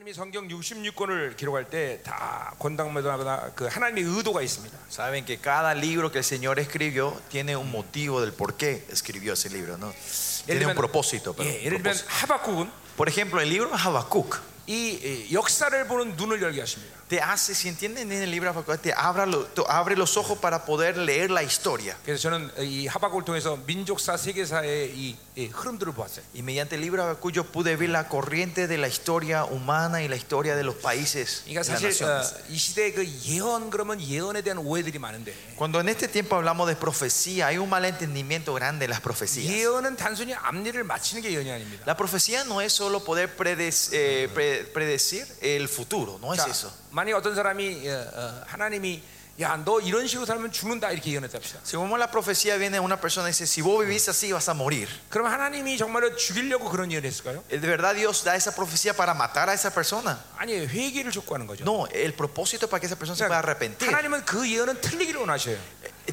하나님이 성경 66권을 기록할 때 다 권당마다 그 하나님의 의도가 있습니다. Saben que cada libro que el Señor escribió tiene un motivo del por qué escribió ese libro, ¿no? Tiene un propósito, pero 예, 예를 들면 propósito. 하박국은 Por ejemplo, el libro Habacuc 이 예, 역사를 보는 눈을 열게 하십니다. te hace, si entienden en el libro Habacuc, te, abra lo- te abre los ojos para poder leer la historia. 그래서 저는 이 하박국을 통해서 민족사, 세계사의 이 예, 흐름들을 보았어요. Y mediante el libro Habacuc yo pude ver la corriente de la historia humana y la historia de los países. y "Ah, 그러니까 las 사실 어, naciones. 이 시대의 그 예언 그러면 예언에 대한 오해들이 많은데 Cuando en este tiempo hablamos de profecía, hay un malentendimiento grande en las profecías. 예언은 단순히 앞니를 맞히는 게 예언이 아닙니다. La profecía no es solo poder predec- eh, pre- predecir el futuro, no es 자, eso. 만약 어떤 사람이 어, 어, 하나님이 야 너 이런 식으로 살면 죽는다 이렇게 예언했다 합시다. Si vemos la profecía, viene una persona y dice, si vos vivís así vas a morir. 그럼 하나님이 정말로 죽이려고 그런 예언을 했을까요? ¿De verdad Dios da esa profecía para matar a esa persona? 아니에요. 회개를 촉구하는 거죠. No, el propósito es para que esa persona se pueda arrepentir. 하나님은 그 예언은 틀리기를 원하셔요.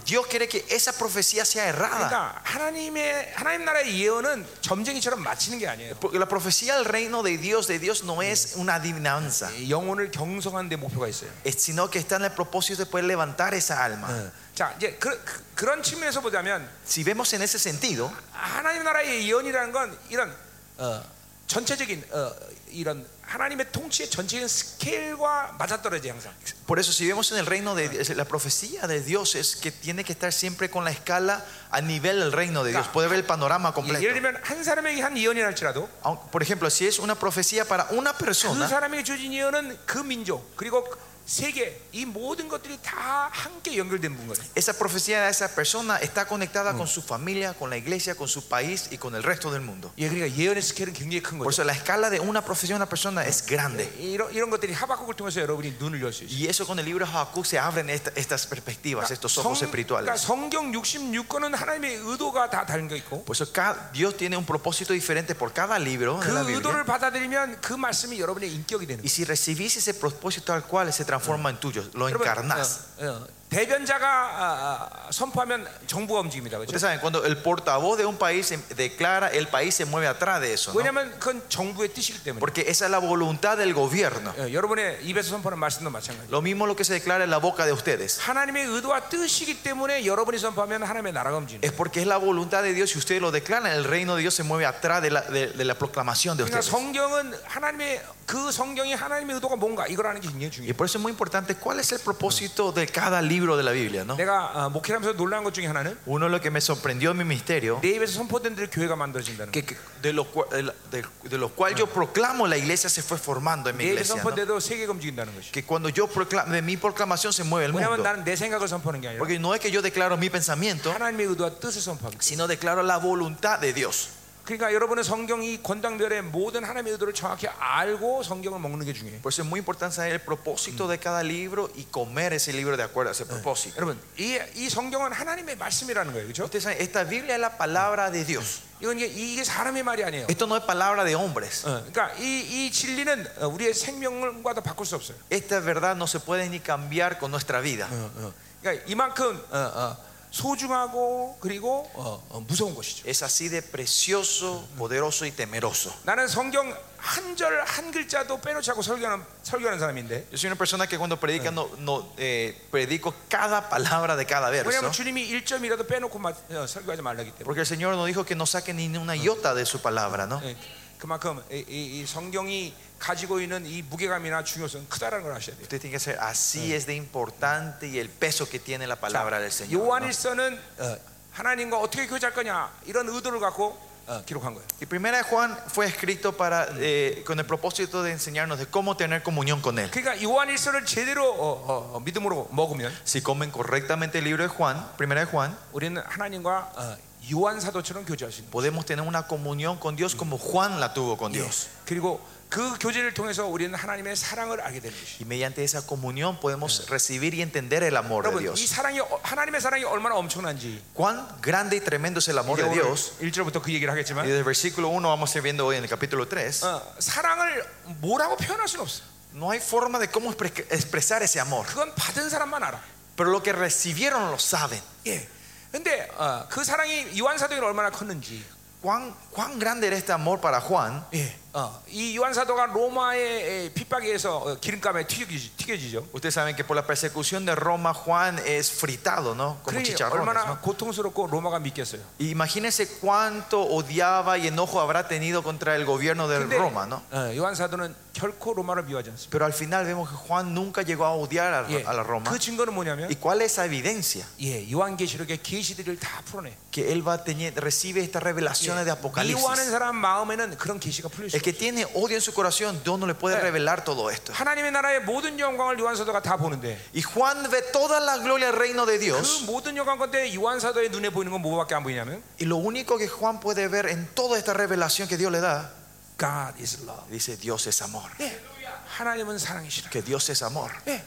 Dios quiere que esa profecía sea errada. 그러니까 하나님의 하나님 나라의 예언은 점쟁이처럼 맞히는 게 아니에요. Porque la profecía del reino de Dios, de Dios, no es una adivinanza, 영혼을 경성하는 데 목표가 있어요. es- sino que está en el propósito de poder levantar esa alma. 자, 이제 그, 그, 런 측면에서 보자면 Si vemos en ese sentido, 하나님 나라의 예언이라는 건 이런 어, 전체적인 어, 이런 하나님의 통치의 전체적인 스케일과 맞아떨어져 항상. por eso si vemos en el reino de Dios, la profecía de Dios es que tiene que estar siempre con la escala a nivel del reino de Dios, poder ver el 예, 예를 panorama completo. 들면 한 사람에게 한 예언이라 할지라도 Aun- Por ejemplo, si es una profecía para una 그 persona, 사람에게 주어진 예언은 그 민족 그리고 세계 이 모든 것들이 다 함께 연결된 부분이에요. esa profecía de esa persona está conectada con su familia, con la iglesia, con su país y con el resto del mundo. 예, 그러니까 예언의 스케일은 굉장히 큰 Por 거죠. eso la escala de una profecía de una persona es grande. 이런 이런 것들이 하박국을 통해서 여러분이 눈을 열 수 있어요. Y eso con el libro de Habacuc se abren esta- estas perspectivas, estos 성, ojos 그러니까 espirituales. 성경 66권은 하나님의 의도가 다 담겨 있고 Por eso ca- Dios tiene un propósito diferente por cada libro de la 그 Biblia. 의도를 받아들이면 그 말씀이 여러분의 인격이 되는 Y 거예요. si recibís ese propósito al cual se transforma en tuyo, lo 여러분, encarnás. 어, 어, 대변자가 아, 아, 선포하면 정부가 움직입니다. 그렇죠? Ustedes saben, cuando el portavoz de un país se- declara, el país se mueve atrás de eso. ¿no? 왜냐하면 그건 정부의 뜻이기 때문에. Porque esa es la voluntad del gobierno. 예, 여러분의 입에서 선포하는 말씀도 마찬가지예요. Lo mismo lo que se declara en la boca de ustedes. 하나님의 의도와 뜻이기 때문에 여러분이 선포하면 하나님의 나라가 움직입니다. Es porque es la voluntad de Dios y ustedes lo declaran, el reino de Dios se mueve atrás de la, de- de la proclamación de 그러니까 ustedes. 성경은 하나님의 그 성경이 하나님의 의도가 뭔가 이걸 아는 게 굉장히 Y 중요해요. por eso es muy importante cuál es el propósito de cada libro de la Biblia, ¿no? 내가 어, 목회하면서 놀란 것 중에 하나는 Uno de lo que me sorprendió en mi misterio, 내 입에서 선포된 대로 교회가 만들어진다는 거. que, que- de, lo cual, de, la- de- de lo cual yo proclamo, la iglesia se fue formando en mi 내 입에서 iglesia. ¿no? 선포된 대로 세계가 움직인다는 것이. Que cuando yo proclamo, de mi proclamación se mueve el 왜냐하면 mundo. 나는 내 생각을 선포하는 게 아니라 Porque no es que yo declaro mi pensamiento, 하나님의 의도와 뜻을 선포합니다. sino declaro la voluntad de Dios. 그러니까 여러분은 성경이 권당별의 모든 하나님의 의도를 정확히 알고 성경을 먹는 게 중요해요. Por eso es muy importante saber el propósito de cada libro y comer ese libro de acuerdo a ese propósito. 여러분 이, 이 성경은 하나님의 말씀이라는 거예요. 그렇죠? Ustedes saben, esta Biblia es la palabra de Dios. 이건 이게, 이게 사람의 말이 아니에요. Esto no es palabra de hombres. 어, 그러니까 이, 이 진리는 어, 우리의 생명과도 바꿀 수 없어요. Esta verdad no se puede ni cambiar con nuestra vida. Ah. 그러니까 이만큼 어, 어, 소중하고 그리고 어, 어, 무서운 것이죠. Es así de precioso, poderoso y temeroso. 나는 성경 한 절 한 글자도 빼놓지 않고 설교하는 설교하는 사람인데 Yo soy una persona que cuando predica no, no, eh, predico cada palabra de cada verso. 왜냐하면 주님이 1점이라도 빼놓고 마, 어, 설교하지 말라기 때문에 Porque el Señor nos dijo que no saque ni una iota de su palabra, ¿no? 예, 그만큼 이, 이- 이 성경이 가지고 있는 이 무게감이나 중요성 은 크다라는 걸 아셔야 돼요. Usted tiene que ser así es de importante y el peso que tiene la Ah. palabra del Señor. ¿no? 요한일서는 어, 하나님과 어떻게 교제할 거냐 이런 의도를 갖고 어, 기록한 거예요. Y primera de Juan fue escrito para eh, con el propósito de enseñarnos de cómo tener comunión con él. 그러니까 요한일서를 제대로 어, 어, 어, 믿음으로 먹으면 Si comen correctamente el libro de Juan, primera de Juan, 우리는 하나님과 어, 요한 사도처럼 교제할 수 있는. 거예요. podemos tener una comunión con Dios como Juan la tuvo con Dios. 그리고 그 교제를 통해서 우리는 하나님의 사랑을 알게 되는 것이. Y mediante esa comunión podemos recibir y entender el amor de 여러분 이 Dios. 사랑이 어- 하나님의 사랑이 얼마나 엄청난지. Cuán grande y tremendo es el amor de 오늘 Dios. 1절부터 그 얘기를 Y 하겠지만 desde el versículo 1 vamos a ir viendo hoy en el capítulo 3. 어, 사랑을 뭐라고 표현할 수는 없어. No hay forma de cómo expre- expresar ese amor. 그건 받은 사람만 알아. Pero lo que recibieron lo saben. 예. 근데 어, 그 사랑이 요한 사도에 얼마나 컸는지. Cuán, cuán grande era este amor para Juan. 예. 어, 어, 이 요한 사도가 로마의 에, 핍박에 의해서 어, 기름감에 튀겨지, 튀겨지죠. Ustedes saben que por la persecución de Roma, Juan es fritado, ¿no? Como 그러니 chicharrones. 얼마나 ¿no? 고통스럽고 로마가 믿겠어요. Y Imagínense cuánto odiaba y enojo habrá tenido contra el gobierno de 근데 Roma, ¿no? 어, 요한 사도는 결코 로마를 미워하지 않습니다. Pero al final vemos que Juan nunca llegó a odiar a, 예, a la Roma. 그 증거는 뭐냐면 ¿Y cuál es esa evidencia? 예, 요한계시록의 계시들을 다 풀어내. 예, Que él va a tener, recibe estas revelaciones de 미워하는 Apocalipsis. 사람 마음에는 그런 계시가 풀릴 수 El 있어요. que tiene odio en su corazón, Dios no le puede Eh. revelar todo esto. 하나님의 나라의 모든 영광을 요한 사도가 다 보는데 Y Juan ve toda la gloria del reino de 그 Dios. 모든 영광 건데 요한 사도의 눈에 보이는 건 뭐밖에 안 보이냐면 Y lo único que Juan puede ver en toda esta revelación que Dios le da, God is love. dice Dios es amor. 예, 하나님은 사랑이시라. Que Dios es amor. 예,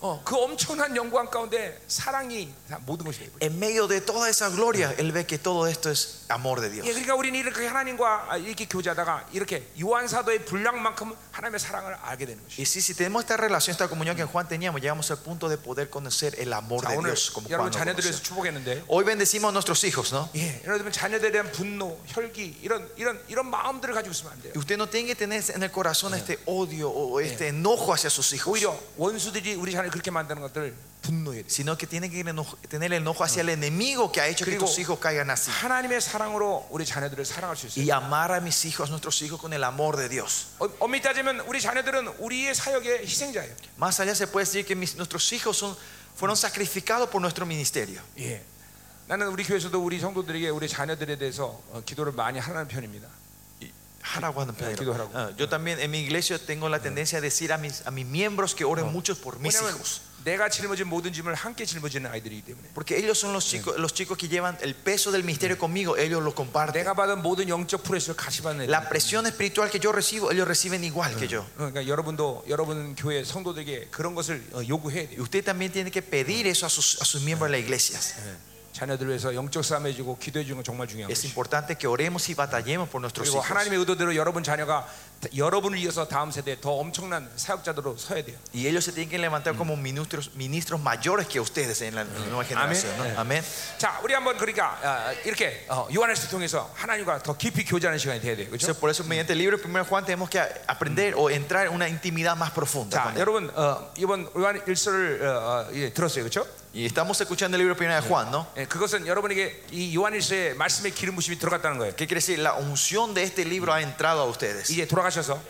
어, 그 엄청난 영광 가운데 사랑이 다 모든 것이 되고. En medio de toda esa gloria, él ve que todo esto es amor de 예, Dios. 그러니까 우리는 이렇게 하나님과 아, 이렇게 교제하다가 이렇게 요한 사도의 분량만큼 하나님의 사랑을 알게 되는 것이. Y sí, si tenemos esta relación, esta comunión que Juan teníamos, llegamos al punto de poder conocer el amor 자, de 오늘 Dios como Juan 여러분 lo 자녀들 위해서 conoció. 축복했는데. Hoy bendecimos a nuestros hijos, ¿no? 예, 예를 들면 자녀들에 대한 분노, 혈기 이런 이런 이런 마음들을 가지고 있으면 안 돼요. Y usted no tiene que tener en el corazón este odio o este enojo hacia sus hijos, 오히려 원수들이 우리 자녀를 그렇게 만드는 것들을 분노해야 돼. sino que tiene que eno- tener el enojo hacia el enemigo que ha hecho que 그리고 tus hijos caigan así. 하나님의 사랑으로 우리 자녀들을 사랑할 수 있어요. Y amar a mis hijos, a nuestros hijos con el amor de Dios. 어, 엄밀히 따지면 우리 자녀들은 우리의 사역의 희생자예요. Más allá se puede decir que mis- nuestros hijos son, fueron sacrificados por nuestro ministerio. 예. 나는 우리 교회에서도 우리 성도들에게 우리 자녀들에 대해서 어, 기도를 많이 하는 편입니다. 하라고 하는 네, 편이라고. 기도하라고. 어, Ah, yo también en mi iglesia tengo la tendencia a decir a mis, a mis miembros que Ah. oren mucho por mis 왜냐하면 hijos. 내가 짊어진 모든 짐을 함께 짊어지는 아이들이기 때문에 Porque ellos son los chicos, los chicos que llevan el peso del ministerio conmigo, ellos lo comparten. 내가 받은 모든 영적 프레스를 같이 받는 애들. La presión espiritual que yo recibo, ellos reciben igual Ah. que yo. 그러니까 여러분도 여러분 교회 성도들에게 그런 것을 어, 요구해야 Y 돼요. usted también tiene que Ah. pedir eso a sus, a sus miembros de la iglesia. 자녀들 위해서 영적 싸움 해주고 기도해 주는 건 정말 중요한 Es 거죠. importante que oremos y batallemos por nuestros 그리고 hijos. 하나님의 의도대로 여러분 자녀가 여러분을 이어서 다음 세대에 더 엄청난 사역자들로 서야 돼요. Y ellos se tienen que levantar como ministros, ministros mayores que ustedes en la nueva generación. ¿no? Mm. Amén. Amén. 자, 우리 한번 그러니까 어, 이렇게 어, 요한에서 통해서 하나님과 더 깊이 교제하는 시간이 돼야 돼요. 그렇죠? Entonces, por eso mediante el libro de 1 Juan tenemos que Mm. aprender o entrar en una intimidad más profunda. 자, con él. 여러분 어, 이번 요한 일서를 어, 어, 예, 들었어요. 그렇죠? Y estamos escuchando el libro primero de Juan, ¿no? 예, 그것은 여러분에게 이 요한 일서의 말씀의 기름 부심이 들어갔다는 거예요. ¿Qué quiere decir? La unción de este libro ha entrado a ustedes. Y 이제 돌아가셔서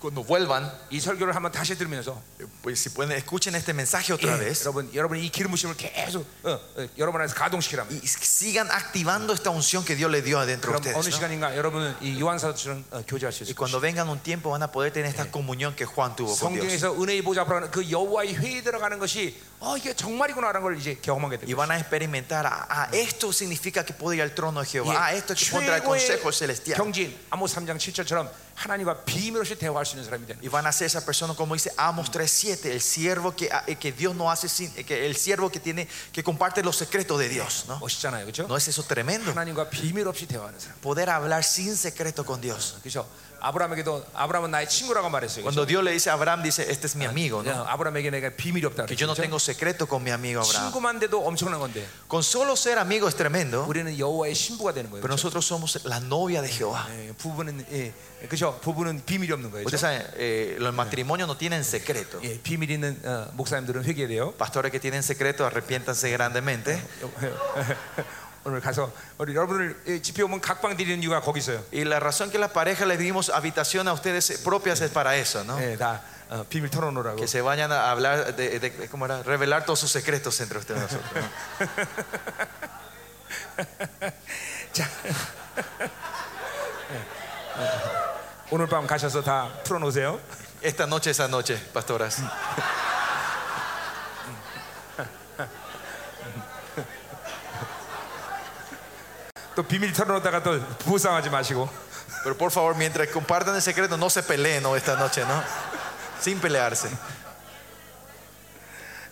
cuando vuelvan, 이 설교를 한번 다시 들으면서 pues si pueden, escuchen este mensaje 예, otra vez 여러분 여러분이 이 기름 부심을 계속 어, 어, 여러분 안에서 가동시키라면 y sigan activando esta unción que Dios les dio adentro a 그럼 어느 ustedes. ¿no? 시간인가 여러분은 이 요한 사도처럼 어, 교제할 수 Y 있을 것입니다. cuando vengan un tiempo van a poder tener esta comunión que Juan tuvo con Dios. 성경에서 은혜의 보좌 앞으로 가는 그 여호와의 회에 들어가는 것이 어 이게 정말이구나라는 걸 이제 경험하게 Y 됩니다. van a experimentar, ah, ah, esto significa que puedo ir al trono de Jehová. Ah, esto es contra el 예, 최고의 consejo celestial. 경지인 아모스 3장 7절처럼 하나님과 비밀 없이 대화할 수 있는 사람이 되는 Y van a ser esa persona, como dice Amos 3.7, el siervo que, ah, que Dios no hace, sin- que el siervo que, tiene, que comparte los secretos de Dios. ¿no? 멋있잖아요, 그렇죠? ¿No es eso tremendo? 하나님과 비밀 없이 대화하는 사람. Poder hablar sin secreto con Dios. 그렇죠? 아브라함에게도 아브라함은 나의 친구라고 말했어요. 그죠? Cuando Dios le dice a Abraham, dice, este es mi amigo, ¿no? 어, 아브라함에게 내가 비밀이 없다. que yo no 그랬죠? tengo secreto con mi amigo Abraham. 친구만 돼도 엄청난 건데 Con solo ser amigo es tremendo, 우리는 여호와의 신부가 되는 거예요. pero 어? 그렇죠? nosotros somos la novia de Jehová. 예, 부부는 예, 그렇죠? 부부는 비밀이 없는 거예요. Ustedes 그렇죠? saben, eh, los matrimonios no tienen secreto. 예, 비밀 있는 어, 목사님들은 회개돼요. Pastores que tienen secreto, arrepiéntanse grandemente. 오늘 가서 우리 여러분을 이 집회 오면 각방 드리는 이유가 거기 있어요. Y la razón que las parejas les dimos habitación a ustedes propias es para eso, ¿no? 예, 다 어, 비밀 털어놓으라고. Que se vayan a hablar, de, de- de- ¿cómo era? Revelar todos sus secretos entre ustedes. y nosotros, ¿no? 자, 오늘 밤 가셔서 다 풀어놓으세요. Esta noche, esa noche, pastoras. 또 비밀 털어놓다가 또 부부싸움하지 마시고. Pero por favor, mientras compartan el secreto, no se peleen ¿no? esta noche, ¿no? Sin pelearse.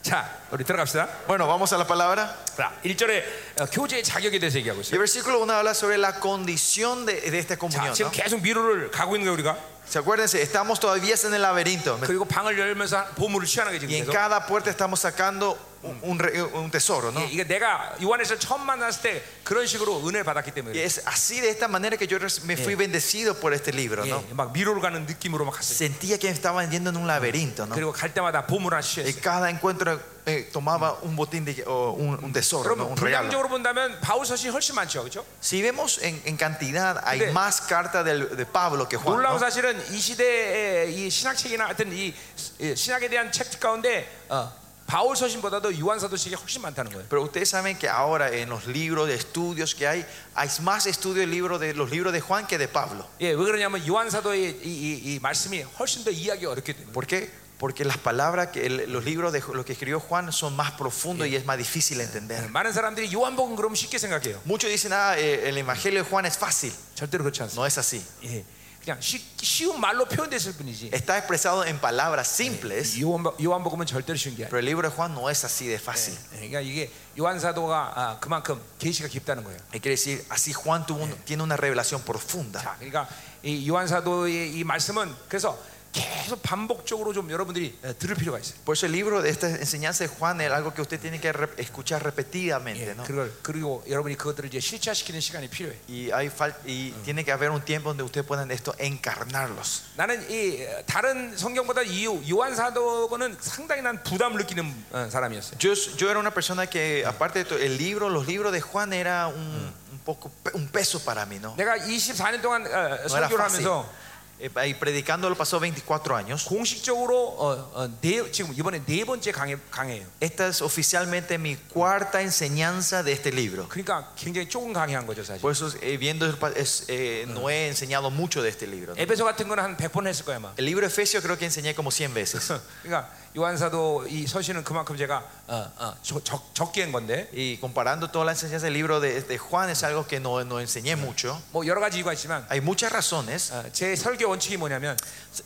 자, 우리 들어갑시다. Bueno, vamos a la palabra. 자, 1절에 어, 교제의 자격에 대해서 얘기하고 Y el 있어요. versículo 1 habla sobre la condición de, de esta 자, comunión. 지금 ¿no? 계속 미로를 가고 있는 거예요, 우리가. ¿Se acuérdense? Estamos todavía en el laberinto. 그리고 방을 열면서 보물을 취하는 게 지금 Y en 계속. cada puerta estamos sacando un, re- un tesoro, ¿no? 예, 이게 내가 요한에서 처음 만났을 때 그런 식으로 은혜를 받았기 때문에 Y 그래요. es así de esta manera que yo res- me fui bendecido por este libro, ¿no? 예, 막 미로를 가는 느낌으로 막 갔어요. Sentía que estaba yendo en un laberinto, ¿no? 그리고 갈 때마다 보물 하나 Y 취했어요. cada encuentro eh, tomaba un botín de- o un, un tesoro, ¿no? 그럼 un regalo. 분량적으로 본다면 바울 서신이 훨씬 많죠, 그렇죠? Si vemos en, en cantidad, hay Pero- más cartas del- de Pablo que Juan. 놀라운 ¿no? 사실은 이 시대의 이 신학책이나 하여튼 이 시- 신학에 대한 책 가운데 어, 바울 서신보다도 요한 사도책이 훨씬 많다는 거예요. Pero ustedes saben que ahora en los libros de estudios que hay, hay más estudios de, libro de los libros de Juan que de Pablo. 예, 왜 그러냐면 요한 사도의 이, 이- 이 말씀이 훨씬 더 이해하기 어렵기 때문에. ¿Por qué? Porque las palabras, que el- los libros de lo que escribió Juan son más profundos y es más difícil entender. 많은 사람들이 요한복음 그럼 쉽게 생각해요. Muchos dicen, ah, eh, el Evangelio de Juan es fácil. 절대로 그렇지 않습니다. No es así. 예, 그냥 쉬, 쉬운 말로 표현됐을 뿐이지. Está expresado en palabras simples, 요한, 요한복음은 절대로 쉬운 게 아니에요. pero el libro de Juan no es así de fácil. 예, 그러니까 이게 요한 사도가 아, 그만큼 계시가 깊다는 거예요. Hay que decir, así Juan tuvo un- tiene una revelación profunda. 자, 그러니까 이 요한 사도의 이 말씀은 그래서 계속 반복적으로 좀 여러분들이 어, 들을 필요가 있어요. Por eso el libro de esta enseñanza de Juan es algo que usted tiene que re- escuchar 예, repetidamente, ¿no? 그걸 그리고 여러분이 그것들을 이제 실체화시키는 시간이 필요해. Y, hay fal- y tiene que haber un tiempo donde ustedes puedan esto encarnarlos. 나는 이 어, 다른 성경보다 이 요한 사도는 상당히 난 부담을 느끼는 어, 사람이었어요. Yo, yo era una persona que, aparte de todo, el libro, los libros de Juan era un, un poco pe- un peso para mí, ¿no? 내가 24년 동안 어, 설교를 fácil. 하면서 Eh, Y predicando lo pasó 24 años. 공식적으로 어, 어, 네, 지금 이번에 네 번째 강해, 강해요. Esta es oficialmente mi cuarta enseñanza de este libro. 그러니까 굉장히 조금 강해한 거죠 사실. Por eso, eh, viendo, el pa- es, eh, no he enseñado mucho de este libro. ¿no? 에베소 같은 거는 한 100번 했을 거야 아마. El libro de Efesios creo que enseñé como 100 veces. 그러니까 요한사도 이 서신은 그만큼 제가 어, 어, 저- 적, 적게 한 건데 Y comparando todas las enseñanzas del libro de, de Juan es algo que no, no enseñé mucho. 뭐 여러 가지 이유가 있지만 Hay muchas razones. 어, 제 설교 원칙이 뭐냐면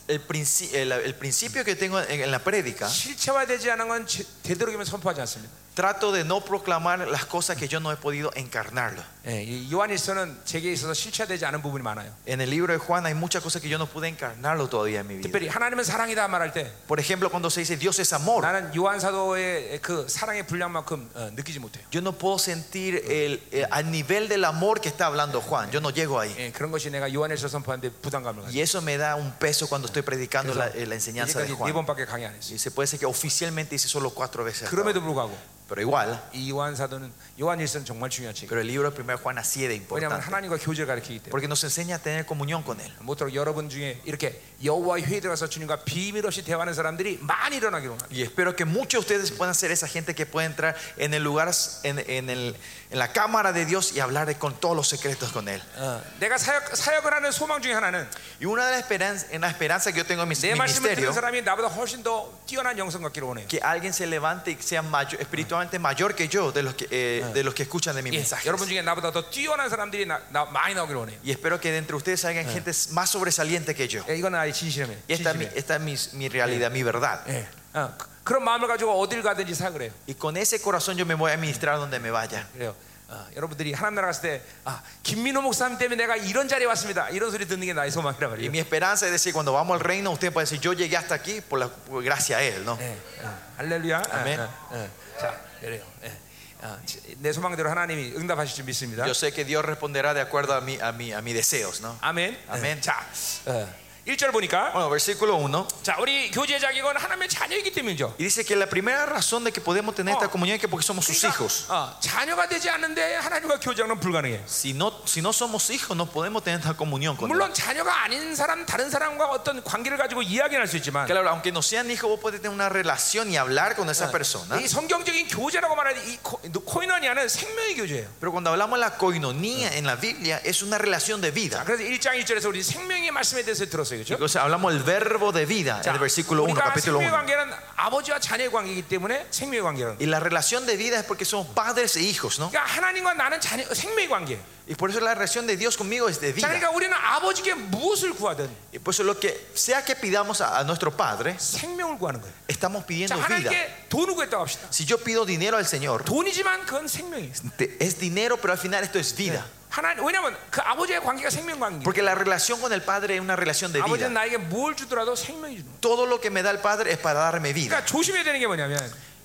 El, princi- el- el principio que tengo en, en la prédica, 실체화되지 않은 건 제- 되도록이면 선포하지 않습니다. trato de no proclamar las cosas que yo no he podido encarnarlo. 예, 이 요한일서는 제게 있어서 실체화되지 않은 부분이 많아요. En el libro de Juan hay muchas cosas que yo no pude encarnarlo todavía en mi vida. 특별히 하나님은 사랑이다 말할 때 Por ejemplo, cuando se dice Dios es amor, 나는 요한사도의 그 사랑의 분량만큼 어, 느끼지 못해요. yo no puedo sentir el, el- al nivel del amor que está hablando Juan. Yo no llego ahí. 예, 그런 것이 내가 요한일서 선포하는데 부담감을 가지고 Y eso me da un peso cuando estoy predicando la, eh, la enseñanza de 이제까지 네 Juan. 번밖에 강의 안 했어요. Y se puede decir que oficialmente hice solo cuatro veces. hasta 그럼에도 불구하고 ahora. Pero igual. 이 요한사도는 요한일서는 정말 중요한 책이에요. Pero el libro de 1 Juan así 왜냐하면 de importante. 하나님과 교제를 가르치기 때문에. Porque nos enseña a tener comunión con Él. 모쪼록 여러분 중에 이렇게 여호와의 회에 들어가서 주님과 비밀 없이 대화하는 사람들이 많이 일어나기를 원합니다. Y espero que muchos de ustedes puedan ser esa gente que puede entrar en el lugar, en, en el- en la cámara de Dios y hablar de- con todos los secretos con Él. 어, 내가 사역, 사역을 하는 소망 중에 하나는 Y una de las esperanzas, en la esperanza que yo tengo en mi 내 말씀을 듣는 ministerio, 사람이 나보다 훨씬 더 뛰어난 영성 갖기를 원해요. que alguien se levante y sea mayor- espiritualmente mayor que yo de los que, eh, de los que escuchan de mi 예, mensaje. 여러분 중에 나보다 더 뛰어난 사람들이 나, 나- 많이 나오기를 원해요. Y espero que de entre ustedes salgan gente más sobresaliente que yo. 예, 이건 아예 진심이에요. Y esta es mi, 진심이에요. esta es mi, mi realidad, mi verdad. 예. 어, 그- 그런 마음을 가지고 어딜 가든지 사역을 해요. Y con ese corazón yo me voy a administrar donde me vaya. 그래요. 어, 여러분들이 하나님 나라 갔을 때 아, 김민호 목사님 때문에 내가 이런 자리에 왔습니다. 이런 소리 듣는 게 나의 소망이라 Y 말이에요. mi esperanza es decir, cuando vamos al reino, usted puede decir, yo llegué hasta aquí por la por gracia a Él, ¿no? 예, 예. 할렐루야. 예, 아멘. 예, 예. 자, 그래요. 예. 아, 지- 내 소망대로 하나님이 응답하실 줄 믿습니다. Yo sé que Dios responderá de acuerdo a, mi, a, mi, a mis deseos, ¿no? 아멘. 아멘. 예. 자, 1절 보니까 Bueno, versículo 1. 자, 우리 교제 자격은 하나님의 자녀이기 때문이죠. Y dice que la primera razón de que podemos tener esta Oh. comunión es que porque somos sus 그러니까, hijos. 어, 자녀가 되지 않는데 하나님과 교제하는 건 불가능해. Si no, si no somos hijos, no podemos tener esta comunión con Él. 물론 자녀가 아닌 사람 다른 사람과 어떤 관계를 가지고 이야기는 할 수 있지만 Claro, aunque no sean hijos, vos podés tener una relación y hablar con esa persona. 이 성경적인 교제라고 말하는 이 코- 코이너니아는 생명의 교제예요. Pero cuando hablamos de la coinonía en la Biblia, es una relación de vida. 아, 그래서 1장 1절에서 우리 생명의 말씀에 대해서 들었어요. 그렇죠? O sea, hablamos del verbo de vida en el versículo 1, 우리가 capítulo 생명의 1. 관계는 아버지와 자녀의 관계이기 때문에 생명의 관계라는 거예요. Y la relación de vida es porque somos padres e hijos, ¿no? 그러니까 하나님과 나는 자녀 생명의 관계예요. Y por eso la relación de Dios conmigo es de 자, vida. 그러니까 우리는 아버지께 무엇을 구하든 Y por eso lo que sea que pidamos a, a nuestro Padre, 생명을 구하는 거예요. estamos pidiendo 자, vida. 하나님께 돈을 구했다고 합시다. Si yo pido dinero al Señor, 돈이지만 그건 생명이에요. te- es dinero, pero al final esto es vida. 하나님 왜냐면 그 아버지의 관계가 생명 관계예요. Porque la relación con el Padre es una relación de 아버지는 vida. 나에게 뭘 주더라도 생명이 주는 거예요. Todo lo que me da el Padre es para darme vida. 그러니까 조심해야 되는 게 뭐냐면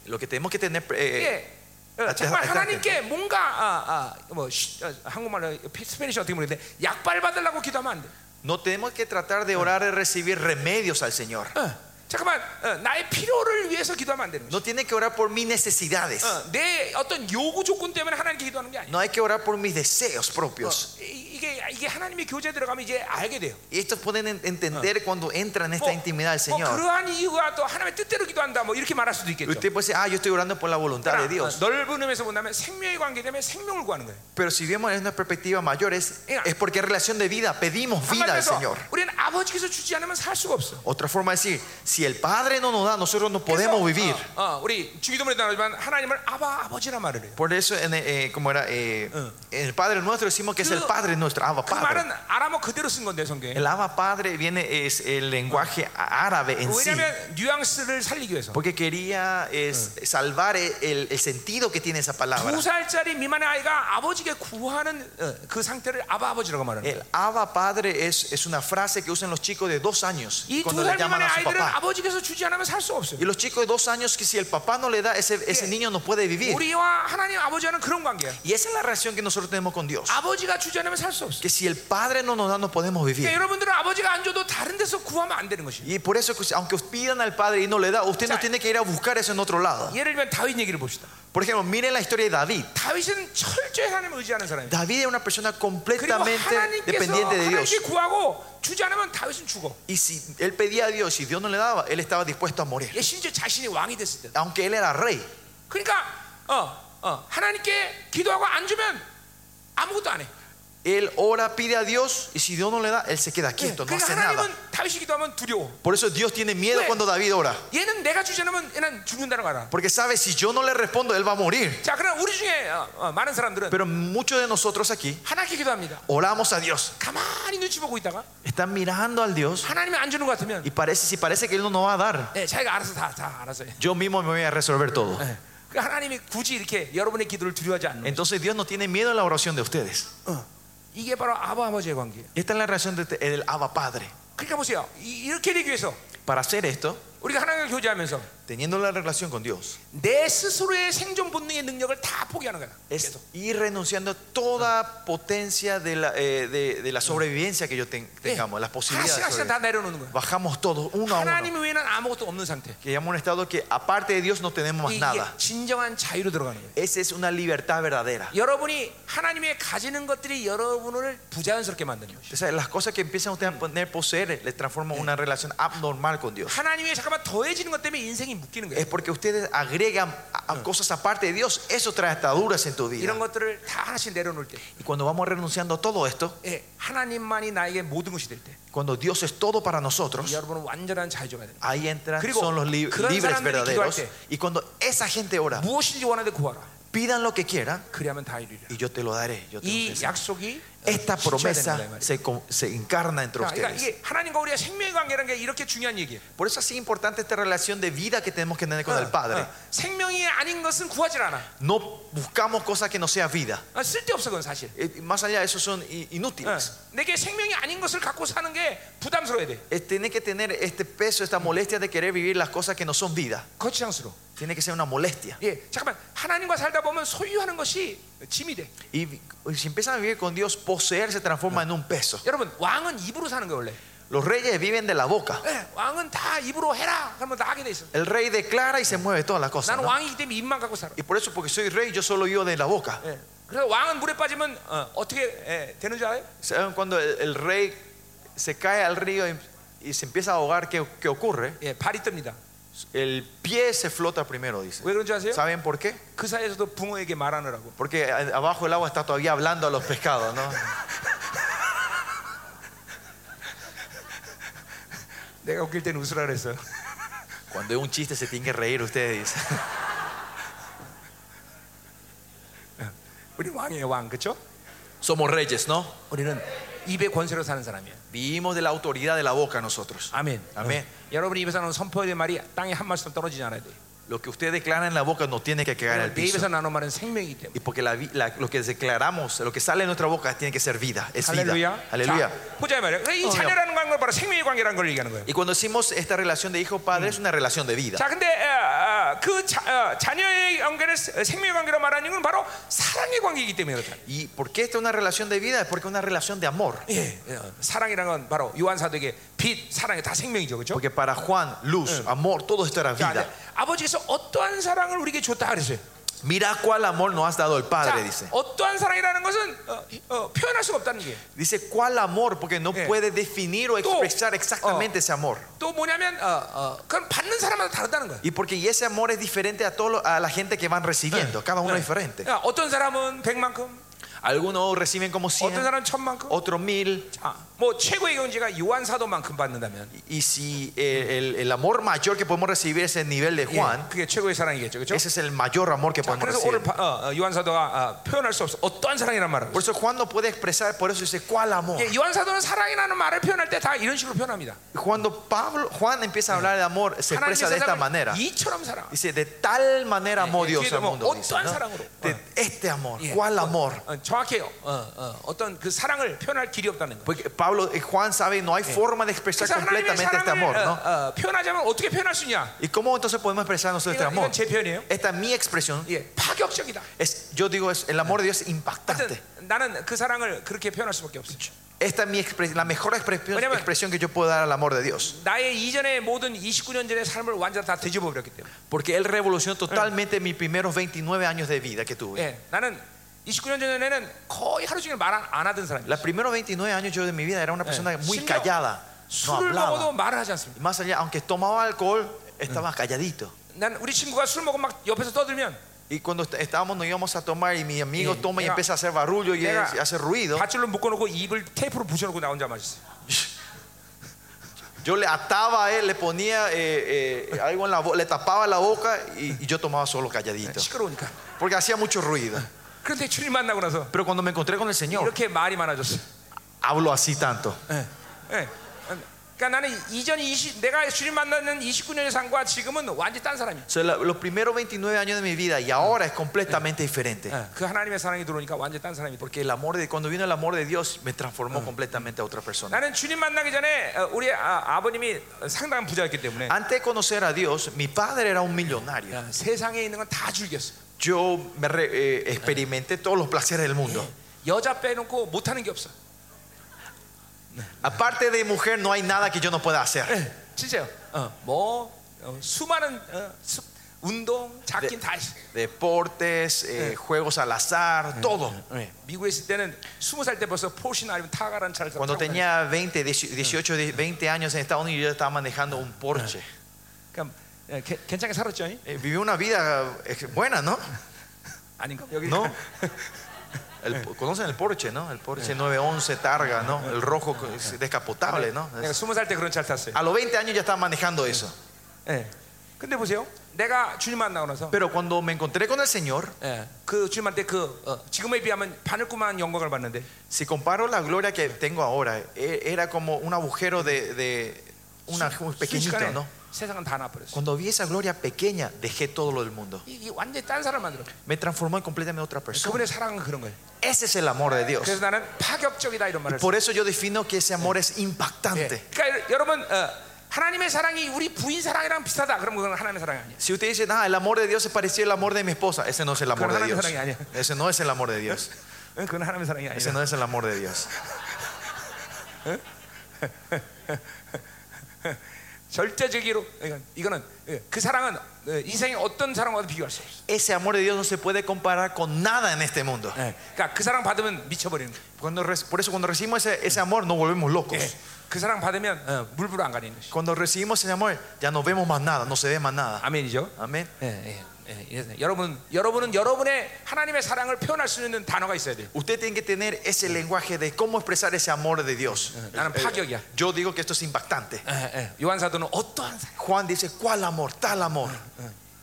Lo que tenemos que tener eh, 예. 어, 아, 정말 아, 하나님께 뭔가 아, 아, 뭐 쉬- 어, 한국말로 스페니시 어떻게 모르는데 약발 받으려고 기도하면 안 돼. no tenemos que tratar de orar y recibir remedios al Señor. 어, 잠깐만 어, 나의 필요를 위해서 기도하면 안 되는 거야. No tiene que orar por mis necesidades. 어, 내 어떤 요구 조건 때문에 하나님께 기도하는 게 아니야. No hay que orar por mis deseos propios. 어, 이- 이게 이게 하나님의 교제에 들어가면 이제 알게 돼요. Y estos pueden en- entender cuando entran en esta intimidad del 뭐 Señor. 그러한 이유가 또 하나님의 뜻대로 기도한다. 뭐 이렇게 말할 수도 있겠죠. Usted puede decir, ah, yo estoy orando por la voluntad de 그러나, 어, Dios. 넓은 의미에서 본다면 생명의 관계 때문에 생명을 구하는 거예요. Pero si vemos en una perspectiva mayor, es, es porque es relación de vida. Pedimos vida al 한마디로 Señor. 해서 우리는 아버지께서 주지 않으면 살 수가 없어. Otra forma de decir, si el Padre no nos da, nosotros no 그래서, podemos vivir. 어, 어, 우리 주기도문에 나오지만 하나님을 아바 아버지라 말을 해요. Por eso, en, eh, como era, eh, en el Padre nuestro decimos que es el Padre nuestro, Abba 그 Padre. 말은 아람어 그대로 쓴 건데 성경에. El Abba Padre viene, es el lenguaje árabe en sí. 왜냐하면 뉘앙스를 살리기 위해서. Porque quería es, salvar el, el sentido que tiene esa palabra. 두 살짜리 미만의 아이가 아버지께 구하는 어, 그 상태를 아바 아버지라고 말하는. El Abba Padre es, es una frase que usan los chicos de dos años cuando 이두 le 살 llaman 미만의 a su 아이들은 papá. 아버지께서 주지 않으면 살 수 없어요. Y los chicos de dos años que si el papá no le da, ese, ese Sí. niño no puede vivir. 우리와 하나님 아버지와는 그런 관계야. Y esa es la relación que nosotros tenemos con Dios. 아버지가 주지 않으면 살 수 없어. Que si el Padre no nos da, no podemos 그러니까 vivir. 여러분들은 아버지가 안 줘도 다른 데서 구하면 안 되는 것이에요. Y por eso, aunque pidan al Padre y no le da, usted no Ya. tiene que ir a buscar eso en otro lado. 예를 들면 다윗 얘기를 봅시다. Por ejemplo, miren la historia de David. 다윗은 철저히 하나님을 의지하는 사람이에요. David es una persona 그리고 completamente 하나님께서 dependiente de Dios. 하나님께 구하고 주지 않으면 다윗은 죽어. Y si él pedía a Dios y Dios no le daba, él estaba dispuesto a morir. 예, 심지어 자신이 왕이 됐을 때. Aunque él era rey. 그러니까 어, 어, 하나님께 기도하고 안 주면 아무것도 안 해. Él ora, pide a Dios y si Dios no le da, él se queda quieto, no 그러니까 hace nada. 하나님은 다윗이 기도하면 두려워. Por eso Dios tiene miedo 왜? cuando David ora. 얘는 내가 주지 않으면 얘는 죽는다는 거 알아. Porque sabe, si yo no le respondo, él va a morir. 자, 그럼 우리 중에 어, 어, 많은 사람들은 Pero muchos de nosotros aquí 하나님께 기도합니다. oramos a Dios. 가만히 눈치 보고 있다가 Están mirando al Dios 하나님이 안 주는 것 같으면 y parece, si parece que él no nos va a dar, 예, 자기가 알아서 다, 다 알아서 해. yo mismo me voy a resolver todo. 예. 그 하나님이 굳이 이렇게 여러분의 기도를 두려워하지 않는 Entonces Dios no tiene miedo a la oración de ustedes. 어. 이게 ba로 아바 아버지의 관계예요. Esta es la relación de- del Abba Padre. 그러니까 보세요. 이, 렇게 되기 위해서 Para hacer esto, 우리가 하나님을 교제하면서 teniendo la relación con Dios, 내 스스로의 생존 본능의 능력을 다 포기하는 거야. es ir renunciando a toda potencia de la, eh, de, de la sobrevivencia que yo ten- tengamos, Ah, las posibilidades. 예. 하나씩 de 하나씩 다 sobrevivir. 내려놓는 거야. Bajamos todo, uno a uno. 하나님 외에는 아무것도 없는 상태. Que llegamos a un estado que aparte de Dios no tenemos más 이게 nada. 진정한 자유로 들어가는 거예요. Esa es una libertad verdadera. 여러분이 하나님의 가지는 것들이 여러분을 부자연스럽게 만드는 거예요. O sea, las cosas que empiezan ustedes a poner poseer les transforman una relación abnormal con Dios. 하나님의 잠깐만 더해지는 것 때문에 인생이 묶이는 거예요. Es porque ustedes agregan a- a cosas aparte de Dios, eso trae ataduras en tu vida. 이런 것들을 다 하나씩 내려놓을 때, Y cuando vamos renunciando a todo esto, 예, 하나님만이 나에게 모든 것이 될 때, cuando Dios es todo para nosotros, 여러분은 완전한 자유자가 되는 거예요. ahí entran, Crigo, son los li- 그런 libres 사람들이 verdaderos. 기도할 Y cuando esa gente ora, 무엇인지 원하되 구하라. pidan lo que quieran 그리하면 다 이루리라. y yo te lo daré. yo te lo 이 ofreceré. 약속이 실체화되는 거다, Esta 이 promesa 말이에요. se, con- se encarna entre 그러니까 ustedes. 이게 하나님과 우리의 생명의 관계라는 게 이렇게 중요한 얘기예요. Por eso es importante esta relación de vida que tenemos que tener Ah, con el Padre. 어, 생명이 아닌 것은 구하지 않아. No buscamos cosas que no sea vida. 아, 쓸데없어 그건 사실. Eh, Más allá de eso son i- 어, inútiles. 내게 생명이 아닌 것을 갖고 사는 게 부담스러워야 돼. Eh, Tiene que tener este peso, esta molestia de querer vivir las cosas que no son vida. 거치장스러워. Tiene que ser una molestia. 예, 잠깐만 하나님과 살다 보면 soy하는 것이 짐이 돼. Y vi- si empiezan a vivir con Dios, poseer se transforma en un peso. 여러분 왕은 입으로 사는 거예요 원래. Los reyes viven de la boca. 예, 왕은 다 입으로 해라. 그러면 다 하게 돼 있어. El rey declara y se mueve todas las cosas. 나는 ¿no? 왕이기 때문에 입만 갖고 살아. Y por eso, porque soy rey, yo solo vivo de la boca. 예. 그래서 왕은 물에 빠지면 어, 어떻게 예, 되는 줄 알아요? ¿Saben cuando el, el rey se cae al río y, y se empieza a ahogar? ¿Qué, qué ocurre? 예, 발이 뜹니다. El pie se flota primero, dice. 왜 그런 줄 아세요? ¿Saben por qué? 그 사이에서도 붕어에게 말하느라고. Porque a- abajo el agua está todavía hablando a los pescados, ¿no? 내가 웃길 때는 웃으라 그랬어요. Cuando es un chiste se tienen que reír ustedes. dicen. 우리 왕이에요, 왕. 그렇죠? Somos reyes, ¿no? 우리는 입의 권세로 사는 사람이에요. Vivimos de la autoridad de la boca nosotros. 아멘. 아멘. 어. 여러분 입에서 나오는 선포의 말이 땅에 한 말씀 떨어지지 않아야 돼. Lo que usted declara en la boca no tiene que caer al 내 piso. 입에서 나오는 말은 생명이기 때문에. Y porque la vi- la- lo que declaramos, lo que sale de nuestra boca tiene que ser vida, es vida. 할렐루야. Aleluya. 자, 보자 말이야. 그러니까 이 자녀라는 관계라는 건 바로 생명의 관계라는 걸 얘기하는 거예요. Y cuando decimos esta relación de hijo-padre es una relación de vida. 자, 근데 어, 어, 그 자, 어, 자녀의 관계를 스- 생명의 관계로 말하는 건 바로 사랑의 관계이기 때문에 그렇다. ¿Y por qué esta es una relación de vida? Es porque es una relación de amor. 예, 예, 어, 사랑이라는 건 바로 요한 사도에게 빛, 사랑이 다 생명이죠, 그렇죠? Porque para Juan, luz, amor, todo esto era 자, vida. 근데 아버지께서 어떠한 사랑을 우리에게 줬다 그랬어요. Mira cuál amor nos has dado el 자, Padre, dice. 어떠한 사랑이라는 것은 어, 어, 표현할 수가 없다는 게. Dice cuál amor, porque no Eh. puede definir o expresar exactamente ese amor. 또 뭐냐면 어, 어, 그건 받는 사람마다 다르다는 거야. Y porque y ese amor es diferente a, todo lo- a la gente que van Eh, recibiendo, cada uno es diferente. 네. 야, 어떤 사람은 백만큼, Algunos reciben como 어떤 100, 사람은 천만큼. otros 1000. 아, 뭐 최고의 경지가 요한 사도만큼 받는다면, Y si eh, el, el amor mayor que podemos recibir es el nivel 예, de Juan, 그게 최고의 사랑이겠죠, 그렇죠? ese es el mayor amor que podemos 그래서 오늘 recibir. 바- 어, 어, 요한 사도가 어, 표현할 수 없어 어떠한 사랑이란 말을. 하고 Por 있어요. eso Juan no puede expresar, por eso dice cuál amor. 예, 요한 사도는 사랑이라는 말을 표현할 때 다 이런 식으로 표현합니다. Cuando Pablo, Juan empieza a hablar de amor, se 하나님의 expresa de esta manera. 세상을 이처럼 사랑. Dice, de tal manera amó Eh, Dios eh, al mundo. eh, dice, 어떠한 ¿no? 사랑으로? De este amor, 예, ¿cuál 어, amor? 어, 정확해요. 어, 어, 어떤 그 사랑을 표현할 길이 없다는 거. Porque Pablo, eh, Juan sabe, no hay forma de expresar 그래서 하나님의 completamente este 사랑을 amor, ¿no? 어, 어, 표현하자면 어떻게 표현할 수 있냐? ¿Y cómo entonces podemos expresar nosotros este 이건, amor? 이건 제 표현이에요. Esta es mi expresión. 예, 파격적이다. Es, yo digo, es, el amor de Dios es impactante. 하여튼 나는 그 사랑을 그렇게 표현할 수밖에 없어. Esta es mi expre- la mejor expresión, 왜냐면- expresión que yo puedo dar al amor de Dios. 나의 이전의 모든 29년 전의 삶을 완전 다 뒤집어 버렸기 때문에. Porque Él revolucionó totalmente mis primeros 29 años de vida que tuve. 예, 나는 29년 전에는 거의 하루 종일 말 안 하던 사람이야. Los primeros 29 años yo de mi vida era una persona muy Sin- callada. No 술을 먹어도 hablaba. 말을 하지 않습니다. Y más allá, aunque tomaba alcohol, estaba calladito. 난 우리 친구가 술 먹고 막 옆에서 떠들면 Y cuando est- estábamos, nos íbamos a tomar y mi amigo Sí. toma y Era- empieza a hacer barullo y Era- él hace ruido. 밧줄로 묶어놓고 입을 테이프로 붙여놓고 나 혼자 마셨어. Yo le ataba a él, le ponía eh, eh, algo en la boca, le tapaba la boca y, y yo tomaba solo calladito. 시끄러우니까. Porque hacía mucho ruido. 그런데 주님 만나고 나서 Pero cuando me encontré con el Señor, 이렇게 말이 많아졌어. hablo así tanto. 예. 예. 그러니까 나는 이전 20 내가 주님 만나는 29년의 삶과 지금은 완전 히딴 사람이야. O sea, la- los primeros 29 años de mi vida y ahora es completamente diferente. 예. 그 하나님의 사랑이 들어오니까 완전 히딴 사람이 돼. Porque el amor de, cuando vino el amor de Dios, me transformó completamente a otra persona. 나는 주님 만나기 전에 어, 우리 아, 버님이 상당한 부자였기 때문에 Antes de conocer a Dios, mi padre era un millonario. 야, 세상에 있는 건 다 즐겼어. Yo me re- eh, experimenté todos los placeres del mundo. 여자 빼놓고 못하는 게 없어. Aparte de mujer, no hay nada que yo no pueda hacer. 진짜요. 어, 뭐 어, 수많은 어, 수- 운동, 작긴 다 했어. Deportes, eh, juegos al azar, todo. 미국에 있을 때는 스무 살 때 벌써 포시나 아니면 타가라는 차를 타고 Cuando 다녔어. tenía 20, 18, 20 años en Estados Unidos, yo estaba manejando un Porsche. 그러니까 예, 개- 괜찮게 살았죠? 아니? Eh, viví una vida eh, buena, ¿no? 아닌가? 여기 ¿No? El- conocen el Porsche, ¿no? El Porsche 911 Targa, ¿no? El rojo con- es descapotable, ¿no? 아. 내가 스무 살 때 그런 차를 탔어요. A los 20 años ya estaba manejando eso. 예. 근데 보세요. 내가 주님 만나고 나서 Pero cuando me encontré con el Señor, 예, 그 주님한테 그 어, 지금에 비하면 바늘구만 영광을 받는데 si comparo la gloria que tengo ahora, eh, era como un agujero de, de una, un pequeñito, 순식간에 뭐 ¿no? 세상은 다 나버렸어. Cuando vi esa gloria pequeña, dejé todo lo del mundo. 이게 완전히 딴 사람 만들어. Me transformó en completamente otra persona. 그분의 사랑은 그런 거예요. Ese es el amor de Dios. 그래서 나는 파격적이다 이런 말을. 했어요. Por eso yo defino que ese amor es 예. impactante. 그러니까 여러분 어, 하나님의 사랑이 우리 부인 사랑이랑 비슷하다. 그럼 그건 하나님의 사랑이 아니야. Si usted dice, ah, el amor de Dios es parecido al amor de mi esposa, ese no es el amor de Dios. Ese no es el amor de Dios. 응, 어, 그건 하나님의 사랑이 Ese 아니야. no es el amor de Dios. 절대적으로 이건 이거는 예, 그 사랑은 예, 인생의 어떤 사랑과도 비교할 수 없어. Ese amor de Dios no se puede comparar con nada en este mundo. 예. 그러니까 그 사랑 받으면 미쳐버리는. 거예요. Cuando re- por eso cuando recibimos ese, ese amor nos volvemos locos. 예. 그 사랑 받으면 어, 물불 안 가리는 것이. Cuando recibimos ese amor ya no vemos más nada, no se ve más nada. 아멘이죠. Amén. 예, 예, 예, 예. 여러분, 여러분은 여러분의 하나님의 사랑을 표현할 수 있는 단어가 있어야 돼요. Usted tiene que tener ese lenguaje de cómo expresar ese amor de Dios. 나는 파격이야. Yo digo que esto es impactante. 예, 예. 요한 사도는 어떠한 사랑, Juan dice, ¿cuál amor? Tal amor.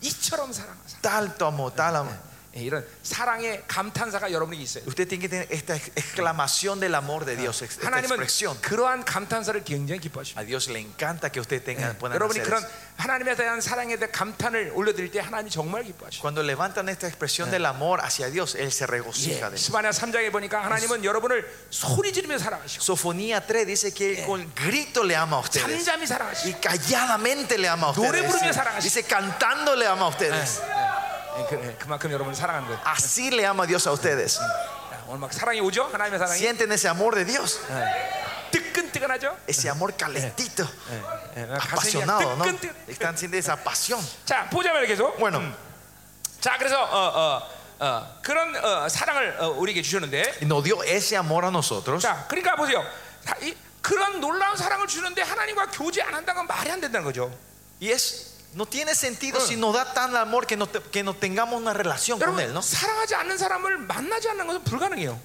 이처럼 사랑하사. Tal amor, tal amor. 예, 이런 사랑의 감탄사가 여러분에게 있어요. Usted tiene que tener esta ex- exclamación del amor de Dios, ex- esta 하나님은 expresión. 그러한 감탄사를 굉장히 기뻐하십니다. 예, A Dios le encanta que usted 네, tenga puedan 여러분이 hacer 그런 eso. 하나님에 대한 사랑에 대한 감탄을 올려드릴 때 하나님 정말 기뻐하십니다. Cuando levantan esta expresión del amor hacia Dios, Él se 예, regocija de eso. 스바냐 3장에 예, 보니까 하나님은 여러분을 소리 지르며 사랑하시고 Sofonía 3 dice que Él con grito le ama a 예. ustedes. 잠잠히 Y 사랑하시고 calladamente le ama a 노래 부르며 ustedes. 사랑하시- Dice cantando le ama a ustedes. 예, 그, 그만큼 여러분을 사랑하는 거예요. Así le ama Dios a ustedes. 자, 오늘 막 사랑이 오죠? 하나님의 사랑이 Sienten ese amor de Dios, 뜨끈뜨끈하죠? ese amor calentito, 예, 예, 가슴이 그냥 apasionado, ¿no? 뜨끈뜨끈 Están sintiendo esa pasión. 자 보자면 계속 Bueno, 자 그래서 어, 어, 어, 그런 어, 사랑을 어, 우리에게 주셨는데 y nos dio ese amor a nosotros. 자 그러니까 보세요 자, 이, 그런 놀라운 사랑을 주는데 하나님과 교제 안 한다는 건 말이 안 된다는 거죠 Y es, no tiene sentido si nos da tan amor que no, te- que no tengamos una relación con Él, 여러분 ¿no? 사랑하지 않는 사람을 만나지 않는 것은 불가능해요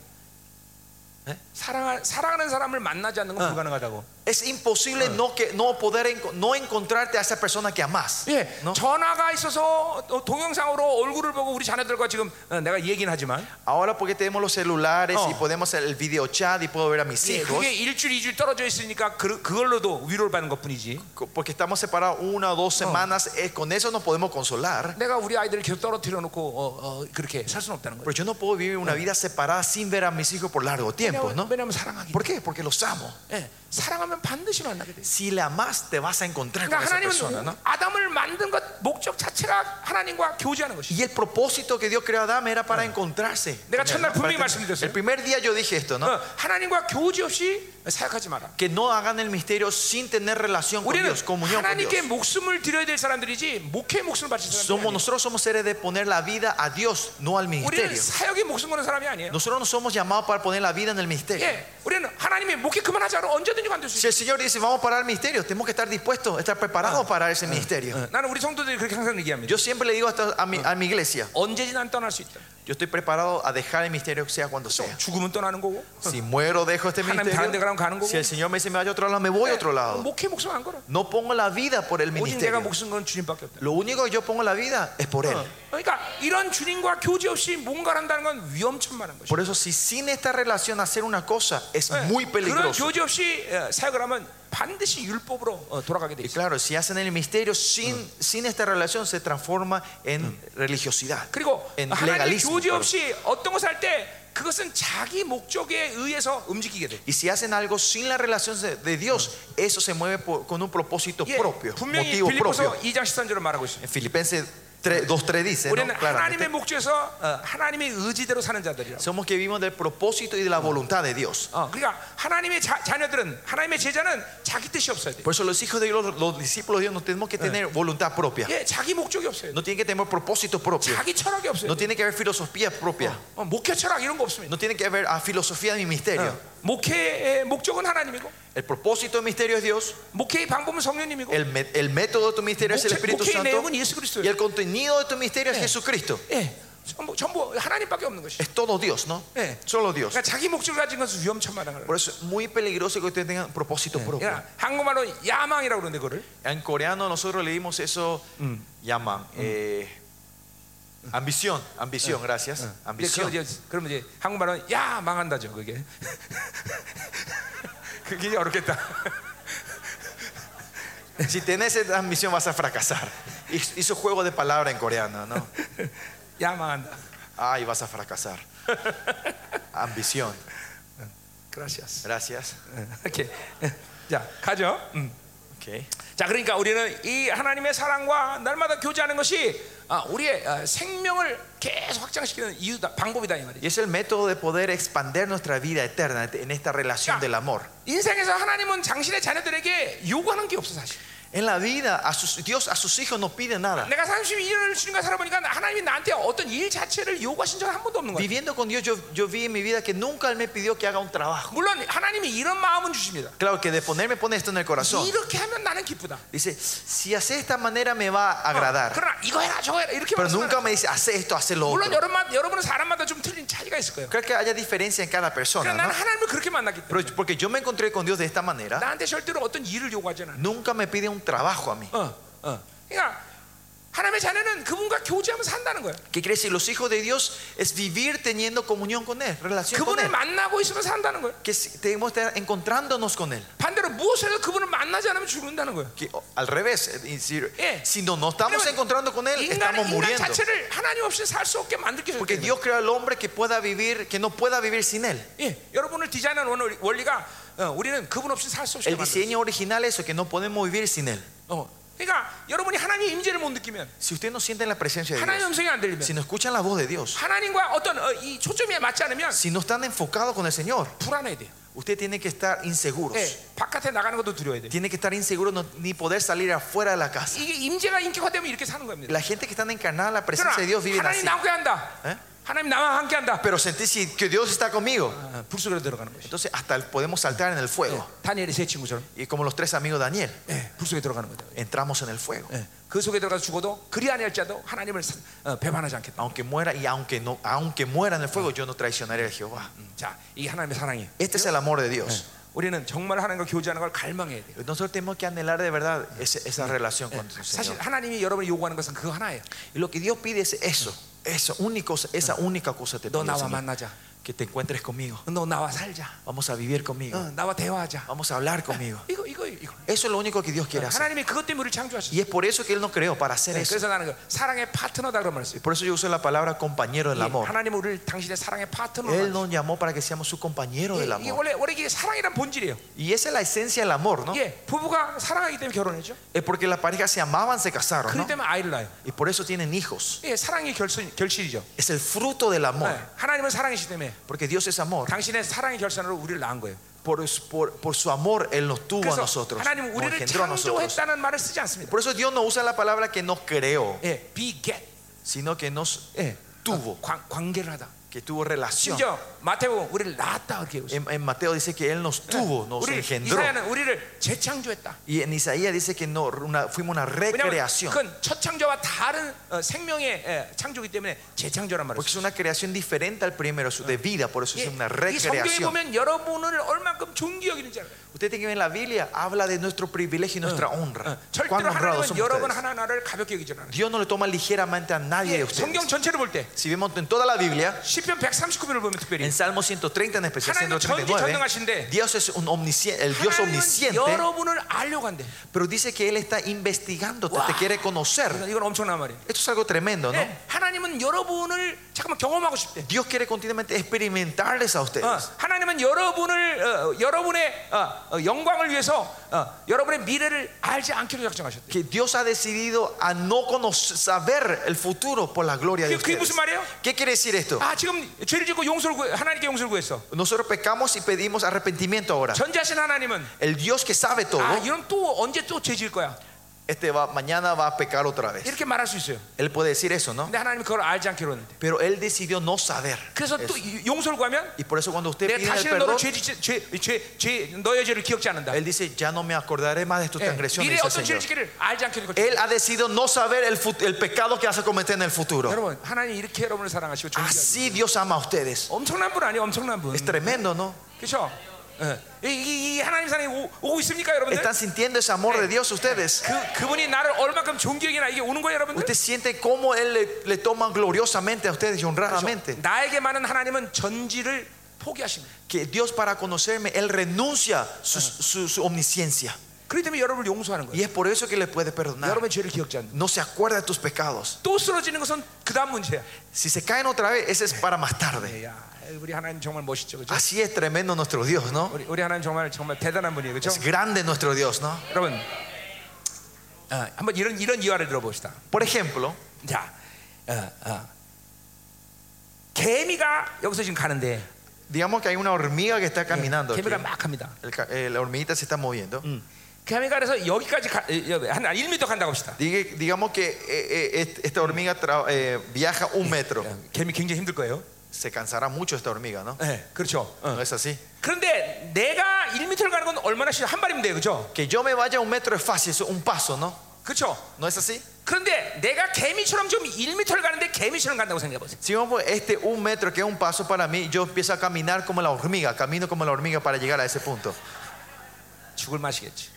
네? 사랑, 사랑하는 사람을 만나지 않는 건 불가능하다고 Es imposible no, que, no poder enco- no encontrarte a esa persona que amas. 예, ¿no? 전화가 있어서 어, 동영상으로 얼굴을 보고 우리 자녀들과 지금 어, 내가 얘기는 하지만 Ahora porque tenemos los celulares Oh. y podemos hacer el video chat y puedo ver a mis 예, hijos, 그게 일주일 이주일 떨어져 있으니까 그, 그걸로도 위로를 받는 것뿐이지 co- porque estamos separados una o dos semanas, eh, con eso nos podemos consolar. 내가 우리 아이들을 계속 떨어뜨려 놓고 어, 어, 그렇게 살 수는 없다는 Pero 거예요. yo no puedo vivir una vida separada sin ver a mis hijos por largo tiempo, 왜냐면, ¿no? 왜냐면 사랑하기. ¿Por qué? Porque los amo. 예, 사랑하면 반드시 만나게 돼. Si le amas, te vas a encontrar con 그러니까 esa persona, 하나님은 ¿no? 아담을 만든 것 목적 자체가 하나님과 교제하는 것이. Y el propósito que Dios creó a Adán era para encontrarse. 내가 con él, 첫날 ¿no? 분명히 Para- 말씀드렸어요. El primer día yo dije esto, 어, ¿no? 하나님과 교제 없이 사역하지 마라. Que no hagan el misterio sin tener relación con 우리는 Dios, comunión con Dios. 하나님께 목숨을 드려야 될 사람들이지 목회 목숨을 바칠 사람들이 Somos, 아니에요. nosotros somos seres de poner la vida a Dios, no al 우리는 ministerio. 사역에 목숨 거는 사람이 아니에요. Nosotros no somos llamados para poner la vida en el ministerio. 예, 우리는 하나님의 목회 그만하자로 언제든지 만들 수 Si 있어요. el Señor dice, vamos a parar el ministerio, tenemos que estar dispuestos, estar preparados para ese ministerio. 어, 나는 우리 성도들이 그렇게 항상 얘기합니다. Yo siempre le digo hasta a, mi, a mi iglesia, 언제든 난 떠날 수 있다. yo estoy preparado a dejar el ministerio sea cuando sea. 죽으면 떠나는 거고. Si muero, dejo este 하나님 다른 데 가라면 가는 ministerio. 거고. Si el Señor me dice, me vaya a otro lado, me voy a otro 예, lado. 목회 목숨 안 걸어. No pongo la vida por el 오직 내가 ministerio. 목숨 건 주님밖에 없다. Lo único que yo pongo la vida es por Ah. Él. 그러니까 이런 주님과 교제 없이 뭔가를 한다는 건 위험천만한 것이죠. Por eso, si sin esta relación hacer una cosa es Eh, muy 예, 그런 peligroso. 교제 없이 예, 사역을 하면 반드시 율법으로 어, 돌아가게 돼 Y 있어요. claro, si hacen el misterio sin, sin esta relación se transforma en religiosidad. 그리고 en 하나님 legalismo, 교제 perdón. 없이 어떤 것을 할 때 그것은 자기 목적에 의해서 움직이게 돼. Y si hacen algo sin la relación de- de Dios, eso se mueve por- con un propósito 예, propio, 분명히 motivo propio. 빌립보서 2장 13절을 말하고 있어요. En Filipenses 3, 2.3 dice, ¿no? 우리는 Claramente. 하나님의 목적에서 어, 하나님의 의지대로 사는 자들이라고. somos que vivimos del propósito y de la voluntad de Dios. 어, 그러니까 하나님의 자, 자녀들은 하나님의 제자는 자기 뜻이 없어야 돼. Por eso los hijos de Dios, los, los discípulos de Dios, no tenemos que tener voluntad propia. 예, 자기 목적이 없어야 돼. No tienen que tener propósito propio. 자기 철학이 없어야 No 돼. tiene que haber filosofía propia. 어, 목회 철학 이런 거 없습니다. 어, No tiene que haber ah, filosofía de misterio. 목회의 목적은 하나님이고 El propósito de misterio es Dios. 목회의 방법은 성령님이고 El, me- el método de tu misterio es el 목회, Espíritu 목회의 Santo 내용은 예수 y 그리스도예요. el contenido de tu misterio es Jesucristo. 예, 전부, 전부 하나님밖에 없는 것이. Es todo Dios, ¿no? Eh. Solo Dios. 그러니까 자기 목적을 가진 것은 위험천만한 거예요. Por eso es muy peligroso que ustedes tengan propósito propio. 그러니까 한국말로 야망이라고 그러는데 그걸 En coreano nosotros leímos eso, llaman eh, ambición, ambición, gracias, ambición. 그러면 이제 한국말로 야 망한다죠 그게. 그게 어렵겠다. Si tenés esa ambición vas a fracasar. Hi- Hizo juego de palabra en coreano, ¿no? 야 망한다. Ay, vas a fracasar. Ambición, Gracias. gracias. 이렇게 자 가죠. 음. Okay. 자 그러니까 우리는 이 하나님의 사랑과 날마다 교제하는 것이 아, 우리의 아, 생명을 계속 확장시키는 이유다 방법이다 이 말이죠. Y es el método de poder expander nuestra vida eterna en esta relación del amor. 인생에서 하나님은 당신의 자녀들에게 요구하는 게 없어 사실. En la vida, a sus, Dios a sus hijos no pide nada. 내가 32년을 주님과 살아보니까 하나님이 나한테 어떤 일 자체를 요구하신 적은 한 번도 없는 거예요. Viviendo con Dios, yo, yo vi en mi vida que nunca Él me pidió que haga un trabajo. 물론 하나님이 이런 마음은 주십니다. Claro que de ponerme pone esto en el corazón. 이렇게 하면 나는 기쁘다. Dice, si hace de esta manera me va a agradar. 그러나 이거 해라 저거 해라 이렇게 Pero 말씀하는 nunca me dice, hace esto, hace lo 물론 otro. 여러분 여러분은 사람마다 좀 틀린 차이가 있을 거예요. Creo que haya diferencia en cada persona, 그러나 ¿no? 나는 하나님을 그렇게 만났기 때문에 Pero porque yo me encontré con Dios de esta manera, 나한테 절대로 어떤 일을 요구하지 않아. nunca me pide un trabajo a mí. 어, 어. 그러니까 하나님의 자녀는 그분과 교제하면서 산다는 거예요. ¿Qué quiere decir? Los hijos de Dios es vivir teniendo comunión con Él, relación con 그분을 Él. 만나고 있으면 산다는 거예요. Que si- debemos estar encontrándonos con Él. 반대로 무엇에서 그분을 만나지 않으면 죽는다는 거예요. Que, o- al revés, es decir, Eh. si no nos estamos Pero, encontrando con Él, 인간, estamos 인간 muriendo. 자체를 하나님 없이 살 수 없게 만들기 Porque 때문에. Dios creó al hombre que pueda vivir, que no pueda vivir sin Él. 예, 여러분을 디자인한 원리- 원리가 어, 우리는 그분 없이 살 수 없게 El 만들어. diseño original es eso, que no podemos vivir sin Él. 어, 그러니까 여러분이 하나님의 임재를 못 느끼면 Si usted Ah, no siente la presencia de 하나님의 Dios, 음성이 안 들리면 si no escuchan la voz de Dios, 하나님과 어떤 어, 이 초점에 맞지 않으면 si no están enfocados con el Señor, 불안해야 돼요. usted tiene que estar inseguros. 예, 바깥에 나가는 것도 두려워야 돼요. Tiene que estar inseguro no- ni poder salir afuera de la casa. 이게 임재가 인격화되면 이렇게 사는 겁니다. La gente que está encarnada en la presencia de Dios vive 그러나 하나님 así. 나와 함께 한다. ¿Eh? 하나님 나와 함께 한다. Pero sentir si- que Dios está conmigo, 어, 불속으로 들어가는 것이. entonces hasta el- podemos saltar en el fuego. 예, 다니엘의 세 친구처럼 Y como los tres amigos de Daniel, 예, 불속에 들어가는 거다. entramos en el fuego. 예, 그 속에 들어가서 죽어도 그리 아니할지라도 하나님을 사- 어, 배반하지 않겠다. Aunque muera y aunque no, aunque muera en el fuego, yo no traicionaré a Jehová. 음, 자, 이게 하나님의 사랑이에요. Este es el amor de Dios. 우리는 정말 하나님과 교제하는 걸 갈망해야 돼요. Nosotros tenemos que anhelar de verdad ese- esa relación con el 사실 Señor. 하나님이 여러분이 요구하는 것은 그거 하나예요. Y lo que Dios pide es eso, eso único, esa única cosa te 너 pido, 나와 Señor. 만나자. que te encuentres conmigo. 너 나와 살자. Vamos a vivir 어, conmigo. 나와 대화하자. Vamos a hablar conmigo. 이거 이거 이거. Eso es lo único que Dios quiere hacer. 하나님이 그것 때문에 우리를 창조하셨어요. Y es por eso que Él nos creó, para hacer 네, eso. 그래서 나는 그 사랑의 파트너다 그런 말을 써요. Por eso yo uso la palabra compañero del 예, amor. 하나님은 우리를 당신의 사랑의 파트너로 Él nos llamó para que seamos su compañero del 만드셨어요. 예, 이게 amor. 원래 원래 이게 사랑이란 본질이에요. Y esa es la esencia del amor, ¿no? 예, 부부가 사랑하기 때문에 결혼했죠. Es porque las parejas se amaban, se casaron, 그렇기 ¿no? 때문에 아이를 낳아요. Y por eso tienen hijos. 예, 사랑이 결선 결실이죠. Es el fruto del 예, amor. 하나님은 사랑이시기 때문에 Porque Dios es amor. 당신의 사랑의 결선으로 우리를 낳은 거예요. Por, por, por su amor Él nos tuvo a 그래서 뭐 nosotros. 하나님은 Nos 우리를 engendró a nosotros. 창조했다는 말을 쓰지 않습니다. Por eso Dios no usa la palabra que nos creó, 예, beget. sino que nos 예, tuvo, 관, 관계를 하다. que tuvo relación. 심지어 마태복음 우리를 낳았다 그렇게 해요. En, en Mateo dice que Él nos tuvo, nos 우리 engendró. 이사야는 우리를 재창조했다. Y en Isaías dice que no, una- fuimos una 왜냐하면 recreación. 네, 그건 첫 창조와 다른 어, 생명의 예, 창조기 때문에 재창조란 말이에요. Porque es una creación diferente al primero su- de vida, por eso es una 예, 이 성경에 recreación. 보면 여러분을 얼마큼 존귀 여기는지 알아요. Usted tiene que ver en la Biblia, habla de nuestro privilegio y nuestra ah. honra. Cuán 어, 절대로 honrados 하나님은 somos 여러분 ustedes. 하나하나를 가볍게 여기지 않아요. Dios no le toma ligeramente a nadie de 예, ustedes. 성경 전체를 볼 때 Si vemos en toda la Biblia, 시편 139편을 보면 특별히 en Salmo 130 en especial, 하나님은 139, 전지전능하신데 Dios es un omnisciente, el Dios 하나님은 omnisciente, 여러분을 알려고 한대. pero dice que Él está investigándote, 와. te quiere conocer. 그러니까 이건 엄청난 말이에요. Esto es algo tremendo, ¿no? 예, 하나님은 여러분을 잠깐만 경험하고 싶대. Dios quiere continuamente experimentarles a 어, ustedes. 하나님은 여러분을 어, 여러분의 어, 어, 영광을 위해서 어, 여러분의 미래를 알지 않기로 작정하셨대. Que Dios ha decidido a no conoc- saber el futuro por la gloria de ¿Qué- qué ustedes. 그, 무슨 말이에요? ¿Qué quiere decir esto? 아 지금 죄를 짓고 용서를 구해, 하나님께 용서를 구했어. Nosotros pecamos y pedimos arrepentimiento ahora. 전지하신 하나님은 El Dios que sabe todo, 아 이런 또 언제 또 죄 지을 거야 este va, mañana va a pecar otra vez. 이렇게 말할 수 있어요. Él puede decir eso, ¿no? 근데 하나님 은 그걸 알지 않기로 했는데. Pero Él decidió no saber. 그래서 또 이- 용서를 구하면 Y por eso cuando usted 내가 pide el 다시는 너를 perdón, 죄, 짓- 죄, 죄, 죄, 너의 죄를 기억지 않는다. Él dice, ya no me acordaré más de tus 예, transgresiones. 미래 dice el 어떤 죄를 Señor. 짓기를 알지 않기로 그렇죠. 했거든. Él ha decidido no saber el, fut- el pecado que vas a cometer en el futuro. 여러분 하나님 이렇게 여러분을 사랑하시고 존귀하시고 Así Dios ama a ustedes. 엄청난 분 아니에요? 엄청난 분. Es tremendo, ¿no? 그렇죠? 이, 이 하나님 사랑이 오, 오고 있습니까, 여러분들? ¿Están sintiendo ese amor de Dios ustedes? 그 그분이 나를 얼마큼 존귀하게나 이게 오는 거예요, 여러분들? Usted siente cómo Él le, le toma gloriosamente a ustedes y honradamente. 나에게만은 하나님은 전지를 포기하십니다. Que Dios para conocerme, Él renuncia su, su- su omnisciencia. 그렇기 때문에 여러분을 용서하는 거예요. Y es por eso que le puede perdonar. 여러분의 죄를 기억지 않는다. No se acuerda de tus pecados. 또 쓰러지는 것은 그다음 문제야. Si se caen otra vez, ese es para más tarde. 야, 우리 하나님 정말 멋있죠, 그렇죠? Así es tremendo nuestro Dios, ¿no? 우리 우리 하나님 정말 정말 대단한 분이에요, 그렇죠? Es grande nuestro Dios, ¿no? 여러분, 어, 한번 이런 이런 이화를 들어봅시다. Por ejemplo, 자, 어, 어. 개미가 여기서 지금 가는데 예, digamos que hay una hormiga que está caminando. aquí. 아, 개미가 막 갑니다. El ca- eh, la hormiguita se está moviendo. 개미가 그래서 여기까지 가, 에, 여- 한 1m 간다고 합시다. Digue- digamos que eh, eh, est- esta hormiga tra- eh, viaja un metro. 개미 굉장히 힘들 거예요. Se cansará mucho esta hormiga, ¿no? 네, 그렇죠. 어. No es así. 그런데 내가 1m를 가는 건 얼마나 쉬워? 한 발이면 돼요, 그렇죠? Que yo me vaya un metro es fácil, es un paso, ¿no? 그렇죠. ¿No es así? 그런데 내가 개미처럼 지금 1m를 ga는데 개미처럼 간다고 생각해 보세요. Si vamos por este un metro que es un paso para mí, yo empiezo a caminar como la hormiga, camino como la hormiga para llegar a ese punto. 죽을 맛이겠지.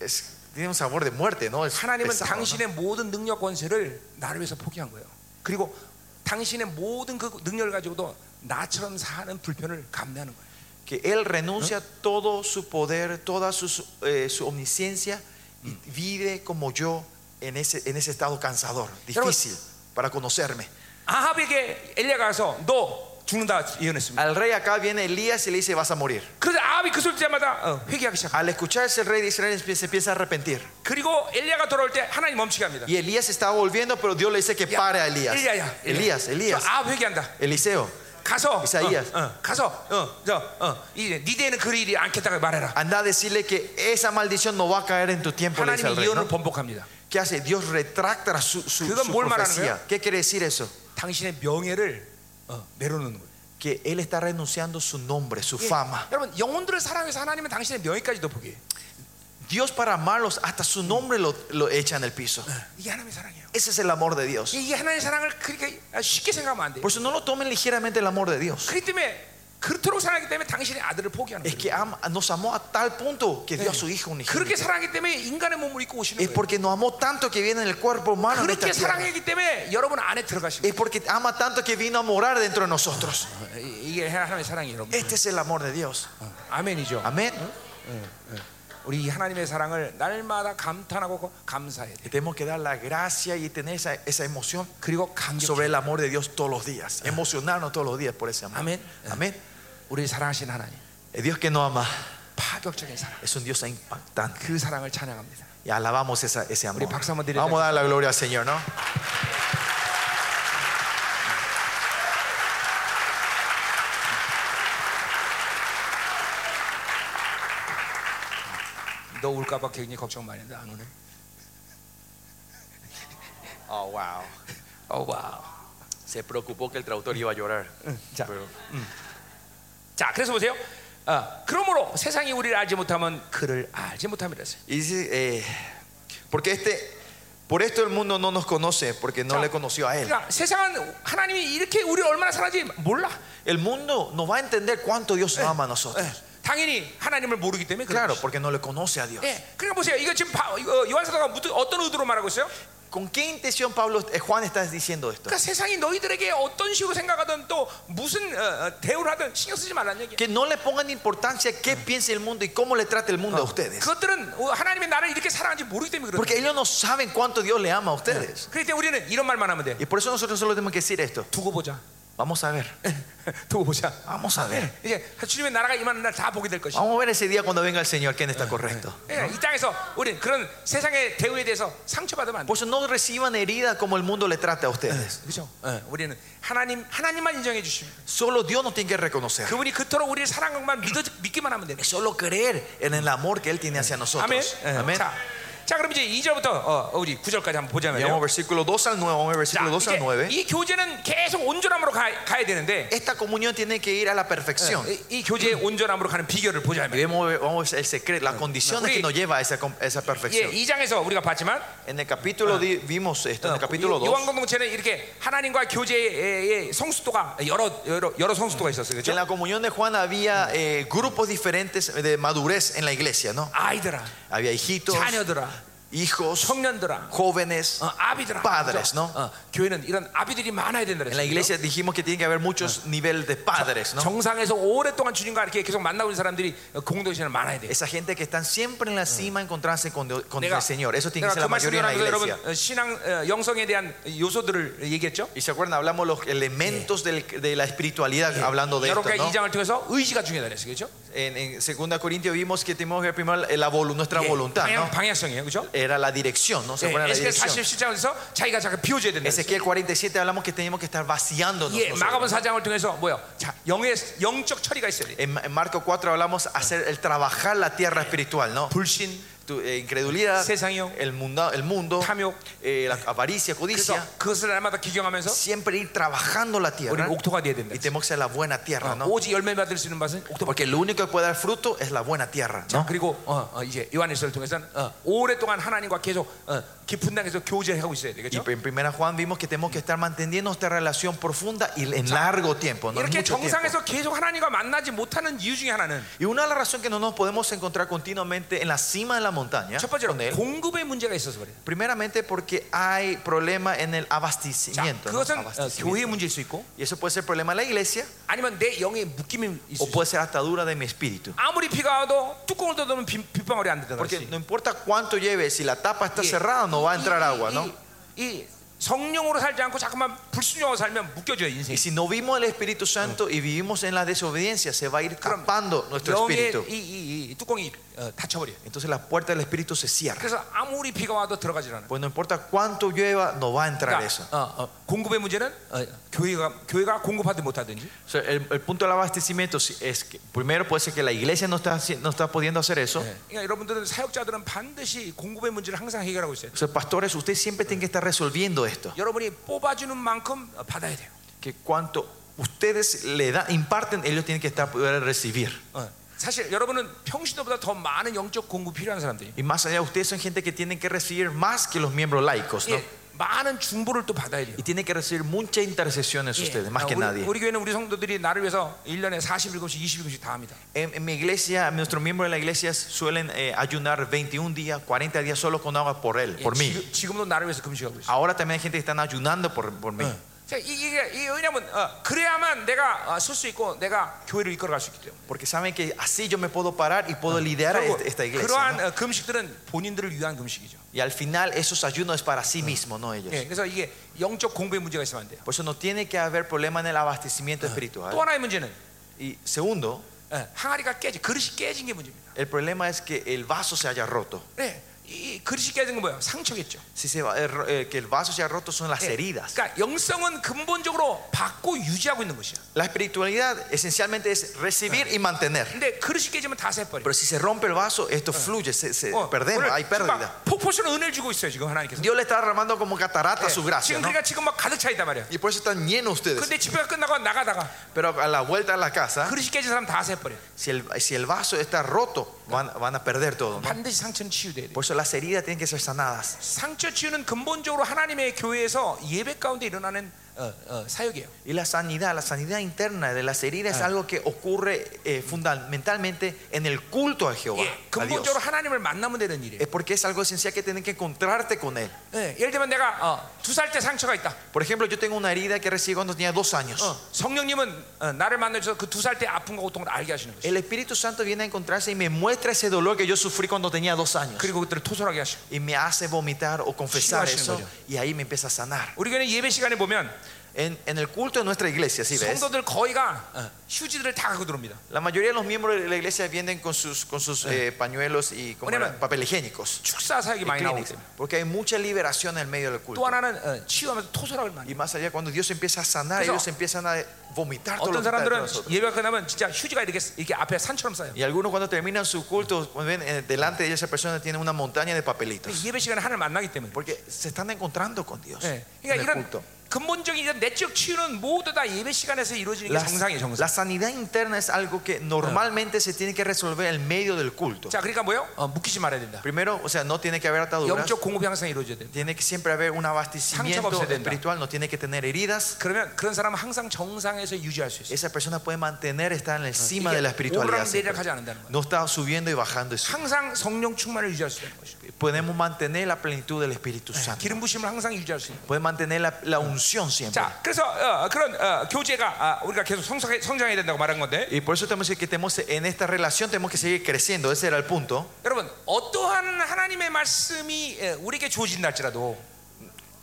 Es, tiene un sabor de muerte, ¿no? Es 하나님은 pesado, ¿no? 당신의 모든 능력 권세를 나를 위해서 포기한 거예요. 그리고 당신의 모든 그 능력을 가지고도 나처럼 사는 불편을 감내하는 거예요. Que Él renuncia a todo su poder, toda su, eh, su omnisciencia y vive como yo en ese, en ese estado cansador, difícil, para conocerme. 아합에게 엘리야가 가서 너 죽는다 예언했습니다. Al rey acá viene Elías y le dice, vas a morir. 그래서 아합이 그 소리 듣자마자 어, 회개하기 시작. Al escucharse el rey de Israel se empieza a arrepentir. 그리고 엘리야가 돌아올 때 하나님 멈추게 합니다. Y Elías estaba volviendo, pero Dios le dice que pare a Elías. 엘리야야. Elías, Elías. 아합 회개한다. Eliseo, 가서 이사이야스. 어, 어, 가서 어, 저, 어, 이제 네 대에는 그 일이 않겠다고 말해라. anda a decirle que esa maldición no va a caer en tu tiempo, le dice al 하나님이 rey. 예언을 ¿no? 번복합니다. ¿Qué hace? Dios retracta su, su, ¿그건 su 뭘 말하는 profecía. ¿Qué quiere decir eso? 당신의 명예를 어, 내려놓는 거예요. Que Él está renunciando su nombre, su 예, fama. 여러분 영혼들을 사랑해서 하나님은 당신의 명예까지도 보게. Dios para amarlos hasta su nombre lo, lo echa en el piso. 이게 하나님의 사랑이에요. Ese es el amor de Dios. 이게 하나님의 사랑을 그렇게 쉽게 생각하면 안 돼. 요 Por eso no lo tomen ligeramente el amor de Dios. 그렇기 때문에 그렇도록 사랑하기 때문에 당신의 아들을 포기하는 Es 거예요. que ama- nos amó a tal punto que dio a su hijo 그렇게 unigénito. 사랑하기 때문에 인간의 몸을 입고 오시는 Es 거예요. porque nos amó tanto que viene en el cuerpo humano. en esta 그렇게 tierra. 사랑하기 때문에 여러분 안에 들어가시는 Es porque ama tanto que vino a morar dentro de nosotros. 거예요. 이- 이게 하나님의 사랑이에요, 여러분. Este es el amor de Dios. 예. 아멘이죠. Amén. 우리 이 하나님의 사랑을 날마다 감탄하고 감사해야 돼. Que tenemos que dar la gracia y tener esa, esa emoción 그리고 감격. sobre el amor de Dios todos los días. Emocionarnos todos los días por ese amor. Amén. Ah. Amén. 우리 사랑하신 하나님, El Dios que nos ama 파격적인 사랑. es un Dios impactante. 그 사랑을 찬양합니다. Y alabamos esa- ese amor. Uri, 박수 한번 드리자. Vamos a dar la gloria al Señor, ¿no? 너 울까봐 굉장히 걱정 많이 했는데 안 오네. Oh, wow. 어, 와우. Se preocupó que el traductor iba a llorar. ya. Pero- 음. 자, 그래서 보세요. 어, 그러므로 세상이 우리를 알지 못하면 그를 알지 못함이라 했어요. Y dice, eh, porque este, por esto el mundo no nos conoce, porque no Chao. le conoció a él. 그러니까 세상은 하나님이 이렇게 우리를 얼마나 사랑하지 몰라. El mundo no va a entender cuánto Dios ama a nosotros. 당연히 하나님을 모르기 때문에 그런 Claro, 것이죠. porque no le conoce a Dios. 예, 그러니까 보세요. 이거 지금 바- 이거 요한사도가 무슨- 어떤 의도로 말하고 있어요? ¿Con qué intención Pablo, eh, Juan está diciendo esto? 그러니까 세상이 너희들에게 어떤 식으로 생각하든 또 무슨 어, 어, 대우를 하든 신경 쓰지 말라는 얘기예요. Que no le pongan importancia qué piensa el mundo y cómo le trata el mundo a ustedes. 그것들은 어, 하나님이 나를 이렇게 사랑하는지 모르기 때문에 그런 Porque 거예요. ellos no saben cuánto Dios le ama a ustedes. 그럴 때 우리는 이런 말만 하면 돼. Y por eso nosotros solo tenemos que decir esto. 두고 보자. Vamos a ver, 두고 보자. vamos a ver. 이제 주님의 나라가 임하는 날 다 보게 될 것이야. Vamos a ver ese día cuando venga el Señor quién está correcto. 예, 이 땅에서 우리는 그런 세상의 대우에 대해서 상처받으면 안 돼. Por eso no reciban herida como el mundo le trata a ustedes. 그렇죠? 예, 우리는 하나님 하나님만 인정해 주시면 Solo Dios nos tiene que reconocer. 그분이 그토록 우리를 사랑한 것만 믿어 믿기만 하면 돼. Solo creer en el amor que Él tiene hacia 아멘. nosotros. 예, Amén. 자, 자 그럼 이제 2절부터 어, 우리 9절까지 한번 Llegamos 보자면요. versículo 2 al 9. Vamos a ver 자, versículo 2 이제 al 9. 이 교제는 계속 온전함으로 가, 가야 되는데 Esta comunión tiene que ir a la perfección. 이, 이 교제의 온전함으로 가는 비결을 Y 보자면 vemos, vamos el secreto, las condiciones que nos lleva a esa, com- a esa 예, perfección. 이 장에서 우리가 봤지만 En el capítulo di- vimos esto, 네, en el capítulo 요- 2. 요한 공동체는 이렇게 하나님과 교제의 성수도가 여러 여러, 여러 성수도가 있었어요. que 그렇죠? En la comunión de Juan había eh, grupos diferentes de madurez en la iglesia, ¿no? 아이들아, Había hijitos, 자녀들아, hijos, 청년들아, jóvenes. 어, 아비들아. Padres, 그렇죠? no? 어, 교회는 이런 아비들이 많아야 된다 En la 그랬어요. iglesia dijimos que tiene que haber muchos niveles de padres, ¿no? 정상에서 오랫동안 주님과 이렇게 계속 만나고 있는 사람들이 공동체는 많아야 돼. Esa gente que están siempre en la cima encontrarse con, Dios- con 내가 el 어, 네, Señor. Eso tiene 내가 que ser 그 la 말씀 mayoría en la 전하면서 여러분 iglesia. 어, 신앙 어, 영성에 대한 요소들을 얘기했죠. Y se acuerdan, hablamos los elementos del- de la espiritualidad, hablando de 여러 esto, 가지 ¿no? 이장을 통해서 의지가 중요하다 그랬어요. 그렇죠? En, en 2 Corintios vimos que tenemos que ver primero la volu- nuestra 예, voluntad, 방향, ¿no? 방향성이에요. 그렇죠? Era la dirección, ¿no? ¿Se 예, acuerdan la 에스겔 dirección? 47장에서 자기가 자기 비워줘야 된다. 그랬어요. Ezequiel 47 hablamos que tenemos que estar vaciándonos. 예, nosotros. 마가본 사장을 통해서 뭐요? 자, 영의 영적 처리가 있어야 돼. En, en Marco 4 hablamos hacer el trabajar la tierra espiritual, ¿no? 불신. Tu, eh, incredulidad, 세상이요. el mundo, el mundo 탐욕. eh, la avaricia, 그래서 codicia, 그것을 날마다 기경하면서 siempre ir trabajando la 우리는 tierra 옥토가 돼야 된다. y tenemos que ser la buena tierra, ¿no? 어, 오직 열매 받을 수 있는 맛은 옥토. Porque lo único que puede dar fruto es la buena tierra, 자, ¿no? 그리고 어, 어, 이제 요한일서를 통해서는 어, 오랫동안 하나님과 계속 어, 깊은 땅에서 교제를 하고 있어야 Y 되겠죠. en primera Juan vimos que tenemos que estar manteniendo esta relación profunda y en largo tiempo, no en 이렇게 mucho tiempo. 정상에서 계속 하나님과 만나지 못하는 이유 중에 하나는 Y una de las razones que no nos podemos encontrar continuamente en la cima de la montaña 첫 번째로 con él. 공급의 문제가 있어서 그래요. Primeramente porque hay problema en el 자, abastecimiento. ¿no? 그것은 어, Abastecimiento. 교회의 문제일 수 네. 있고 Y eso puede ser problema de la iglesia 아니면 내 영의 묶임이 있을 o 수 있고 puede ser atadura de mi espíritu. 아무리 비가 와도 뚜껑을 닫으면 빗- 빗방울이 안 된다는 Porque 거지. no importa cuánto lleve, si la tapa está cerrada 뭐 no va a entrar agua, ¿no? 이, 이 성령으로 살지 않고 자꾸만 불순종으로 살면 묶여져요 인생. Y si no vimos el Espíritu Santo y vivimos en la desobediencia, se va a ir 그럼 tapando nuestro 영의 espíritu. 이, 이, 이 뚜껑이 어, 닫혀버려. 요 Entonces la puerta del espíritu se cierra. 그래서 아무리 비가 와도 들어가질 않아. Pues no importa cuánto llueva, no va a entrar eso. 그러니까, 어, 어, 공급의 문제는 어, 교회가 교회가 공급하지 못하든지 O sea, el, el punto del abastecimiento si- es que primero puede ser que la iglesia no está, haci- no está pudiendo hacer eso. 예. 그러니까 여러분들은 사역자들은 반드시 공급의 문제를 항상 해결하고 있어요. O sea, pastores, ustedes siempre tienen que estar resolviendo esto. 여러분이 뽑아주는 만큼 어, 받아야 돼요. Que cuanto ustedes le da, imparten, ellos tienen que estar poder recibir. 어. 사실 여러분은 평신도보다 더 많은 영적 공급 이 필요한 사람들이. Y más allá, ustedes son gente que tienen que recibir más que los miembros laicos, ¿no? 예. 많은 중보를 또 받아야 돼요. Y tienen que recibir muchas intercesiones 예. ustedes, más 아, que 우리, nadie. 우리 교회는 우리 성도들이 나를 위해서 1년에 47금씩 27금씩 다 합니다. En, en mi iglesia, nuestros miembros de la iglesia suelen eh, ayunar 21 días, 40 días solo con agua por él, 예, por mí. 지금, 지금도 나를 위해서 금식하고 있어요. Ahora también hay gente que están ayunando por, por mí. 자, 이- 이게 이게 왜냐면 어, 그래야만 내가 설 수 있고 내가 교회를 이끌어갈 수 있기 때문에. Porque saben que así yo me puedo parar y puedo liderar 그리고 este- esta iglesia. 그러한 ¿no? 어, 금식들은 본인들을 위한 금식이죠. Y al final esos ayunos es para sí mismo, no ellos. 예, 그래서 이게 영적 공부의 문제가 있으면 안 돼요. Por eso no tiene que haber problema en el abastecimiento espiritual. 또 하나의 문제는 Y segundo, 예, 항아리가 깨지 그릇이 깨진 게 문제입니다. el problema es que el vaso se haya roto. 네, 이 그릇이 깨진 건 뭐예요? 상처겠죠. Si se va- eh, ro- eh, que el vaso se haya roto son las 예, heridas. 그러니까 영성은 근본적으로 받고 유지하고 있는 것이야. La espiritualidad esencialmente es recibir y mantener. 근데 그릇이 깨지면 다 어, 새버려. Pero si se rompe el vaso, esto fluye, se, se perdemos, hay pérdida. 폭포수는 은혜를 주고 있어요 지금 하나님께서. Dios le está derramando como catarata 예, su gracia. 지금 ¿no? 그러니까 지금 막 가득 차 있단 말이야. Y por eso están llenos ustedes. 근데 집회가 끝나고 나가다가 Pero a la vuelta a la casa, 그릇이 깨진 사람 다 새버려. si el, si el vaso está roto, van, van a perder todo. ¿no? 반드시 상처는 치유돼야 돼. Por eso las heridas tienen que ser sanadas. 상처 치유는 근본적으로 하나님의 교회에서 예배 가운데 일어나는 어, 어, 사역이에요. Y la sanidad, la sanidad interna de las heridas es algo que ocurre eh, fundamentalmente en el culto a Jehová. 예, a Dios. 근본적으로 하나님을 만나면 되는 일이에요. Es porque es algo esencial que tienen que encontrarte con Él. 예, 예를 들면 내가 두 살 때 상처가 있다. Por ejemplo, yo tengo una herida que recibí cuando tenía dos años. 어, 성령님은 어, 나를 만나셔서 그 두 살 때 아픔과 고통을 알게 하시는 거죠. El Espíritu Santo viene a encontrarse y me muestra ese dolor que yo sufrí cuando tenía dos años. 그리고 그들을 토설하게 하시고. Y me hace vomitar o confesar Sí, eso. Señor. Y ahí me empieza a sanar. 우리 교회는 예배 시간에 보면 En, en el culto de nuestra iglesia, si ves, 성도들 거의가 어, 휴지들을 다 갖고 들어옵니다. la mayoría de los miembros de la iglesia vienen con sus, con sus eh, pañuelos y como Bueno, era, papel higiénicos. 축사 사역이 많이 나오기 때문에. Porque hay mucha liberación en el medio del 또 culto. 하나는 어, 치유하면서 토설학을 많이. Y más allá, cuando Dios empieza a sanar, Entonces, ellos empiezan a vomitar todo lo 어떤 que está dentro de 사람들은 nosotros. 예배가 끝나면 진짜 휴지가 이렇게 이렇게 앞에 산처럼 쌓여. Y algunos cuando terminan su culto, cuando ven eh, delante de esa persona tiene una montaña de papelitos. 예배 시간에 하나님 만나기 때문에. Porque se están encontrando con Dios 예, en 그러니까 el culto. 이런 근본적인 이런 내적 치유는 모두 다 예배 시간에서 이루어지는 게 La, 정상이에요, 정상. la sanidad interna es algo que normalmente se tiene que resolver en medio del culto. 자, 그러니까 뭐요? 어, 묶이지 말아야 된다. Primero, o sea, no tiene que haber ataduras. 영적 공급이 항상 이루어져야 된다. Tiene que siempre haber un abastecimiento 없어야 된다. espiritual, no tiene que tener heridas. 그러면 그런 사람은 항상 정상에서 유지할 수 있어요. Esa persona puede mantener, estar en encima 이게 de la espiritualidad. 오르락 siempre. 내리락 하지 않는다는 거예요. No está subiendo y bajando. eso. 항상 성령 충만을 유지할 수 있는 것이죠. Podemos mantener la plenitud del Espíritu Santo. 기름 부심을 항상 유지할 수 있는. 거예요. Puede mantener la, la unción siempre. 자, 그래서 어, 그런 어, 교제가 아, 우리가 계속 성장, 성장해야 된다고 말한 건데, Y por eso tenemos que decir que estemos en esta relación tenemos que seguir creciendo. Ese era el punto. 여러분 어떠한 하나님의 말씀이 예, 우리에게 주어진다 할지라도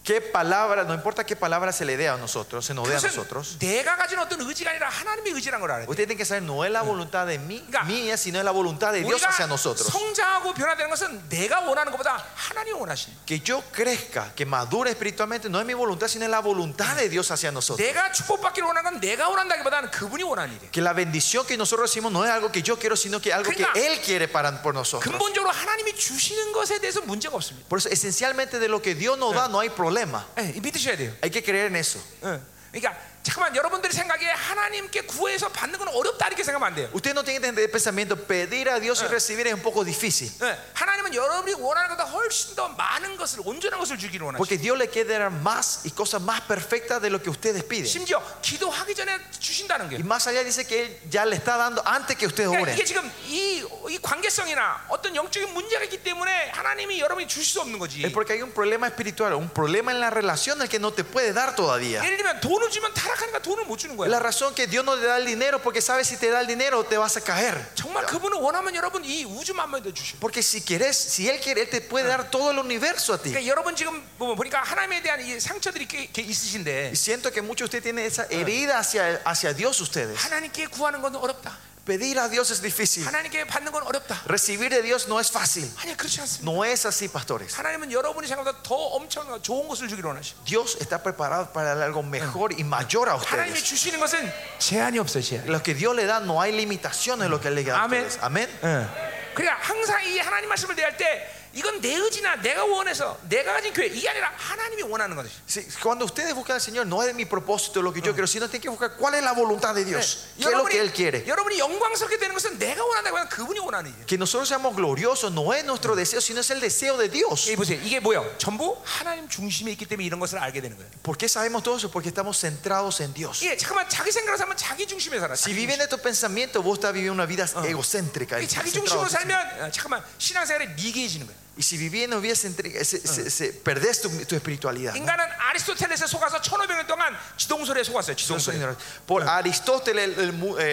¿Qué palabra, no importa qué palabra se le dé a nosotros, se nos dé a 그것은 nosotros? 내가 가진 어떤 의지가 아니라 하나님의 의지란 걸 알아야 돼. Ustedes tienen que saber, no es la voluntad de mí, Ga- mía, sino es la voluntad de Dios 우리가 hacia nosotros. 성장하고 변화되는 것은 내가 원하는 것보다 하나님이 원하시는. 거예요. Que yo crezca, que madure espiritualmente, no es mi voluntad, sino es la voluntad de Dios hacia nosotros. 내가 축복받기를 원하는 건 내가 원한다기보다는 그분이 원하는 일이에요. Que la bendición que nosotros recibimos no es algo que yo quiero, sino que algo que Ga- Él quiere para, por nosotros. 근본적으로 하나님이 주시는 것에 대해서 문제가 없습니다. Por eso, esencialmente de lo que Dios nos da no hay problema. 예, 믿으셔야 돼요. Hay que creer en eso. 예. 그러니까 잠깐만 여러분들이 생각에 하나님께 구해서 받는 건 어렵다 이렇게 생각하면 안 돼요. Usted no tiene que tener el pensamiento, pedir a Dios y recibir es un poco difícil. 예, 하나님은 여러분이 원하는 것보다 훨씬 더 많은 것을 온전한 것을 주기를 원하시고 Porque Dios le quiere dar más y cosas más perfectas de lo que ustedes piden. 심지어 기도하기 전에 주신다는 Y 거예요. más allá dice que Él ya le está dando antes que ustedes 그러니까 oren. 이게 지금 이, 이 관계성이나 어떤 영적인 문제가 있기 때문에 하나님이 여러분이 주실 수 없는 거지. Es porque hay un problema espiritual, un problema en la relación al que no te puede dar todavía. 예를 들면 돈을 주면 타락하니까 돈을 못 주는 La 거야. razón que Dios no le da el dinero porque sabe si te da el dinero te vas a caer. 정말 그분을 원하면 여러분 이 우주 만만도 주셔. Porque si quieres, si Él quiere, Él te puede dar todo el universo a ti. 그러니까 여러분 지금 뭐 보니까 하나님에 대한 이 상처들이 꽤, 꽤 있으신데 Y siento que muchos de ustedes tienen esa herida hacia, hacia Dios ustedes. 하나님께 구하는 건 어렵다. Pedir a Dios es difícil. 하나님께 받는 건 어렵다. Recibir de Dios no es fácil. 아니 그렇지 않습니다. No es así, pastores. 하나님은 여러분이 생각보다 더 엄청난 좋은 것을 주기로 원하셔. Dios está preparado para darle algo mejor y mayor a 하나님이 ustedes. 주시는 것은 제한이 없어요. 제한. Lo que Dios le da no hay limitaciones en lo que Él le da. a Amén. ustedes. Amén. 예. 그러니까 항상 이 하나님 말씀을 대할 때 이건 내 의지나 내가 원해서 내가 가진 교회 이게 아니라 하나님이 원하는 거죠. Sí, cuando ustedes buscan al Señor, no es mi propósito lo que yo quiero, sino tienen que buscar cuál es la voluntad de 네. Dios. ¿Qué es lo que Él 여러분이, quiere? 여러분이 영광스럽게 되는 것은 내가 원한다고 하는 그분이 원하는 일이에요. Que nosotros seamos gloriosos no es nuestro deseo, sino es el deseo de Dios. 이 보세요. 이게 뭐예요? 전부 하나님 중심에 있기 때문에 이런 것을 알게 되는 거예요. ¿Por qué sabemos todo eso? Porque estamos centrados en Dios. 예, 잠깐만 자기 생각으로 살면 자기 중심에 살아. Si 자기 viven 중심. estos pensamientos, vos estás viviendo una vida egocéntrica. 이 자기 중심으로 centrado en ti mismo. 살면 어, 잠깐만 신앙생활이 미개해지는 거예요. Y si vivís en una vida céntrica, se- se- se- perdés tu, tu espiritualidad. ¿no? 인간은 아리스토텔레스에 속아서 1500년 동안 지동설에 속았어요. Yo soy 지동설. ignorante. Por Aristóteles, el, el mu- eh,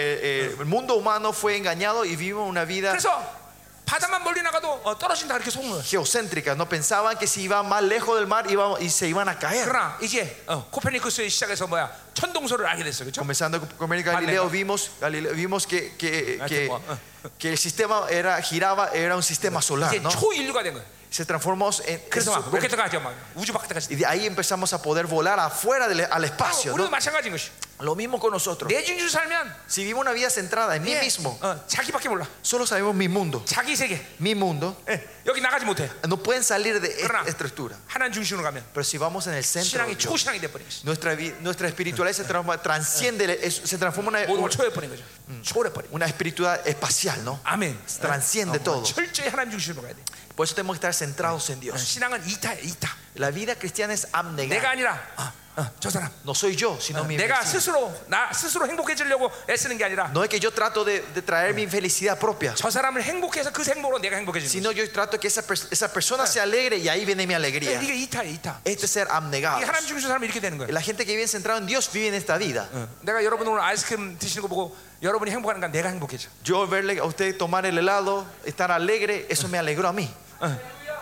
eh, el mundo humano fue engañado y vivimos una vida 그래서 바다만 멀리 나가도 어, 떨어진다 이렇게 속는 거예요. geocéntrica. No pensaban que si iban más lejos del mar iban, y se iban a caer. 그러나 이제 어, 코페르니쿠스의 시작에서 뭐야? 천동설을 알게 됐어요. 그렇죠? Comenzando con- con Galileo, vimos, Galileo, vimos que, que, Ah, que, tipo, ah. que el sistema era, giraba, era un sistema solar, 이제 ¿no? 초인류가 된 거예요. Se transformó en, en 그래서 막 super- 로켓 가죠. 막 우주 바깥까지. y de ahí empezamos a poder volar afuera del, al espacio. 우리도 ¿no? 마찬가지인 것이. Lo mismo con nosotros. 내 중심 살면 Si vivimos una vida centrada en mí 예, mismo, 어, 자기밖에 몰라. solo sabemos mi mundo. 자기 세계. Mi mundo. 예, 여기 나가지 못해. No pueden salir de esta Claro. estructura. 하나님 중심으로 가면 Pero si vamos en el centro, 신앙이 Dios, 초신앙이 돼 버린 것이. nuestra, vi- nuestra espiritualidad se transforma, transciende, es- se transforma en 모든 걸 una, 초해 버린 거죠. 음. 초월해 버린. una espiritualidad espacial, ¿no? 아멘. Transciende todo. 철저히 하나님 중심으로 가야 돼. Por eso tenemos que estar centrados en 음. Dios. 신앙은 이타야 이타. La vida cristiana es 내가 abnegar. 아니라 어, 어, 저 사람. No soy yo, sino mi 내가 vecino. 스스로 나 스스로 행복해지려고 애쓰는 게 아니라 No es que yo trato de, de traer mi felicidad propia, 저 사람을 행복해서 그 행복으로 내가 행복해지는 sino yo trato que esa, pers- esa persona se alegre y ahí viene mi 거야. 아, alegría. 이게 이타야 이타. Este es ser 이게 abnegado. 하나님 중심 사람이 이렇게 되는 거야. La gente que vive centrado en Dios vive en esta vida. Ah. 내가 여러분 오늘 아이스크림 드시는 거 보고 여러분이 행복하는가 내가 행복해져. Yo verle a usted tomar el helado, estar alegre, eso me alegró a mí. 어,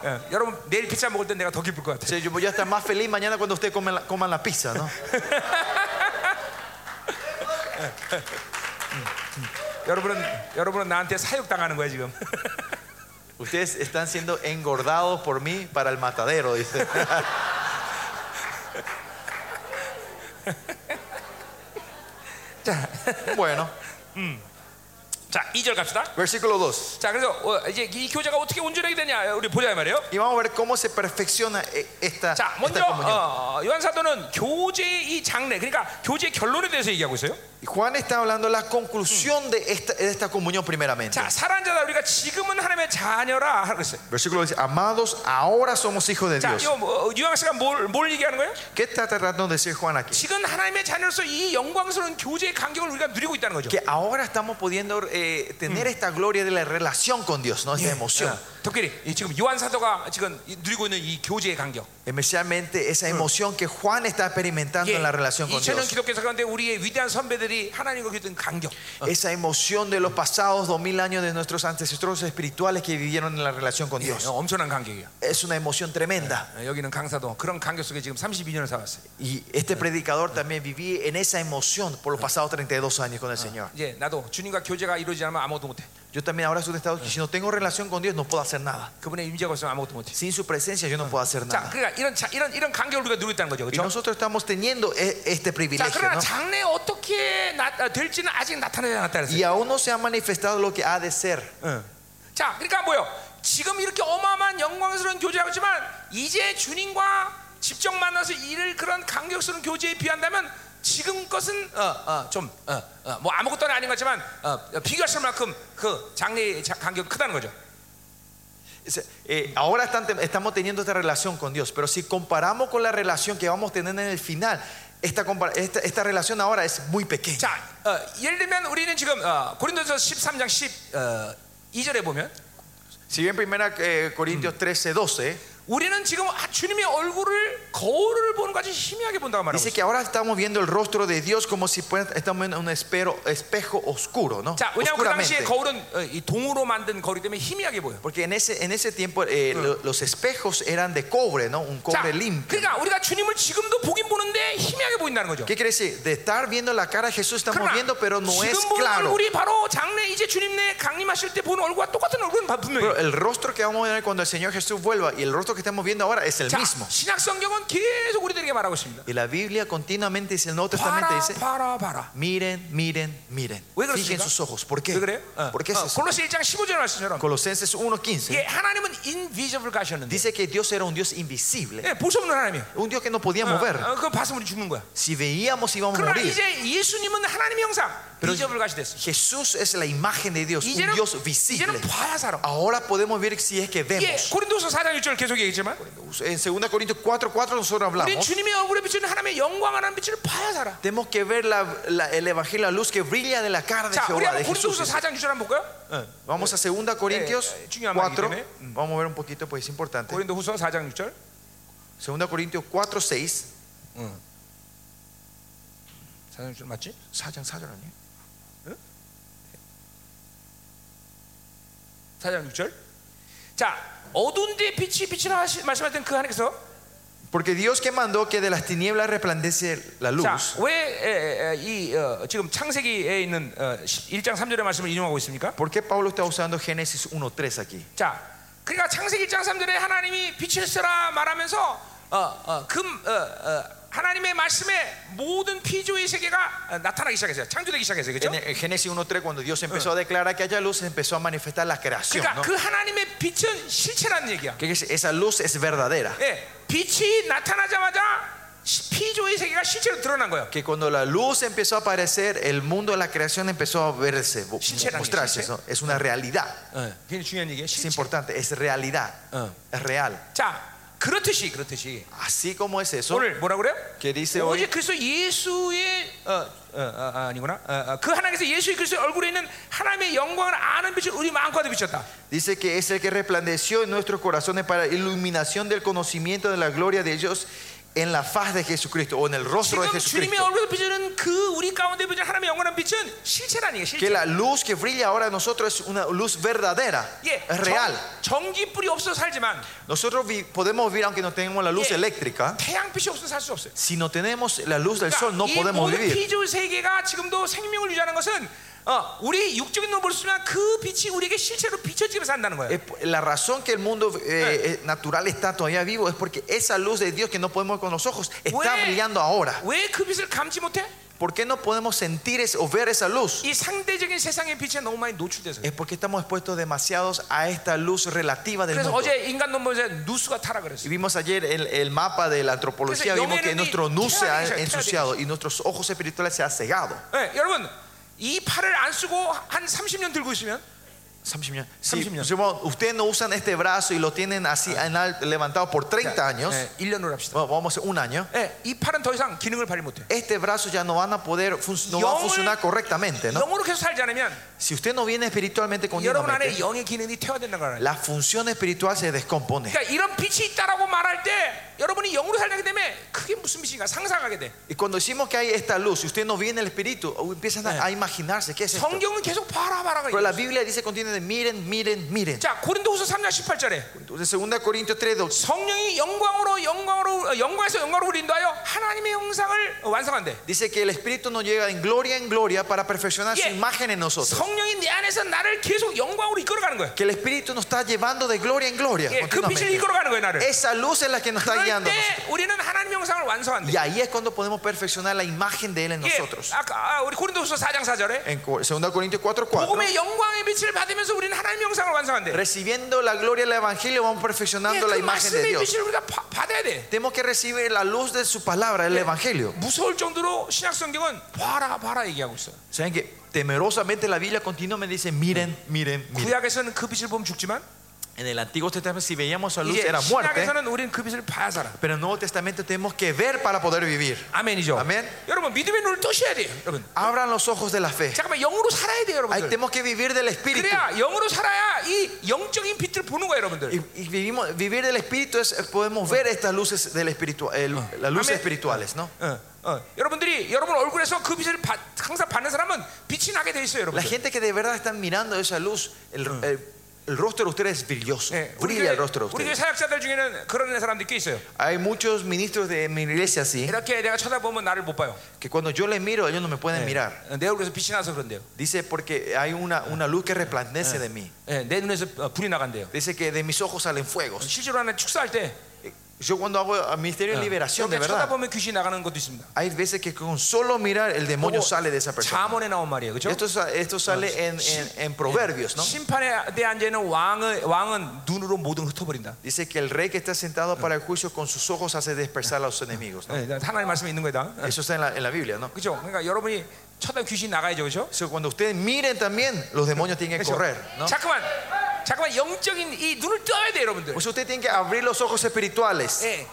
어, 여러분 내일 피자 먹을 때 내가 더 기쁠 것 O 같아. sea, yo voy a estar más feliz mañana cuando ustedes coman la, coman la pizza, ¿no? 여러분은 여러분은 나한테 사육 당하는 거야 지금. Ustedes están siendo engordados por mí para el matadero, dice. 자, Bueno, 자 2절 갑시다. versículo 2. 자, 그래서 어, 이제 이 교제가 어떻게 온전하게 되냐 우리 보자 이 말이에요. Y vamos a ver cómo se perfecciona eh, esta, 자, esta 먼저 comunión. 어, 요한 사도는 교제의 이 장래, 그러니까 교제의 결론에 대해서 얘기하고 있어요. Y Juan está hablando de la conclusión de esta, de esta comunión primeramente. 자, 사랑하는 자다 우리가 지금은 하나님의 자녀라 하고 있어요. Versículo 10. Amados, ahora somos hijos de 자, Dios. 이거 뭐, 어, 유황 씨가 뭘, 뭘 얘기하는 거예요? ¿Qué está tratando de decir Juan aquí? 지금 하나님의 자녀로서 이 영광스러운 교제의 간격을 우리가 누리고 있다는 거죠. Que ahora estamos pudiendo eh, tener esta gloria de la relación con Dios, no esta Ah. emoción. 특별히 지금 요한 사도가 지금 이- 누리고 있는 이 교제의 간격. Especialmente esa emoción que Juan está experimentando en la relación con 2000년 Dios. 예, 기독교에서 가운데 우리의 위대한 선배들이 하나님과 교제된 간격. 예, Esa emoción de los pasados dos mil años de nuestros ancestros espirituales que vivieron en la relación con 예, Dios. 엄청난 간격이에요. Es una emoción tremenda. 예, 여기는 강사도 그런 간격 속에 지금 32년을 살았어요. Y este predicador también viví en esa emoción por los pasados 32 años con el Señor. 이제 나도 주님과 교제가 이루어지지 않으면 아무것도 못해. Yo también ahora estoy en este estado que si no tengo relación con Dios no puedo hacer nada. 그분의 임재가 없으면 아무것도 못해. Sin su presencia yo no puedo hacer 자, nada. 그러니까 이런 자, 이런 이런 간격을 우리가 누리고 있다는 거죠, Y 그렇죠? nosotros estamos teniendo e- este 자, privilegio. 그러나 ¿no? 장래 어떻게 나, 아, 될지는 아직 나타나지 않았다 그랬어요. Y aún no se ha manifestado lo que ha de ser. 자, 그러니까 뭐요? 지금 이렇게 어마어마한 영광스러운 교제하고 있지만 이제 주님과 직접 만나서 이를 그런 강격스러운 교제에 비한다면 지금 것은 어, 어좀뭐 아무것도는 아닌 것지만 어, 비교하실 만큼 그 장래의 자- 간격이 크다는 거죠. Dice, eh, ahora están te- estamos teniendo esta relación con Dios, pero si comparamos con la relación que vamos a tener en el final, esta, compar- esta, esta relación ahora es muy pequeña. 자, 어, 예를 들면 우리는 지금 어, 고린도서 13장 10 어, 2절에 보면 Si bien primera eh, Corintios 13, 12 우리는 지금 아, 주님의 얼굴을 거울을 보는 것 같이 희미하게 본다고 말하고 dice 있어요. que ahora estamos viendo el rostro de Dios como si fuera- estamos en un espero- espejo oscuro, ¿no? 자, 왜냐하면 그 당시에 Oscuramente. 거울은 어, 이 동으로 만든 거울이 때문에 희미하게 보여. Porque en ese, en ese tiempo eh, lo- los espejos eran de cobre, ¿no? Un 자, cobre limpio. 그러니까 우리가 주님을 지금도 보긴 보는데 희미하게 보인다는 거죠. ¿Qué quiere decir? De estar viendo la cara de Jesús estamos 그러나 viendo, pero no es 지금 보는 claro. 얼굴이 바로 장래 이제 주님의 강림하실 때 보는 얼굴과 똑같은 얼굴은 바- 분명히 Pero el rostro que vamos a ver cuando el Señor Jesús vuelva y el rostro que estamos viendo ahora es el 자, mismo. 신약 성경은 계속 우리들에게 말하고 있습니다. Y la Biblia continuamente dice, el Nuevo Testamento 봐라, dice, 봐라, 봐라. miren, miren, miren. 왜 Fijen 그렇습니까? sus ojos. ¿Por 왜 qué? 그래요? 어. ¿Por qué es 어, eso? 골로새 1장 15절 말씀처럼 Colosenses 1.15 예, 하나님은 invisible 가셨는데 dice que Dios era un Dios invisible, 예, 볼수 없는 하나님이에요. un Dios que no podíamos ver. 어, 어, 그거 봤으면 우리 죽는 거야. Si veíamos íbamos a 그러나 morir. 이제 예수님은 하나님의 형상 Pero- invisible 가시 됐어. Jesús es la imagen de Dios, un 이제는 Dios visible. 이제는 봐야 살아. Ahora podemos ver si es que 예, vemos. 고린도서 4장 1절 계속 얘기했지만 En 2 Corintios 4, 4 nosotros 우리 hablamos. 주님의 얼굴에 비치는 하나님의 영광 하나님 빛을 봐야 살아. Tenemos que ver la- la- el evangelio, la luz que brilla de la cara de 자, 우리 한번 Jehová, de Jesús. 고린도서 4장 6절 한번 볼까요? 네. Vamos a 2 Corintios Eh, eh, 중요한 4. 말이기 때문에. Vamos a ver un poquito, pues es importante. 고린도후서 4장 6절. 2 Corintios 4, 6. 4장 6절 맞지? 4장 4절 아니에요? eh. 4장 6절. 자, 어두운 데 빛이 비치라 하시, 말씀하신 그 하나님께서 Porque Dios que mandó que de las tinieblas resplandece la luz. 자, 왜이 어, 지금 창세기에 있는 어, 1장 3절의 말씀을 인용하고 있습니까? ¿Por qué Pablo está usando Génesis 1.3 aquí? 자, 그러니까 창세기 1장 3절에 하나님이 빛을 쓰라 말하면서 어, 어, 금 어, 어, 하나님의 말씀에 모든 피조의 세계가 어, 나타나기 시작했어요. 창조되기 시작했어요. 그렇죠? En el- en Génesis 1.3, cuando Dios Ah. empezó a declarar que haya luz, se empezó a manifestar la creación. 그러니까 ¿no? 그 하나님의 빛은 실체라는 얘기야. Que es- Esa luz es verdadera. 예, 빛이 나타나자마자 시- 피조의 세계가 실제로 드러난 거예요. Que cuando la luz empezó a aparecer, el mundo de la creación empezó a verse, mo- Sinceramente, mostrarse. sincer- ¿no? Es una realidad. 예, 굉장히 중요한 얘기예요. Es 실체. importante, es realidad. Ah. Es real. 자, 그렇듯이 그렇듯이 Así como es eso, 오늘 뭐라 그래요? que dice 오직 hoy, 그리스도 예수의 어, 어, 어, 아, 아니구나 어, 어, 그 하나님께서 예수의 그리스도의 얼굴에 있는 하나님의 영광을 아는 빛을 우리 마음껏 비쳤다. dice que es el que resplandeció en nuestros corazones para iluminación del conocimiento de la gloria de Dios en la faz de Jesucristo o en el rostro de 지금 주님의 Jesucristo. 얼굴에 비치는 그 우리 가운데 비치는 하나님의 영원한 빛은 실체라는 얘기예요. Que 실체. la luz que brilla ahora en nosotros es una luz verdadera, 예, es real. 정, 전기 불이 없어 살지만 Nosotros vi- podemos vivir aunque no tengamos la luz Yeah. eléctrica. 태양 빛이 없어 네, 살 수 없어요. 그러니까 Si no tenemos la luz del sol, no 이 podemos 모든 vivir. 피조 세계가 지금도 생명을 유지하는 것은 어, 우리 육적인 눈으로 볼수 있지만 그 빛이 우리에게 실제로 비춰지면서 산다는 거예요. Es po- La razón que el mundo eh, eh, natural está todavía vivo es porque esa luz de Dios que no podemos ver con los ojos está Güey. brillando ahora. 왜 그 빛을 감지 못해? ¿Por qué no podemos sentir es- o ver esa luz? 이 상대적인 세상의 빛에 너무 많이 노출돼서. 그래요. Es porque estamos expuestos demasiados a esta luz relativa del 그래서 mundo. 어제 인간 논문에서 누수가 타라 Y 그랬어요. vimos ayer el, el mapa de la antropología, Entonces, yo vimos que miren y- nuestro nu se ha claro, claro. ensuciado y nuestros ojos espirituales se han cegado. 네, 여러분 이 팔을 안 쓰고 한 30년 들고 있으면 Si, 30 años. Simón, ustedes no usan este brazo y lo tienen así Ah. en al- levantado por 30 años, 네, 1년으로 합시다. bueno, vamos a hacer un año. 네, 이 팔은 더 이상 기능을 발휘 못해. este brazo ya no van a poder fun- no va a Yo- funcionar correctamente, ¿no? 영으로 계속 살지 않으면 Si usted no viene espiritualmente 여러분 안에 continuamente, 영의 기능이 퇴화된다는 걸 알아요. la función espiritual se descompone. 그러니까 이런 빛이 있다라고 말할 때 여러분이 영으로 살기 때문에 그게 무슨 빛인가 상상하게 돼. Y cuando decimos que hay esta luz, si usted no viene el espíritu, uh, empiezan Eh. a, a imaginarse qué es esto. 성경은 계속 봐라 봐라. Pero la Biblia dice continuamente, miren, miren, miren. 자 고린도후서 3장 18절에 Entonces 2 Corintios 3, 12, 성령이 영광으로 영광으로 어, 영광에서 영광으로 우리 인도하여 하나님의 형상을 어, 완성한대. dice que el espíritu nos llega en gloria en gloria para perfeccionar su Yeah. imagen en nosotros. 성령이 내 안에서 나를 계속 영광으로 이끌어가는 거야. Que el espíritu nos está llevando de gloria en gloria. 예, 그 빛을 continuamente. 이끌어가는 거야 나를. Esa luz es la que nos está 그럴 guiando. a nosotros. 때 우리는 하나님의 형상을 완성한대. Y ahí es cuando podemos perfeccionar la imagen de Él en 예, nosotros. 아까 아, 우리 고린도후서 4장 4절에 En Cor- 2 Corintios 4, 4. 복음의 영광의 빛을 받으면서 우리는 하나님의 형상을 완성한대. Recibiendo la gloria del Evangelio, vamos 예, perfeccionando 그 la imagen de 말씀의 Dios. 빛을 우리가 파- 받아야 돼. Tenemos que recibir la luz de su palabra, el Evangelio. 무서울 정도로 신약 성경은 봐라 봐라 얘기하고 있어. ¿Saben que temerosamente la Biblia continuamente dice, miren, miren, miren? 구약에서는 그 빛을 보면 죽지만 En el Antiguo Testamento si veíamos la luz 이제 era muerte, 신약에서는 우리는 그 빛을 봐야 살아. pero en el Nuevo Testamento tenemos que ver para poder vivir. 아멘이죠. 아멘. 여러분 믿음의 눈을 뜨셔야 돼요. 여러분. Abran los ojos de la fe. 잠깐만 영으로 살아야 돼요, Ahí 여러분들. tenemos que vivir del Espíritu. 그래야 영으로 살아야 이 영적인 빛을 보는 거예요, 여러분들. Y, y vivimos, vivir del Espíritu es podemos ver estas luces del espiritu, eh, lu- las luces Amén. espirituales, ¿no? 어, 어. 여러분들이 여러분 얼굴에서 그 빛을 받- 항상 받는 사람은 빛이 나게 돼 있어요, La 여러분들. gente que de verdad están mirando esa luz, el, el- el rostro de ustedes es brilloso, 예, 우리 교회, brilla el rostro de 우리 교회 ustedes. 사역자들 중에는 그런 사람들이 꽤 있어요. Hay muchos ministros de mi iglesia así 이렇게 내가 쳐다보면 나를 못 봐요. que cuando yo les miro ellos no me Eh. pueden mirar. 어, 내 얼굴에서 빛이 나서 그런데요. Dice porque hay una, una luz que resplandece de mí. 예, 내 눈에서 어, 불이 나간대요. Dice que de mis ojos salen fuegos. 실제로 하는 축사할 때 Eh, Yo cuando hago el ministerio de liberación, de 이렇게 verdad, 쳐다보면 귀신이 나가는 것도 있습니다. hay veces que con solo mirar el demonio sale de esa persona. 자문에 나온 말이에요, 그렇죠? Esto, sa- esto sale en, en- en proverbios, ¿no? 심판에 대한 죄는 왕의 왕은 눈으로 모든 흩어버린다. Dice que el rey que está sentado para el juicio con sus ojos hace dispersar a los enemigos. ¿no? 예, 하나님 말씀에 있는 거다. 예. Eso está en la, en la Biblia, ¿no? 그렇죠? 그러니까 여러분이 쳐다 귀신 나가야죠, 그렇죠? Eso, cuando ustedes miren también, los demonios tienen que correr, ¿no? 잠깐만, 잠깐만 영적인 이 눈을 떠야 돼, 여러분들. O sea, ustedes tienen que abrir los ojos espirituales. 예,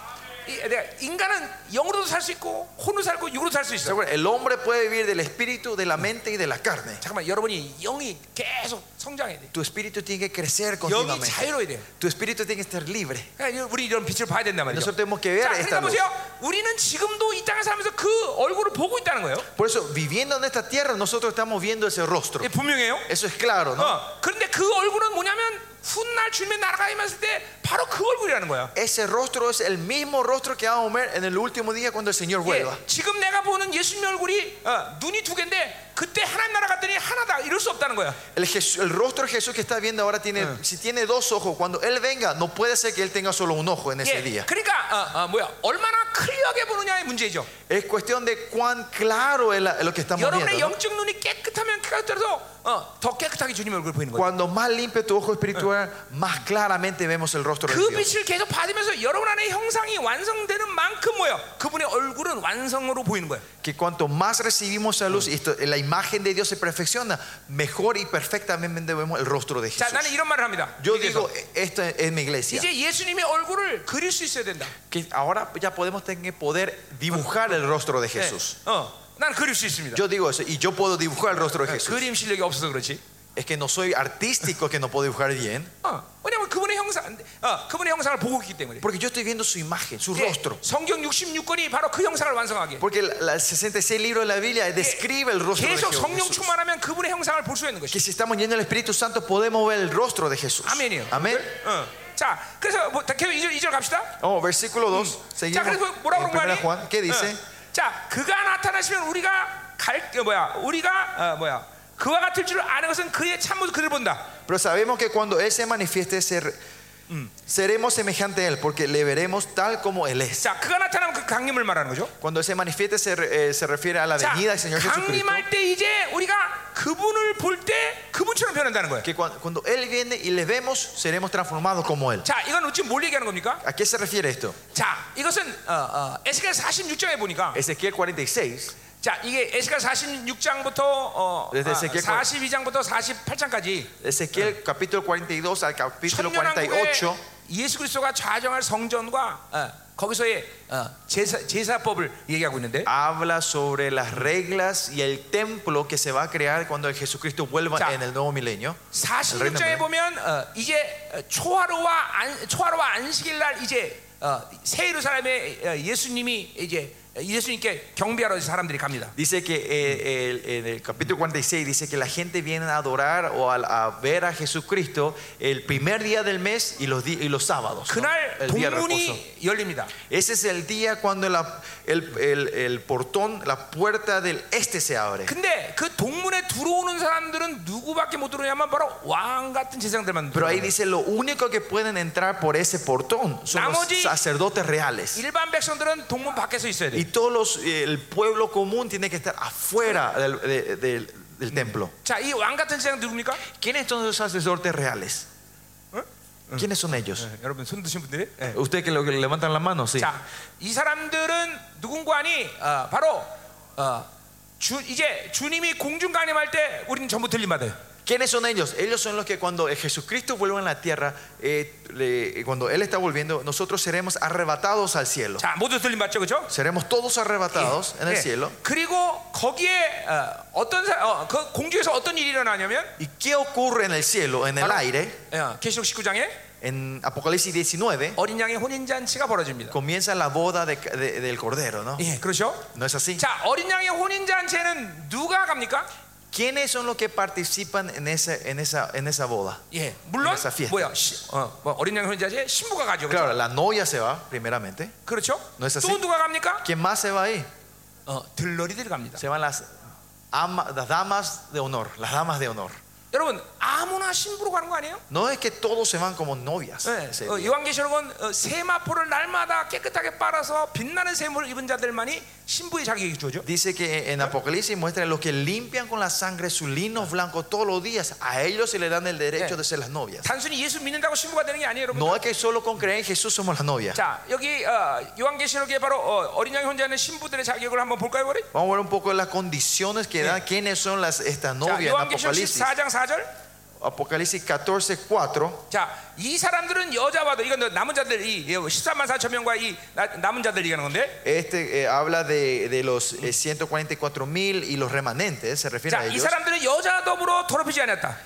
이, 내가 인간은 영으로도 살 수 있고 혼으로 살고 육으로 살 수 ¿Se 있어. acuerdan? El hombre puede vivir del espíritu, de la mente y de la carne. 잠깐만, 여러분이 영이 계속 성장해야 돼. Tu espíritu tiene que crecer 영이 continuamente. 자유로워야 돼. Tu espíritu tiene que estar libre. 그러니까 우리 이런 빛을 봐야 된단 말이죠. Nosotros tenemos que ver 자, 그러니까 esta luz. 보세요. 우리는 지금도 이 땅에 살면서 그 얼굴을 보고 있다는 거예요. Por eso, viviendo en esta tierra, nosotros estamos viendo ese rostro. 예, 분명해요. Eso es claro, ¿no? 어, 그런데 그 얼굴은 뭐냐면 훗날 주님의 나라가 임했을 때 바로 그 얼굴이라는 거야. Ese rostro es el mismo rostro que vamos a ver en el último día cuando el Señor 예, vuelva. 지금 내가 보는 예수님의 얼굴이 어, 눈이 두 개인데 그때 하나님 나라 갔더니 하나다 이럴 수 없다는 거야. El, Jes- el rostro de Jesús que está viendo ahora tiene, si tiene dos ojos, cuando Él venga, no puede ser que Él tenga solo un ojo en ese 예, día. 그러니까 어, 어, 뭐야 얼마나 클리어하게 보느냐의 문제죠. Es cuestión de cuán claro es la- lo que estamos 여러분의 viendo. ¿no? 영적 눈이 깨끗하면 깨끗해서 어, 더 깨끗하게 주님의 얼굴 보이는 거예요. Cuando más limpio tu ojo espiritual, más claramente vemos el rostro 그 de Dios. 빛을 계속 받으면서 여러분 안에 형상이 완성되는 만큼 뭐야 그분의 얼굴은 완성으로 보이는 거예요. Que cuanto más recibimos esa luz, y esto- la imagen de Dios se perfecciona, mejor y perfectamente vemos el rostro de 자, Jesús. 나는 이런 말을 합니다. Yo 그래서 digo, e, esto es mi iglesia. 이제 예수님의 얼굴을 그릴 수 있어야 된다. Que ahora ya podemos tener que poder dibujar el rostro de Jesús. 네. 어, 난 그릴 수 있습니다. Yo digo eso, y yo puedo dibujar el rostro de Jesús. 그림 실력이 없어서 그렇지. Es que no soy artístico que no puedo dibujar bien, 어, 왜냐면 그분의 형상, 어, 그분의 형상을 보고 있기 때문에. porque yo estoy viendo su imagen, su 예, rostro. 성경 66권이 바로 그 형상을 완성하게. Porque la- la- el 66 libro de la Biblia describe el rostro de 계속 Jehová 성령 Jesús. 충만하면 그분의 형상을 볼 수 있는 것이. Que si estamos llenos del Espíritu Santo podemos ver el rostro de Jesús. 아멘이에요. Amén. 어. 자, 그래서 뭐, 다- 계속 2절, 이절 갑시다. Oh, versículo 2, 자, seguimos. 그래서 네, 뭐라고 예, en 그런 거 primera 아니? Juan, ¿qué dice? 어. 자, 그가 나타나시면 우리가 갈 어, 뭐야? 우리가 어, 뭐야? 그와 같을 줄 아는 것은 그의 참모습 그를 본다. Pero sabemos que cuando Él se manifieste, ser- seremos semejantes a Él, porque le veremos tal como Él es. 자, 그가 나타나면 그 강림을 말하는 거죠. Cuando se manifieste se, re- eh, se refiere a la 자, venida del Señor Jesucristo. 강림할 때 이제 우리가 그분을 볼 때 그분처럼 변한다는 거예요. Que cuan- cuando, Él viene y le vemos, seremos transformados como Él. 자, 이건 지금 뭘 얘기하는 겁니까? ¿A qué se refiere esto? 자, 이것은 어, 어, 에스겔 46장에 보니까 Ezequiel 46. 자, 이게 에스겔 46장부터 어, 네, 네, 에스겔 42장부터 48장까지 Ezequiel capítulo 42 al capítulo 천년왕국의 48. 예수 그리스도가 좌정할 성전과 어, 거기서의 어, 제사, 제사법을 얘기하고 있는데 아, Habla sobre las reglas y el templo que se va a crear cuando el Jesucristo vuelva Ya. en el nuevo milenio. El reino 46장에 milenio. 보면 어, 이제 어, 초하루와 안, 초하루와 안식일 날 이제 어, 새 예루살렘에 어, 예수님이 이제 예수님께 경배하러 사람들이 갑니다. Dice que eh, el- en el capítulo 46 dice que la gente viene a adorar o a, a ver a Jesucristo el primer día del mes y los, di- y los sábados. ¿no? 그날 El día de reposo. 동문이 열립니다. Ese es el día cuando la- el, el- el portón, la puerta del este se abre. 근데 그 동문에 들어오는 사람들은 누구밖에 못 들어오냐면 바로 왕 같은 제사장들만 Pero ahí 들어와요. dice lo único que pueden entrar por ese portón son los 나머지- sacerdotes reales. 일반 백성들은 동문 밖에서 있어야 Y 돼. todos los, eh, el pueblo común tiene que estar afuera del, de- del- del templo. 자, 이 왕 같은 제사장 누굽니까? ¿Quiénes son los sacerdotes reales? ¿Quiénes son ellos? 네, 여러분 손 드신 분들. 네. Eh, Usted que, lo, que levantan la mano, sí. 예. 자, 이 사람들은 누군가 아니 어, 바로 어, 주, 이제 주님이 공중 강림할 때 우리는 전부 들림받아요. ¿Quiénes son ellos? Ellos son los que cuando eh, Jesucristo vuelva a la tierra, eh, le- cuando Él está volviendo, nosotros seremos arrebatados al cielo. 자, 모두 들림받죠, 그렇죠? Seremos todos arrebatados en el 예. cielo. 그리고 거기에 어, 어떤 사, 어, 그 공중에서 어떤 일이 일어나냐면 ¿Y qué ocurre en el cielo, en el Ahora- aire? 예, 계시록 19장에 En Apocalipsis 19 어린 양의 혼인 잔치가 벌어집니다. comienza la boda de- de- del cordero, ¿no? 예, 그렇죠? ¿No es así? 자, 어린 양의 혼인 잔치에는 누가 갑니까? ¿Quiénes son los que participan en esa, en esa, en esa boda? 예, 물론 그래서 fiesta. 뭐야? 시, 어, 뭐 어린 양의 혼인 잔치에 신부가 가죠. 그렇죠? Claro, la novia se va, primeramente. 그렇죠? No es así. 또 누가 갑니까? ¿Quién más se va ahí? 어, 들러리들 갑니다. Se van las, ama- las damas de honor, las damas de honor. 여러분 아무나 신부로 가는 거 아니에요? No es que todos se van como novias. 네. se- 어, 요한계시록은 어, 세마포를 날마다 깨끗하게 빨아서 빛나는 세물을 입은 자들만이 신부의 자격이 주어져. Dice que en Apocalipsis muestra los que limpian con la sangre su lino blanco todos los días. A ellos se le dan el derecho Eh. de ser las novias. 단순히 예수 믿는다고 신부가 되는 게 아니에요, 여러분. No es que solo con creer en Jesús somos las novias. 자, 여기 어, 요한계시록에 바로 어, 린양이 혼자 있는 신부들의 자격을 한번 볼까요, 우리? Vamos a ver un poco las condiciones que dan quiénes son las, estas 자, novias en 요한계시록 Apocalipsis. 14장 4절. Apocalipsis 14, 4. 자, 이 사람들은 여자와도 이건 남은 자들 이 13만 4천 명과 이 나- 남은 자들 얘기하는 건데. Este eh, habla de, de los 144 mil y los remanentes, se refiere 자, a 이 ellos. 사람들은 여자 더불어 더럽히지 않았다.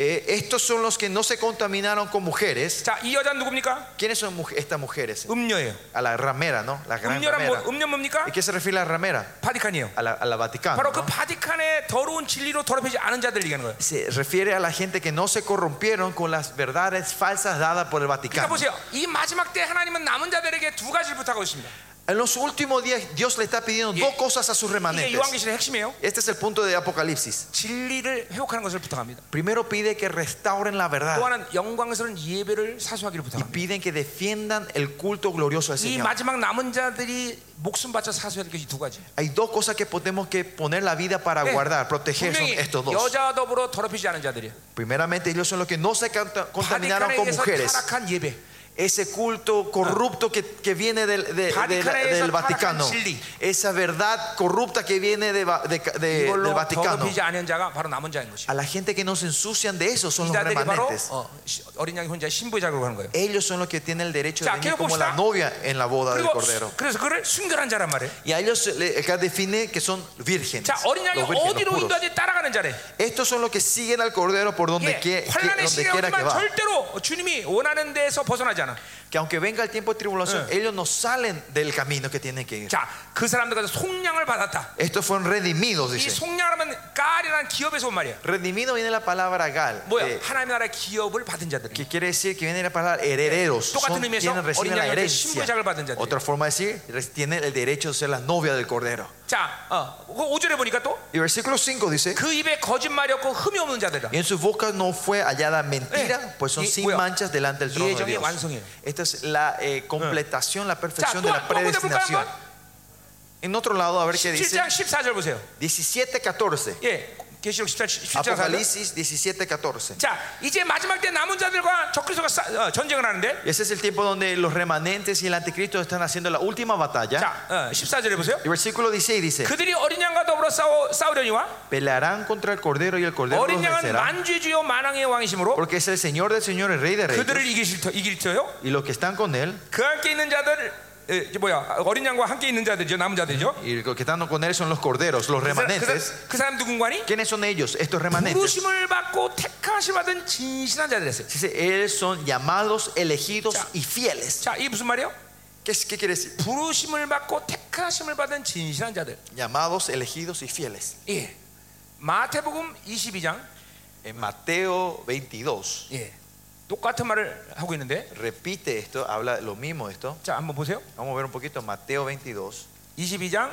Eh, estos son los que no se contaminaron con mujeres. 자, 이 여자는 누굽니까? ¿Quiénes son mu- estas mujeres? 음녀예요. A la ramera, ¿no? La gran 음녀란 ramera. 뭐, 음녀 뭡니까? ¿Y qué se refiere a la ramera? 바디칸이에요. A la, a la Vaticano. 바로 ¿no? 그 바디칸의 더러운 진리로 더럽히지 않은 자들 얘기하는 거예요. Se refiere a la gente que no se corrompieron con las verdades falsas dadas por el 그러니까 Vaticano. 보세요. 이 마지막 때 하나님은 남은 자들에게 두 가지를 부탁하고 있습니다. En los últimos días Dios le está pidiendo Y- dos cosas a sus 이게 remanentes. 요한계시의 핵심이에요. Este es el punto de Apocalipsis. 진리를 회복하는 것을 부탁합니다. Primero pide que restauren la verdad. 또 하나는 영광스러운 예배를 사수하기를 y 부탁합니다. piden que defiendan el culto glorioso al 이 Señor. 마지막 남은 자들이 목숨 바쳐 사수해야 될 것이 두 가지. Hay dos cosas que tenemos que poner la vida para 네. guardar, proteger, son 분명히 estos dos. 여자와 더불어 더럽히지 않은 자들이에요. Primeramente, ellos son los que no se canta- contaminaron con 바디칸에서 mujeres. 타락한 예배. Ese culto corrupto que, que viene del, de- de la- 바디칸에서 타락한 del Vaticano. 진리. Esa verdad corrupta que viene de va- de- de- del 이걸로 Vaticano. 더럽히지 않은 자가 바로 남은 자인 것이죠. A la gente que nos ensucian de eso son 이 los 자들이 바로 remanentes. 어, 시- 어린 양이 혼자 신부의 자격으로 하는 거예요. Ellos son los que tienen el derecho de 자, venir como quiero la 봅시다. novia en la boda del 그리고 어, Cordero. 그래서 그를 순결한 자란 말이에요. Y a ellos se le- acá define que son vírgenes. 자, 어린 양이 los vírgenes, los 어디로 puros. 인도하지 따라가는 자래. Estos son los que siguen al Cordero por donde, 예, que- que- 환란의 donde 시기가 quiera que 오지만 va. 절대로 주님이 원하는 데에서 벗어나지 않아. Que aunque venga el tiempo de tribulación, Ah. ellos no salen del camino que tienen que ir. 자, 그 사람들과 속량을 받았다. Estos fueron redimidos, 이 dice. 속량하면 깔이라는 기업에서 온 말이야. Redimido viene la palabra gal, 뭐야? eh, 하나님의 나라의 기업을 받은 자들. que quiere decir que viene la palabra herederos. 똑같은 Son, 의미에서 tienen, reciben la 어린 양한테 신부의 herencia. 자격을 받은 자들이에요. Otra forma de decir, res- tienen el derecho de ser la novia del Cordero. 자, 어, 그 5절에 보니까 또 그 Y versículo 5 dice: 입에 거짓말이 없고 흠이 없는 자들이라. Y en su boca no fue hallada mentira, Eh. pues son Y- sin 뭐야? manchas delante del trono de 예정의 Dios. 완성이에요. Esta es la eh, completación, la 자, perfección 또 de la 한- 또 한번 볼까요? predestinación. 한번? En otro lado, a ver qué dice. 7장 14절 보세요. 17, 14. 예. 계시록 14, 17장 14절. Apocalipsis 17, 14. 자, 이제 마지막 때 남은 자들과 적그리스도가 싸- 어, 전쟁을 하는데 Ese es el tiempo donde los remanentes y el anticristo están haciendo la última batalla. 자, 어, 14절에 보세요. El versículo 16 dice: 그들이 어린 양과 더불어 싸워, 싸우려니와 Pelearán contra el cordero y el cordero los 어린 양은 vencerá, 만주의 주요 만왕의 왕이심으로 porque es el Señor del Señor, el Rey de Reyes. 그들을 이기실 터, 이길 터요. Y los que están con él, 그 함께 있는 자들 에, 이제 뭐야 어린 양과 함께 있는 자들이죠 남은 자들이죠. y los que están con él son los corderos, 음. 그, los 사, remanentes. 람 누군가니 ¿Quiénes son ellos? Estos remanentes. 부르심을 받고 택하심 받은 진실한 자들이었어요. Dice: Ellos son llamados, elegidos Ya. y fieles. 자, 이게 무슨 말이에요? ¿Qué, es- qué quiere decir? 부르심을 받고 택하심을 받은 진실한 자들. Llamados, elegidos y fieles. 예. 마태복음 22장 En Mateo 22 예. 똑같은 말을 하고 있는데 repite esto, habla lo mismo de esto. 자, 한번 보세요. Vamos a ver un poquito Mateo 22, 22장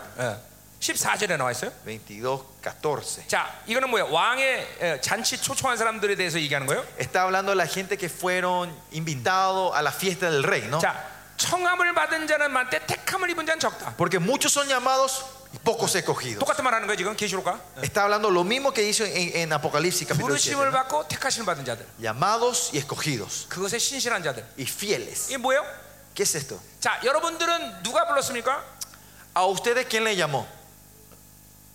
14절에 나와 있어요. 22, 14. 자, 이거는 뭐야? 왕의 에, 잔치 초청한 사람들에 대해서 얘기하는 거예요. Está hablando de la gente que fueron invitados a la fiesta del rey, ¿no? 자, 청함을 받은 자는 많대 택함을 입은 자는 적다. Porque muchos son llamados y pocos escogidos. 똑같은 말하는 거예요 지금 계시록과 그러니까 Está 하blando lo mismo que hizo en, en Apocalipsis capítulo 7. 부르심을 ¿no? 받고 택하심을 받은 자들. Llamados y escogidos 그것에 신실한 자들. y fieles. 이게 뭐예요? ¿Qué es esto? 자, 여러분들은 누가 불렀습니까? ¿A ustedes quién le llamó?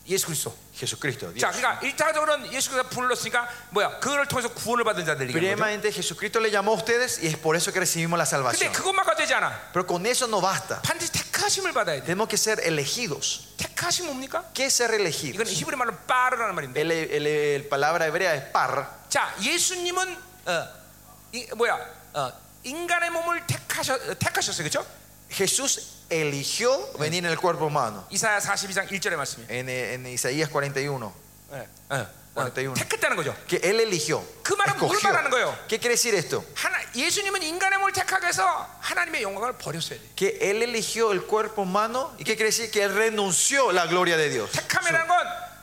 예수 그리스도. Jesucristo. Dios. 자, 그러니까 일차적으로는 예수 그리스도 불렀으니까 뭐야? 그걸 통해서 구원을 받은 자들이 거죠. Primeramente Jesucristo le llamó a ustedes y es por eso que recibimos la 근데 salvación. 그것만 가도 되지 않아. Pero con eso no basta. 반드시 택하심을 받아야 돼. Tenemos que ser elegidos. 택하심 뭡니까? ¿Qué es ser elegido? 이건 히브리 말로 빠르라는 말인데. El, el- el palabra hebrea es par. 자, 예수님은 어, 이, 뭐야? 어, 인간의 몸을 택하셨, 어, 택하셨어요, 그렇죠? Jesús eligió venir en el cuerpo humano. 이사야 42장 1절의 말씀이. En, en Isaías 41. 예. 어, 어, 41. 택했다는 거죠. Que él eligió. 그 말은 뭘 escogió. 말하는 거예요? ¿Qué quiere decir esto? 하나, 예수님은 인간의 몸을 택하기 위해서 하나님의 영광을 버렸어야 돼. Que él eligió el cuerpo humano. ¿Y qué quiere decir? Que él renunció a la gloria de Dios. 택함이라는 건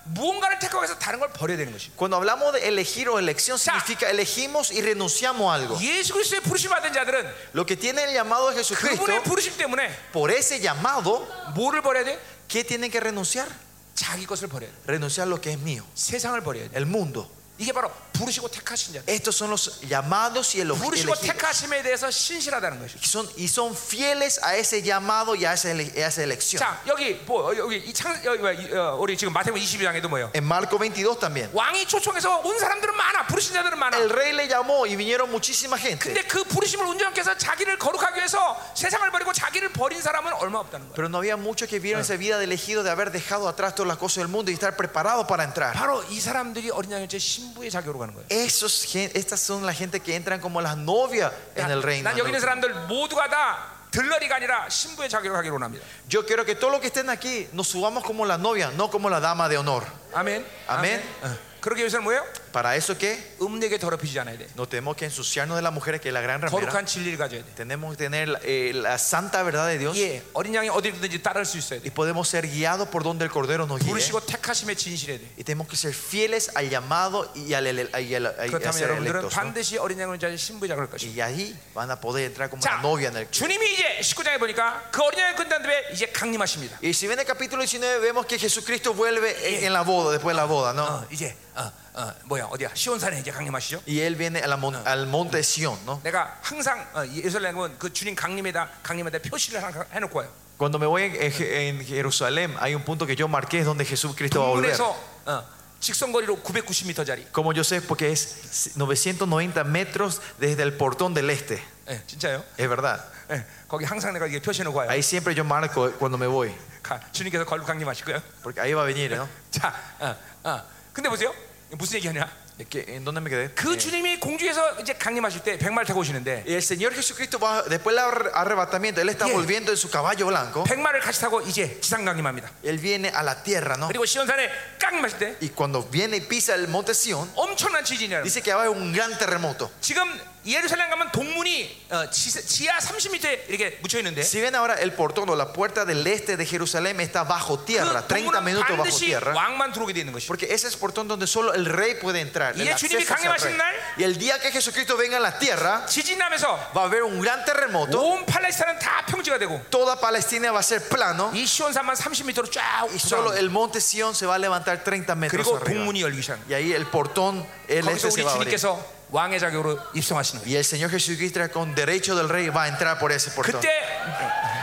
무언가를 택하기 위해서 다른 걸 버려야 되는 것이. Cuando hablamos de elegir o elección, sea, significa elegimos y renunciamos a algo. 예수 그리스도의 부르심 받은 자들은 Lo que tiene el llamado de Jesucristo, 그분의 부르심 때문에 por ese llamado, 뭐를 버려야 돼? ¿qué tienen que renunciar? 자기 것을 버려야 돼. Renunciar lo que es mío, 세상을 버려야 돼. el mundo. 이게 바로 부르시고 택하신 자. Estos son los llamados y el 부르시고 elegidos. 택하심에 대해서 신실하다는 것이. Y son, y son fieles a ese llamado y a esa, ele- a esa elección. 자, 여기 뭐 어, 여기 이창 여기 뭐야, 이, 어, 우리 지금 마태복음 22장에도 뭐예요? En Marco 22 también. 왕이 초청해서 온 사람들은 많아. 부르신 자들은 많아. El rey le llamó y vinieron muchísima gente. 근데 그 부르심을 온전께서 자기를 거룩하기 위해서 세상을 버리고 자기를 버린 사람은 얼마 없다는 거예요. Pero no había muchos que vieron esa vida de elegido de haber dejado atrás todas las cosas del mundo y estar preparados para entrar. 바로 이 사람들이 어린 양일째 신부의 자격으로 가는 거예요. Esos, gen- estas son la gente que entran como las novias en el reino. 난 여기 있는 사람들 모두가 다 들러리가 아니라 신부의 자격으로 가기로 원합니다. Yo quiero que todos los que estén aquí nos subamos como la novia, no como la dama de honor. 아멘. 아멘. 어. 그러기 위해서는 뭐예요? Para eso que 음력에 더럽히지 않아야 돼. no tenemos que ensuciarnos de las mujeres que es la gran ramera. 거룩한 진리를 가져야 돼. Tenemos que tener eh, la santa verdad de Dios 예, 어린 양이 어디든지 따를 수 있어야 돼. y podemos ser guiados por donde el cordero nos guíe. 부르시고 택하심에 진실해야 돼. Y tenemos que ser fieles al llamado y al, ele- y al- y a 그렇다면 ser 여러분들은 electos. ¿no? 반드시 어린 양을 자의 신부의 자격을 것입니다. Y ahí van a poder entrar como 자, una novia en el 주님이 이제 19장에 보니까 그 어린 양의 끝난 뒤에 이제 강림하십니다. Y si ven el capítulo 19 vemos que Jesucristo vuelve en, en la boda, después de la boda, ¿no? 어, 이제 어, 어, 뭐야 어디야 시온산에 이제 강림하시죠? Y él viene a la mon- al monte de Sión, ¿no? 내가 항상 어, 예루살렘은 그 주님 강림에다 강림에다 표시를 하나 해놓고 와요. Cuando me voy en, en- en Jerusalén, hay un punto que yo marqué es donde Jesucristo va a volver. 동문에서 어, 직선거리로 990m 짜리. Como yo sé, porque es 990 metros desde el portón del este, 예, 진짜요? es verdad. 예, 거기 항상 내가 이게 표시해놓고 와요. Ahí siempre yo marco cuando me voy, 가, 주님께서 걸로 강림하실 거예요. porque ahí va a venir, ¿no? 자, 어, 어. 근데 보세요 무슨 얘기하냐? ¿Qué- ¿En dónde me quedé? 그 주님이 공주에서 이제 강림하실 때 백말 타고 오시는데 Y Eh, el Señor Jesucristo va, después del arre- arrebatamiento, Él está Yeah. volviendo en su caballo blanco. 백말을 같이 타고 이제 지상 강림합니다. Él viene a la tierra, ¿no? 그리고 시온산에 강림하실 때 Y cuando viene y pisa el monte Sión, 엄청난 지진이에요. dice que va a haber un gran terremoto. 지금 예루살렘 가면 동문이 어, 지, 하 30m에 이렇게 묻혀 있는데 Si ven ahora el portón o la puerta del este de Jerusalén está bajo tierra, 그 30 동문은 minutos bajo 반드시 tierra. 왕만 들어오게 되는 것이. Porque ese es el portón donde solo el rey puede entrar. Y el el 주님이 acceso es al 강림하신 rey. 날- Y el día que Jesucristo venga a la tierra, 네. 지진하면서 va a haber un gran terremoto. 온 팔레스타는 다 평지가 되고 Toda Palestina va a ser plano. 이 시온산만 30m로 쫙 Y solo 올라가고 el monte Sión se va a levantar 30 metros. 그리고 arriba. 동문이 열기 시작합니다. Y ahí el portón, el 거기서 este se 우리 va a abrir. 주님께서 왕의 자격으로 입성하시는 거예요. Y el Señor Jesucristo con derecho del rey va a entrar por ese portón. 그때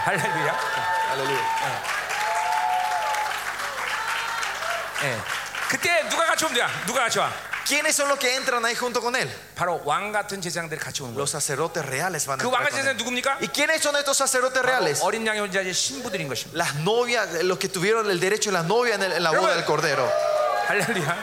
할렐루야. Aleluya. 예. 그때 누가 같이 오면 돼요? 누가 같이 와? ¿Quiénes son los que entran ahí junto con él? 바로 왕 같은 제사장들이 같이 오는 거예요. Los sacerdotes reales van a 그 entrar. 왕의 con él. 제사장 누굽니까? ¿Y quiénes son estos sacerdotes 바로 reales? 어린 양의 혼자의 신부들인 것입니다. Las novias, los que tuvieron el derecho de la novia en, el- en la boda del cordero. 할렐루야.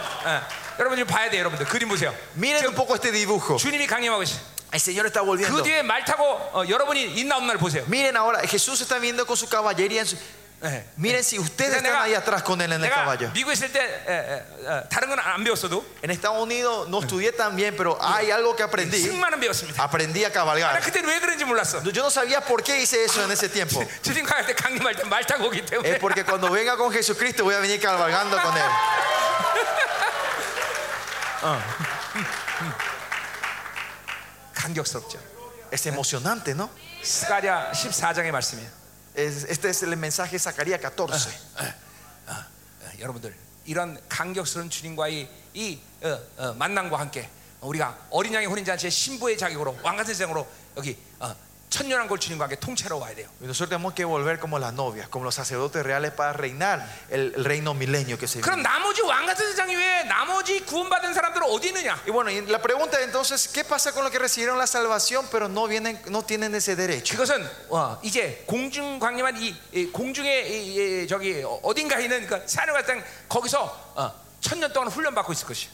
예. 여러분 좀 봐야 돼요, 여러분들. 그림 보세요. Miren un poco este dibujo. 주님이 강림하고 계시. El Señor está volviendo. 그 뒤에 말 타고 어, 여러분이 있나 없나를 보세요. Miren ahora, Jesús está viendo con su caballería. en su- 예. Miren si ustedes Entonces, están nega- ahí atrás con él en el 내가 caballo. 미국에 있을 때 에, 에, 에, 다른 건 안 배웠어도 En Estados Unidos no estudié tan bien, pero hay algo que 네. aprendí. 승마는 배웠습니다. Aprendí a 나 cabalgar. 그때는 왜 그런지 몰랐어. Yo no sabía por qué hice eso en ese tiempo. 주님 강할 때 강림할 때 말 타고 오기 Es 때문에 porque cuando venga con Jesucristo voy a venir cabalgando con él. 감격스럽죠. Es emocionante, ¿no? 스가랴 14장의 말씀이에요. Es- Este es el mensaje de Zacarías 14. 어, 여러분들 이런 강격스러운 주님과의 이 어, 어, 만남과 함께 우리가 어린 양의 혼인잔치의 신부의 자격으로 왕 같은 세상으로 여기 어, 천년한 골 주님과 함께 통째로 와야 돼요. Y nosotros tenemos que volver como las novias, como los sacerdotes reales para reinar el, el reino milenio que se 그럼 viene. 나머지 왕 같은 세상 외에 나머지 구원받은 사람들은 어디 있느냐? Y bueno, y la pregunta entonces, ¿qué pasa con los que recibieron la salvación pero no vienen, no tienen ese derecho? 그것은 어, 이제 공중 광림한 이, 이 공중의 이, 이, 저기 어, 어딘가에 있는 그 사료 같은 거기서 어, 천년 동안 훈련받고 있을 것이.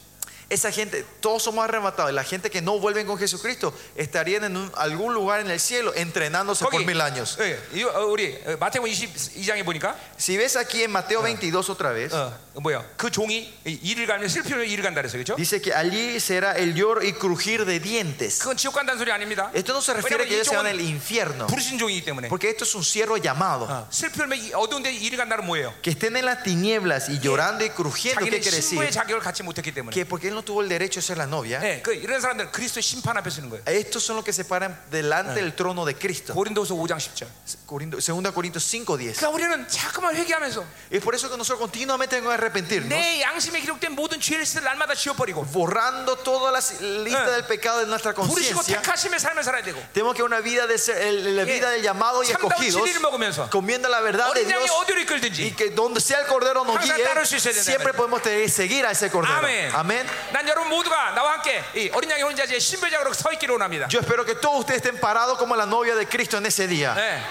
Esa gente, todos somos arrebatados. Y La gente que no vuelven con Jesucristo estarían en un- algún lugar en el cielo entrenándose por mil años. 예, 이, 어, 우리 어, 마태복음 22장에 보니까 Si ves aquí en Mateo 22 otra vez, 어, 뭐야? 그 종이 이- 일을 가면 슬피면 일을 간다 그랬어요. 그렇죠? dice que allí será el llor y crujir de dientes. 그건 지옥 간다는 소리 아닙니다. Esto no se refiere a que 왜냐면 ellos se van 이쪽은 al infierno, 부르신 종이기 때문에. porque esto es un siervo llamado. 어, 슬피면 이 어두운데 일을 간다는 뭐예요? Que estén en las tinieblas y llorando y crujiendo, ¿qué 자기는 quiere 신부의 decir? 자격을 갖지 못했기 때문에. Que porque él no tuvo el derecho de ser la novia, 예, 그 이런 사람들은 그리스도 의 심판 앞에 서는 거예요. estos son los que se paran delante del trono de Cristo. 고린도서 5장 10절. Corinto- 2 Corintios 5:10. 그러니까 우리는 자꾸만 회개하면서 Es por eso que nosotros continuamente tenemos que arrepentirnos. 내 양심에 기록된 모든 죄를 날마다 지워버리고 borrando toda la lista Eh. del pecado de nuestra 부르시고 conciencia. 택하심의 삶을 살아야 되고 Tenemos que una vida de ser- el- la Yeah. vida del llamado y 참다운 escogidos, 진리를 먹으면서 comiendo la verdad de 어린 양이 Dios 어디로 네, y 이끌든지 que donde sea el cordero nos 항상 guíe, 따를 수 있어야 된다 siempre 말이야. podemos tener- seguir a ese cordero. 아멘. Amén. 난 여러분 모두가 나와 함께 이 어린 양의 혼자지의 신배자로 서 있기를 원합니다. Yo espero que todos ustedes estén parados como la novia de Cristo en ese día. 네.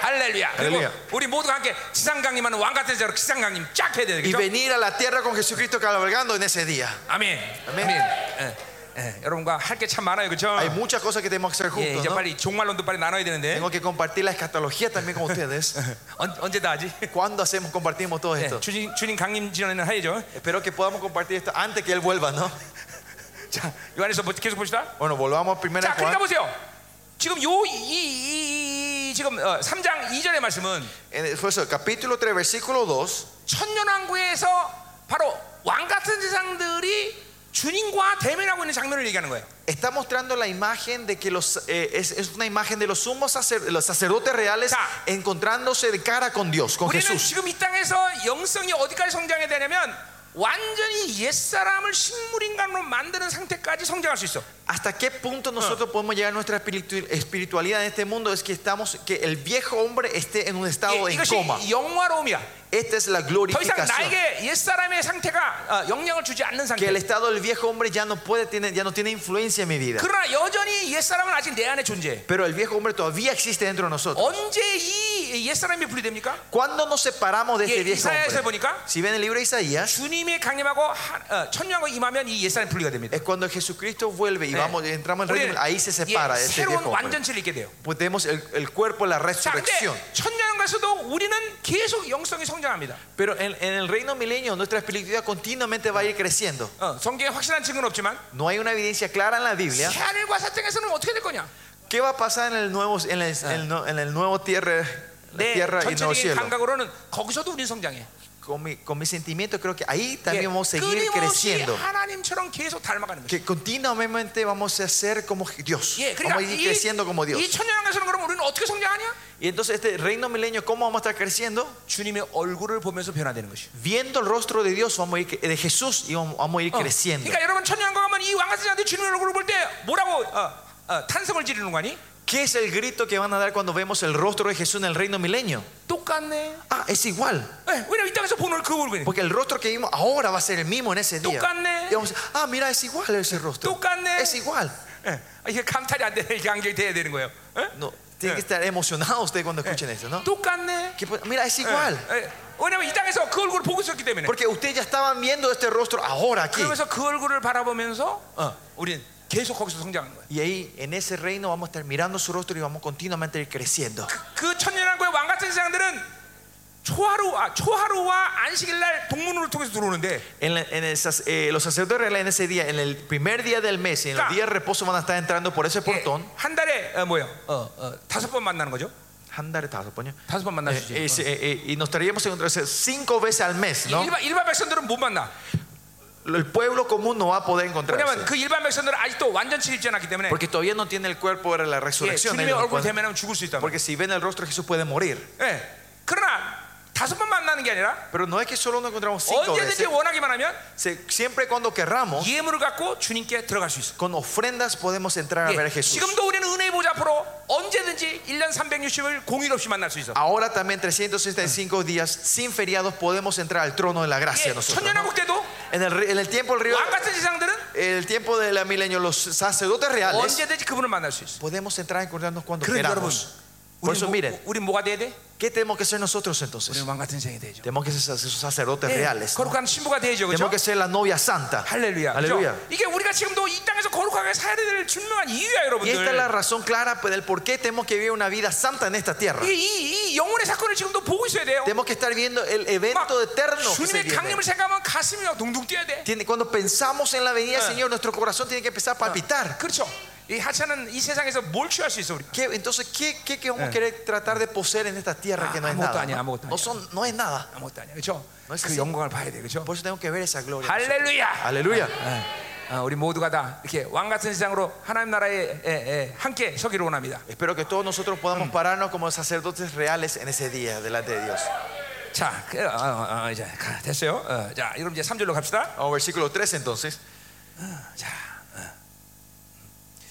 할렐루야. 그리고 할렐루야. 우리 모두가 함께 지상 강림하는 왕 같은 자로 지상 강림 쫙 해야 되는 Y 거죠. venir a la tierra con Jesucristo cabalgando en ese día. 아멘. 아멘. 아멘. 예, 예. 여러분과 할 게 참 많아요, 그렇죠? Hay muchas cosas que tenemos que hacer 예, juntos. 이제 ¿no? 빨리 종말론도 빨리 나눠야 되는데 Tengo que compartir la escatología también con ustedes. 언, 언제 다 하지? ¿Cuándo hacemos, compartimos todo 예, esto? 주님 주님 강림 전에는 해야죠. Espero que podamos compartir esto antes que Él vuelva, ¿no? 자, 요한에서 뭐- 계속 봅시다. Bueno, volvamos primero 자, a Juan. 그러니까 보세요. 지금 요 이 이, 이, 지금 어, 3장 2절의 말씀은 En el- pues, el capítulo 3, versículo 2, 천년왕국에서 바로 왕 같은 세상들이 주님과 대면하고 있는 장면을 얘기하는 거예요. está mostrando la imagen de que los, eh, es, es una imagen de los sumos sacer- los sacerdotes reales Ya. encontrándose de cara con Dios, con 우리는 Jesús. 지금 이 땅에서 영성이 어디까지 성장해야 되냐면 완전히 옛사람을 식물인간으로 만드는 상태까지 성장할 수 있어. ¿Hasta qué punto nosotros podemos llegar a nuestra espiritu- espiritualidad en este mundo? Es que estamos, que el viejo hombre esté en un estado 이- en 이것이 coma. 영화로움이야. Esta es la 더 이상 glorificación. 나에게 옛사람의 상태가 어, 영향을 주지 않는 Que el 상태. estado del viejo hombre ya no puede tener, ya no tiene influencia en mi vida. 그러나 여전히 옛사람은 아직 내 안에 존재해. Pero el viejo hombre todavía existe dentro de nosotros. 언제 이 옛사람이 분리됩니까? ¿Cuándo nos separamos de 예, este viejo 이사야에서 hombre? 보니까 Si ven el libro de Isaías, 주님이 강림하고 하- 어, 천년왕국 임하면 이 옛사람이 분리가 됩니다. 네. Es cuando Jesucristo vuelve Eh. y vamos, entramos en el reino, 우리는 ahí se separa 예, de este 새로운 viejo hombre. 완전체를 입게 돼요. Pues tenemos el, el cuerpo, la 자, 근데 resurrección. 천년가서도 우리는 계속 영성이 성장합니다. Pero en, en el reino milenio nuestra espiritualidad continuamente va a ir creciendo. 어, 성경에 확실한 증거는 없지만 No hay una evidencia clara en la 네. Biblia. 하늘과 사장에서는 어떻게 될 거냐? ¿Qué va a pasar en el nuevo, en el, en el no- en el nuevo tierra, la 내 tierra y 전체적인 nuevo cielo? 네, 감각으로는 거기서도 우리는 성장해. Con mi, con mi sentimiento creo que ahí 예, también vamos a seguir 끊임없이 creciendo. 하나님처럼 계속 닮아가는 거죠. Que continuamente vamos a ser como Dios. 예, Vamos 그러니까 a ir creciendo como 이, Dios. 이 천년왕가서는 그럼 우리는 어떻게 성장하냐? Y entonces este reino milenio, ¿cómo vamos a estar creciendo? 주님의 얼굴을 보면서 변화되는 것이. viendo el rostro de Dios vamos a ir, de Jesús y vamos, vamos a ir 어, creciendo. 그러니까 여러분 천년왕가 가면 이 왕같은 자들 주님의 얼굴을 볼 때 뭐라고 어, 어, 탄성을 지르는 거니? ¿Qué es el grito que van a dar cuando vemos el rostro de Jesús en el reino milenio? 똑같네. Ah, es igual, 예, 왜냐면 이 땅에서 보는 그 얼굴이 porque el rostro que vimos ahora va a ser el mismo en ese día. Tocane. Y vamos a decir, ah, mira, es igual ese rostro. Tocane. Es igual. 예, 이게 감탄이 안 되는 양격이 돼야 되는 거예요. 예? No, tienen que estar emocionados ustedes cuando escuchen esto, ¿no? 똑같네. Que, pues, mira, es igual, 예, 예. 왜냐면 이 땅에서 그 얼굴을 보고 있었기 때문에. porque ustedes ya estaban viendo este rostro ahora aquí. 그러면서 그 얼굴을 바라보면서 우린 계속 거기서 성장하는 거예요. Y ahí, en ese reino, vamos a estar mirando su rostro y vamos continuamente a ir creciendo. 그 천년왕국의 왕 같은 세상들은 초하루 아 초하루와 안식일 날 동문으로 통해서 들어오는데 En, la- en esas, eh, los sacerdotes de Israel en ese día, en el primer día del mes y en los Claro. días de reposo van a estar entrando por ese 예, portón. 한 달에 어, 뭐요? 어, 어, 다섯 번 만나는 거죠. 한 달에 다섯 번이요. 다섯 번 만날 Eh, 수 eh, 있지. eh, eh, y nos estaríamos encontrando cinco veces al mes, ¿no? 일반 일반 백성들은 못 만나. El pueblo común no va a poder 왜냐면 encontrarse. 그 일반 백성들은 아직도 완전치 일지 않았기 때문에 Porque todavía no tiene el cuerpo de la 예, resurrección. 주님의 ellos no 얼굴 pueden- 되면 죽을 수 있다. porque si ven el rostro de Jesús pueden morir. 예. 그러나 다섯 번 만나는 게 아니라 Pero no es que solo nos encontramos cinco 언제든지 veces. 원하기만 하면 Se- siempre cuando querramos, 예물을 갖고 주님께 들어갈 수 있어. con ofrendas podemos entrar a ver a 예, Jesús. 지금도 우리는 은혜의 보좌 앞으로 언제든지 1년 360일 공일 없이 만날 수 있어. Ahora también 365 días sin feriados podemos entrar al trono de la gracia 예, nosotros. ¿no? 천년왕국 때도 En el, re- en el tiempo del río, 왕 같은 세상들은 el tiempo de la milenio, los sacerdotes reales 언제든지 그분을 만날 수 있어. podemos entrar a encontrarnos cuando 그러니까 여러분, queramos. Por eso 우리 miren, 뭐, 우리 뭐가 돼야 돼? ¿qué tenemos que ser nosotros entonces? 우리는 왕 같은 세상이 되죠. Tenemos que ser sac- sacerdotes 예, reales. ¿no? 거룩한 신부가 되죠, Tenemos 그렇죠? que ser la novia santa. 할렐루야. 그죠? Aleluya. 이게 우리가 지금도 이 땅에서 거룩하게 살아야 될 분명한 이유야, Y esta es la 여러분들. razón clara del por qué tenemos que vivir una vida santa en esta tierra. 이게 이, 이 영혼의 사건을 지금도 보고 있어야 돼요. Tenemos que estar viendo el 막 evento eterno. que se 주님의 viene. 강림을 생각하면 가슴이 막 동동 뛰어야 돼. Tiene- Cuando pensamos en la venida del Señor, nuestro corazón tiene que empezar a palpitar. 그렇죠. 이 하찮은 이 세상에서 뭘 취할 수 있어 우리가? ¿Qué- entonces, ¿qué, qué, qué vamos a querer tratar de poseer en esta tierra que no es 아무것도 nada? 아니야, No, 아무것도 No son, no es nada. 아무것도 아니야, 그렇죠? 맞습니다. 그 영광을 봐야 돼, 그렇죠? Por eso tenemos que ver esa gloria. 할렐루야. Aleluya. 예. 어, 우리 모두가 다 이렇게 왕 같은 세상으로 하나님 나라에 예, 예, 함께 서기를 원합니다. Espero que todos nosotros podamos pararnos como sacerdotes reales en ese día delante de Dios. 자, 그, 어, 어, 어, 이제 가- 됐어요. 어, 자, 여러분 이제 3절로 갑시다. Vamos, versículo 3 entonces. 자, 어.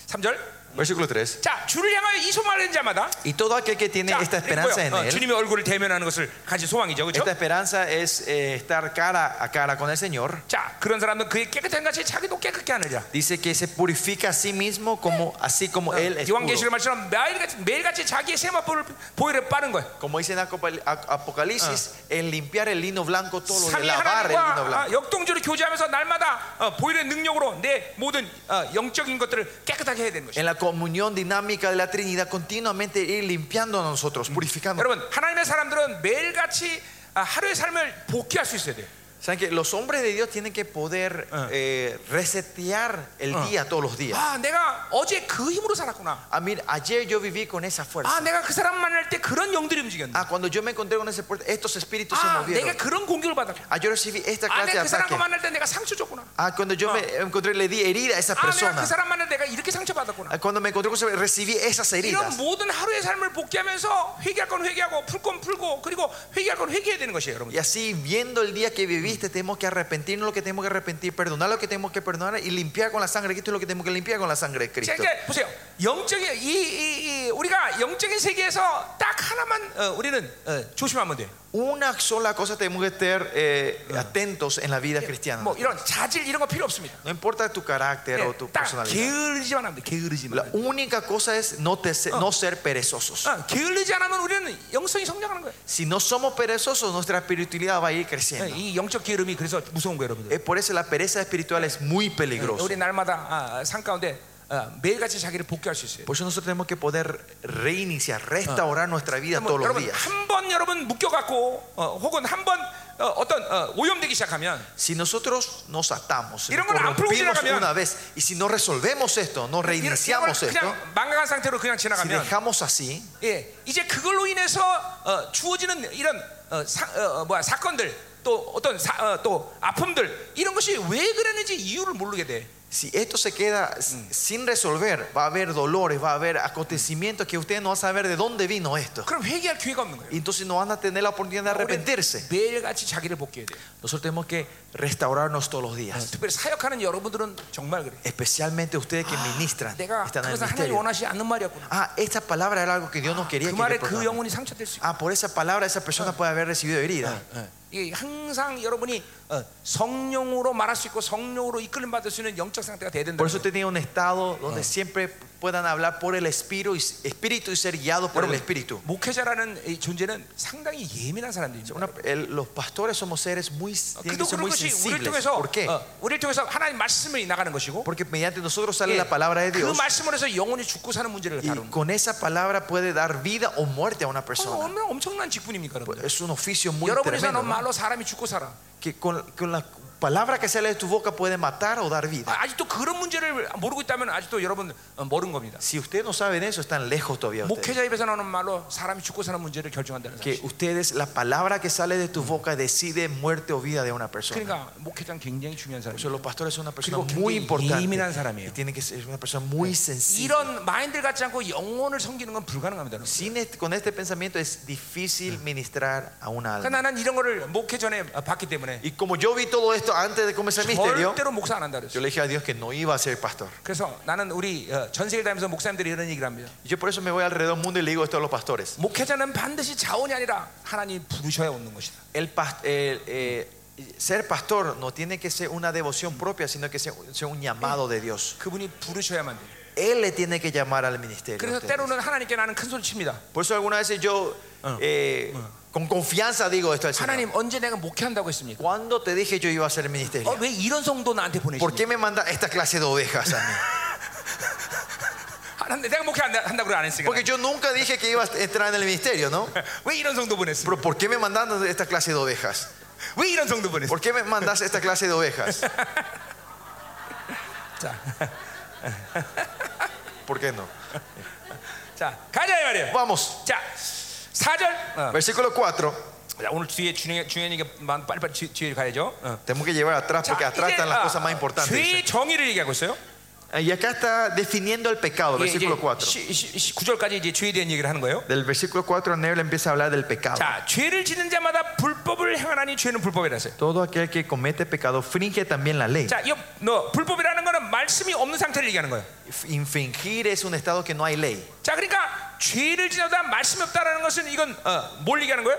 3절. Versículo 3. 자, 주를 향하여 이 소망하는 자마다 Y todo aquel que tiene 자, esta 이게 esperanza en 뭐예요? 어, Él, 주님의 얼굴을 대면하는 것을 가진 소망이죠, 그렇죠? esta esperanza es eh, estar cara a cara con el Señor. 자, 그런 사람은 그의 깨끗한 같이 자기도 깨끗게 하느라. Dice que se purifica a sí mismo como, así como Él es. puro. 요한계시록 말처럼 매일같이 매일같이 자기의 세마포를 보이려 빠는 거예요. Como dice en Acopal- A- Apocalipsis, en limpiar el lino blanco todo lo de 삼위 lavar el lino 하나님과 blanco. 아, 역동적으로 교제하면서 날마다 어, 보일의 능력으로 내 모든 어, 영적인 것들을 깨끗하게 해야 되는 것이죠. En la comunión dinámica de la Trinidad, continuamente ir limpiando a nosotros, purificando. 여러분 하나님의 사람들은 매일같이 아, 하루의 삶을 복귀할 수 있어야 돼요. ¿Saben que los hombres de Dios tienen que poder eh, resetear el día todos los días? 아 내가 어제 그 힘으로 살았구나. Ah, mira, ayer yo viví con esa 아 fuerza. 내가 그 사람 만날 때 그런 영들이 움직였네. Ah, cuando yo me encontré con ese fuerza, estos espíritus se 아 movieron. 내가 그런 공격을 받았구나. Ah, yo recibí esta 아 clase de 내가 그 사람과 ataque. 만날 때 내가 상처 줬구나. Ah, cuando yo me encontré, le di herida a esa 아 내가 그 persona. 사람 만날 때 내가 이렇게 상처 받았구나. Ah, Cuando me encontré con ese, recibí esas 아, 이런 heridas. 모든 하루의 삶을 복귀하면서 회개할 건 회개하고 풀 건 풀고 그리고 회개할 건 회개해야 되는 것이에요, 여러분. Y así, viendo el día que viviste, tenemos que arrepentirnos lo que tenemos que arrepentir, perdonar lo que tenemos que perdonar y limpiar con la sangre de Cristo lo que tenemos que limpiar con la sangre de Cristo. 그러니까 보세요. 영적인 이, 이, 이 우리가 영적인 세계에서 딱 하나만 어, 우리는 어, 조심하면 돼. Una sola cosa tenemos que estar eh, atentos en la vida cristiana. 뭐 이런 자질 이런 거 필요 없습니다. No importa tu carácter o 예, tu 딱 personalidad. 게으르지만 하면 돼. 게으르지만. La única cosa es no, te- no ser perezosos. 어, 게을르지 않으면 우리는 영성이 성장하는 거예요. Si no somos perezosos, nuestra espiritualidad va a 예, ir creciendo. 이 영적 게으름이 그래서 무서운 거예요, 여러분들. Es por eso la pereza espiritual es muy peligrosa. 우리 날마다 아, 산 가운데 어, 매일같이 자기를 복귀할 수 있어요. Por eso nosotros tenemos que poder reiniciar, restaurar nuestra vida 뭐, todos los 여러분 días. 한 번 여러분 묶여갖고 어, 혹은 한번 어, 어떤 어, 오염되기 시작하면 Si nosotros nos atamos, si 이런 nos 걸 앞으로 corrompimos 움직여가면- una vez, y si no resolvemos esto, no 이런- 이런 걸 reiniciamos esto, 그냥 망가간 상태로 그냥 si 지나가면 dejamos así, 예, 이제 그걸로 인해서 어, 주어지는 이런 어, 사, 어, 어, 뭐야 사건들 또 어떤 사, 어, 또 아픔들 이런 것이 왜 그랬는지 이유를 모르게 돼. si esto se queda s- sin resolver, va a haber dolores, va a haber acontecimientos que ustedes no van a saber de dónde vino esto. 그럼 회개할 기회가 없는 거예요. Y entonces no van a tener la oportunidad de arrepentirse. 매일 같이 자기를 복귀해야 돼. 요 Nosotros tenemos que restaurarnos todos los días, 특별히 사역하는 여러분들은 정말 그래. especialmente ustedes que ministran, 내가 están en el 그것은 하나님 아, ministerio. 원하지 않는 말이었구나. Ah, esta palabra era algo que Dios no quería 그 que yo 말에 그 proclamara. 영혼이 상처될 수 있어. Ah, por esa palabra esa persona puede haber recibido herida. 예. 이게 항상 여러분이 어, 성령으로 말할 수 있고 성령으로 이끌림 받을 수 있는 영적 상태가 돼야 된다. Por eso usted tiene un estado donde siempre puedan hablar por el espíritu y, espíritu y ser guiados por el espíritu. 목회자라는 이 존재는 상당히 예민한 사람들입니다. Una- el- los pastores somos seres muy, tienen que 그도 ser 그런 muy 것이 우리를 sensibles. 통해서 ¿Por qué? 어, 우리를 통해서 하나님 말씀이 나가는 것이고 Porque mediante nosotros sale 예, la palabra de 그 Dios 말씀으로 해서 영혼이 죽고 사는 문제를 y 다루는 con esa palabra puede dar vida o muerte a una 어, persona. 얼마나 엄청난 직분입니까 여러분 Es un oficio muy 여러분이 tremendo. 사는 ¿no? 말로 사람이 죽고 살아 Que con, con la palabra que sale de tu boca puede matar o dar vida. 아, 아직도 그런 문제를 모르고 있다면 아직도 여러분 어, 모른 겁니다 Si ustedes no saben eso, están lejos todavía. ustedes. 목회자 입에서 나오는 말로 사람이 죽고 사는 문제를 결정한다는 Que 사실 ustedes, la palabra que sale de tu boca decide muerte o vida de una persona. 그러니까 목회자는 굉장히 중요한 O 사람이에요 sea, los pastores son una persona 그리고 굉장히 muy importante. 예민한 사람이에요. Y tienen que ser una persona muy sensible. 이런 마인드를 갖지 않고 영혼을 섬기는 건 불가능합니다 여러분. Sin este- con este pensamiento es difícil ministrar a una alma. 그러니까 나는 이런 거를 목회 전에 봤기 때문에 Y como yo vi todo esto antes de comenzar el misterio, 절대로 목사 안 한다 그랬어요 yo le dije a Dios que no iba a ser pastor. 그래서 나는 우리 어, 전 세계를 다니면서 목사님들이 이런 얘기를 합니다. Y yo por eso me voy alrededor del mundo y le digo esto a los pastores. 목회자는 반드시 자원이 아니라 하나님 부르셔야 얻는 것이다. El pas- el, eh, ser pastor no tiene que ser una devoción propia, sino que sea, sea un llamado de Dios. 그분이 부르셔야만 돼. 요 Él le tiene que llamar al ministerio. a 그래서 ustedes. 때로는 하나님께 나는 큰 소리 칩니다. Por eso algunas veces yo eh, con confianza digo esto al Señor. 하나님 언제 내가 목회한다고 했습니까? ¿Cuándo te dije yo iba a hacer el 어, ministerio? 왜 이런 성도 나한테 ¿Por 보내시니? qué me manda esta clase de ovejas a mí? 하나님 아, 내가 목회 안 한다고 안 했으니까. Porque yo nunca dije que iba a entrar en el ministerio, ¿no? 왜 이런 성도 보냈어? Pero ¿por qué me mandan esta clase de ovejas? 왜 이런 성도 보냈어? ¿Por qué me mandas esta clase de ovejas? 자, ¿Por qué no? 자 가자 이 말이야. Vamos, 자, 사절. 어. versículo 4. 자, 오늘 뒤에 중요한 중요한 얘기 빨리빨리 뒤- 뒤에 가야죠. 어. 아, Tenemos que llevar atrás porque atrás están las cosas más importantes. 죄의 정의를 얘기하고 있어요. dice. Y acá está definiendo el pecado, 예, 이제 versículo 4. 시, 시, 시, 9절까지 이제 죄에 대한 얘기를 하는 거예요. Del versículo 4 en él empieza a hablar del pecado. 자, 죄를 짓는 자마다 불법을 행하니 죄는 불법이라서요. Todo aquel que comete pecado fringe también la ley. 자, 이거 너 불법이라는 거는 말씀이 없는 상태를 얘기하는 거예요. Infringir es un estado que no hay ley. 자, 그러니까 죄를 지나다 말씀이 없다라는 것은 이건 어, 뭘 얘기하는 거예요?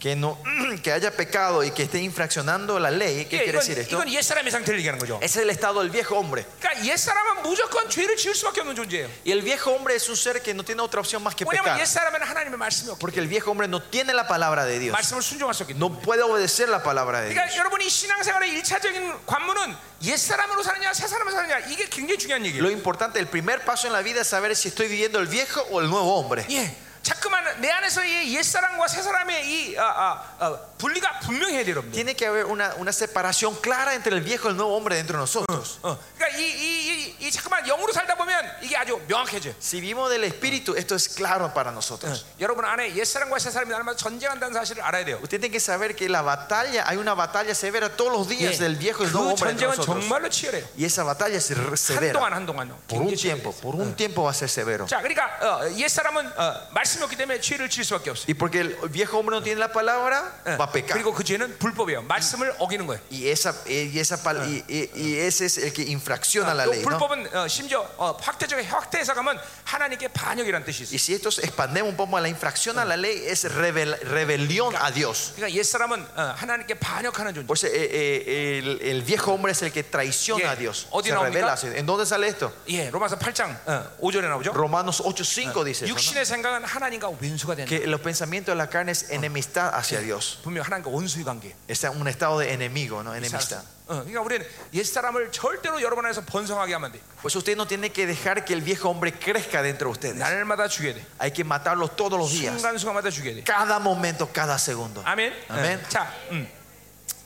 Que, no, que haya pecado y que esté infraccionando la ley, ¿qué 예, quiere 이건, decir esto? 이건 옛 사람의 상태를 얘기하는 거죠. Es el estado del viejo hombre. 그러니까 옛 사람은 무조건 죄를 지을 수밖에 없는 존재예요. 그러니까 Y el viejo hombre es un ser que no tiene otra opción más que 왜냐하면 pecar. 옛 사람은 하나님의 말씀이 없기 Porque el viejo hombre no tiene la palabra de Dios. 말씀을 순종할 수 없기 때문에. No puede obedecer la palabra de Dios. 그러니까 여러분이 신앙생활의 일차적인 관문은 옛 사람으로 사느냐, 새 사람으로 사느냐 이게 굉장히 중요한 얘기예요. Lo importante, el primer paso en la vida es saber si estoy viviendo el viejo o el nuevo hombre. 예. 자꾸만 내 안에서 이 옛사람과 새사람의 이 아, 아, 아, 분리가 분명해야 돼요, 여러분들. Tiene que haber una, una separación clara entre el viejo y el nuevo hombre dentro de nosotros. 어. 그러니까 이, 이, 이, 이 자꾸만 영으로 살다 보면 이게 아주 명확해져요. Si vivimos del espíritu, esto es claro para nosotros. 여러분 안에 옛사람과 새사람이 날마다 전쟁한다는 사실을 알아야 돼요. Usted tiene que saber que la batalla, hay una batalla severa todos los 예. días del viejo y el nuevo 그 hombre entre 전쟁은 nosotros. 정말로 치열해요. Y esa batalla es r- severa. 한동안 한동안 Por un 굉장히 치열해요. tiempo, por un tiempo va a ser severo. 자, 그러니까 어, 옛사람은 어, 말씀이 없기 때문에 죄를 지을 수밖에 없어요. Y porque el viejo hombre no tiene la palabra, 예. va a pecar. 그리고 그 죄는 불법이에요. 말씀을 어기는 거예요. Y, esa, eh, y, esa pal- y, y- y ese es el que infracciona la 또 ley. ¿no? 불법은 어, 심지어 어, 확대적인 확대해서 가면 하나님께 반역이라는 뜻이 있어요. Y si esto expandemos un poco a la infracción a la ley, es rebel- rebelión a Dios. 그러니까 옛 사람은 하나님께 반역하는 존재. Por eso, eh, eh, el, el viejo hombre es el que traiciona a Yeah. Dios. ¿O Se tiene revela óptica? hacia- ¿En dónde sale esto? 예, 로마서 8장 어, 5절에 나오죠. Romanos 8:5 dice: eso, ¿no? 육신의 생각은 하나님과 원수가 된다. que los pensamientos de la carne es enemistad hacia Dios. 분명 하나님과 원수의 관계. Es un estado de enemigo, ¿no? 살았어. enemistad. 어, 그러니까 우리는 옛 사람을 절대로 여러분 안에서 번성하게 하면 안 돼. Por eso Pues usted no tiene que dejar que el viejo hombre crezca dentro 네. de ustedes. 날마다 죽여야 돼. Hay que matarlo todos Oh, los días, 순간순간마다 죽여야 돼. cada momento, cada segundo. 아멘. 아멘. 예. 자, 음.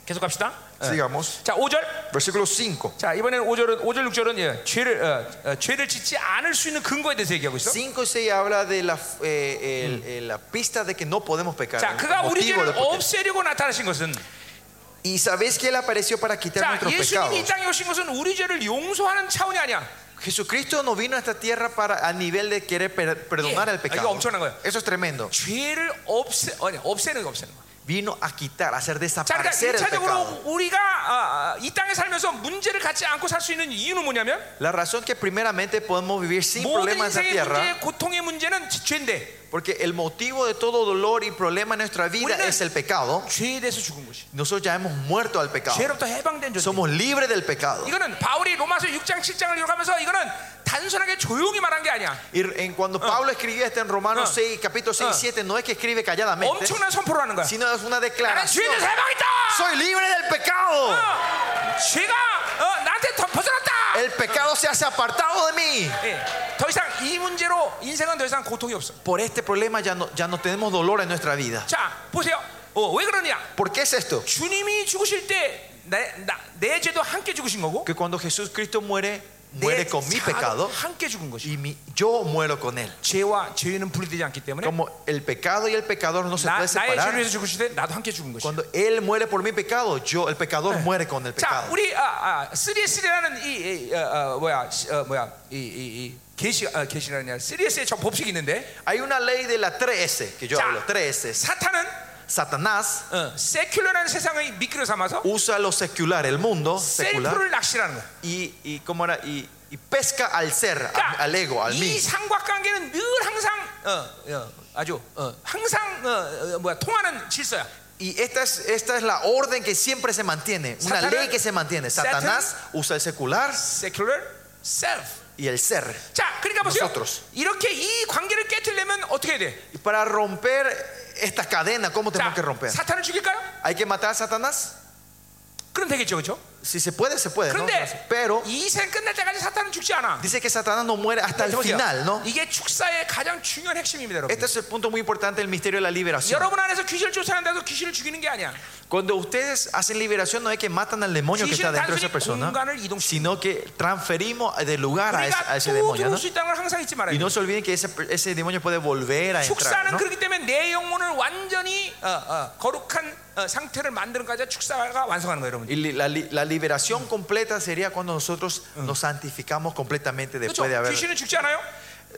계속 갑시다. 어. Eh. Sigamos. 자, 5절. Versículo 5. 자, 이번에는 5절은 5절 6절은 죄를 어, 어, 죄를 짓지 않을 수 있는 근거에 대해서 얘기하고 있어. 5 y 6 habla de la, eh, el- eh, la pista de que no podemos pecar. 자, el 그가 우리 motivo de 죄를 por qué. 없애려고 나타나신 것은 Y sabéis que Él apareció para quitar 자, nuestros 예수님이 이 pecados. 땅에 오신 것은 우리 죄를 용서하는 차원이 아니야. Jesucristo no vino a esta tierra para, al nivel de querer per- perdonar Yeah. el pecado. Ahí, 엄청난 거예요. Eso es tremendo. 죄를 없애 아니, 없애는 거 없애는 거. vino a quitar, a hacer 자, 그러니까 desaparecer el pecado. 일차적으로 우리가 아, 아, 이 땅에 살면서 문제를 갖지 않고 살 수 있는 이유는 뭐냐면 La razón que primeramente podemos vivir sin 모든 problema en esta 인생의 문제, tierra, 고통의 문제는 지- 죄인데 porque el motivo de todo dolor y problema en nuestra vida 우리는- es el pecado, 죄에 대해서 죽은 것이. nosotros ya hemos muerto al pecado. 죄로부터 해방된 존재. Somos libres del pecado. 이거는 바울이 로마서 6장 7장을 읽어가면서 이거는 단순하게 조용히 말한 게 아니야. Y en cuando Pablo escribía esto en Romanos Ah. 6, capítulo 6 Ah. y 7, no es que escribe calladamente, 엄청난 선포를 하는 거야. sino es una 나는 declaración. 죄에 대해서 해방했다. Soy libre del pecado. Ah. 어, 죄가 어, 나한테 더 벗어났다. El pecado se hace apartado de mí. 예, 더 이상 이 문제로 인생은 더 이상 고통이 없어. Por este problema ya no, ya no tenemos dolor en nuestra vida. 자 보세요. 어, 왜 그러냐? ¿Por qué es esto? 주님이 죽으실 때 내, 나- 내 죄도 함께 죽으신 거고 Que cuando Jesús Cristo muere, 내 muere con mi 자도 pecado 함께 죽은 것이. y mi- yo muero con él. 죄와 죄는 분리되지 않기 때문에 Como el pecado y el pecador no se 나, puede 의 죄를 separar. 위해서 죽으실 때 나도 함께 죽은 것이. Cuando él muere por mi pecado, yo, el pecador, muere con el 자, pecado. 우리 아, 아, 쓰리에스라는 이, 이 어, 어, 뭐야, 시- 어, 뭐야, 이이 계시 아, 계시라냐, 쓰리에스의 저 법칙이 있는데, Hay una ley de la 3S que yo Ya. hablo, 3S. 사탄은 Satanás 어, 세큘러라는 세상의 미끼로 삼아서 usa lo secular, el mundo secular, 셀프를 낚시라는 거야. y, y, ¿cómo era? y, y pesca al ser, al- 그러니까 al ego, al 이 mí. 삼각관계는 늘 항상 어, 어, 아주 어, 항상 어, 어, 뭐야 통하는 질서야. Y esta es, esta es la orden que siempre se mantiene, una Satanás- ley que se mantiene. Satanás usa el secular secular self. y el ser. 자, 그러니까 보세요. Nosotros. 이렇게 이 관계를 깨뜨리려면 어떻게 해야 돼? Y para romper esta cadena, ¿cómo 자, tenemos que romper? 사탄을 죽일까요? ¿Hay que matar a Satanás? 그럼 되겠죠, 그렇죠? Si se puede, se 네, puede, ¿no? 그런데 Pero 이 생 끝날 때까지 사탄은 죽지 않아. dice que Satanás no muere hasta el 보세요. final, ¿no? 이게 축사의 가장 중요한 핵심입니다, 여러분. Este es el punto muy importante del misterio de la liberación. 여러분 안에서 귀신을 쫓아낸다고 귀신을 죽이는 게 아니야. Cuando ustedes hacen liberación, no es que matan al demonio que está 귀신은 dentro de 단순히 esa persona. 공간을 이동시키고 sino que transferimos de lugar a ese, a 우리가 ese 또 demonio. ¿no? 들어올 수 있다는 걸 항상 잊지 말아야 Y 돼. no se olviden que ese, ese demonio puede volver a entrar. 축사는 ¿no? 그렇기 때문에 내 영혼을 완전히 어, 어, 거룩한 어, 상태를 만드는까지 축사가 완성하는 거예요, 여러분. Y li- la, li- la liberación completa sería cuando nosotros nos santificamos completamente 그렇죠? después de haber. 귀신은 죽지 않아요?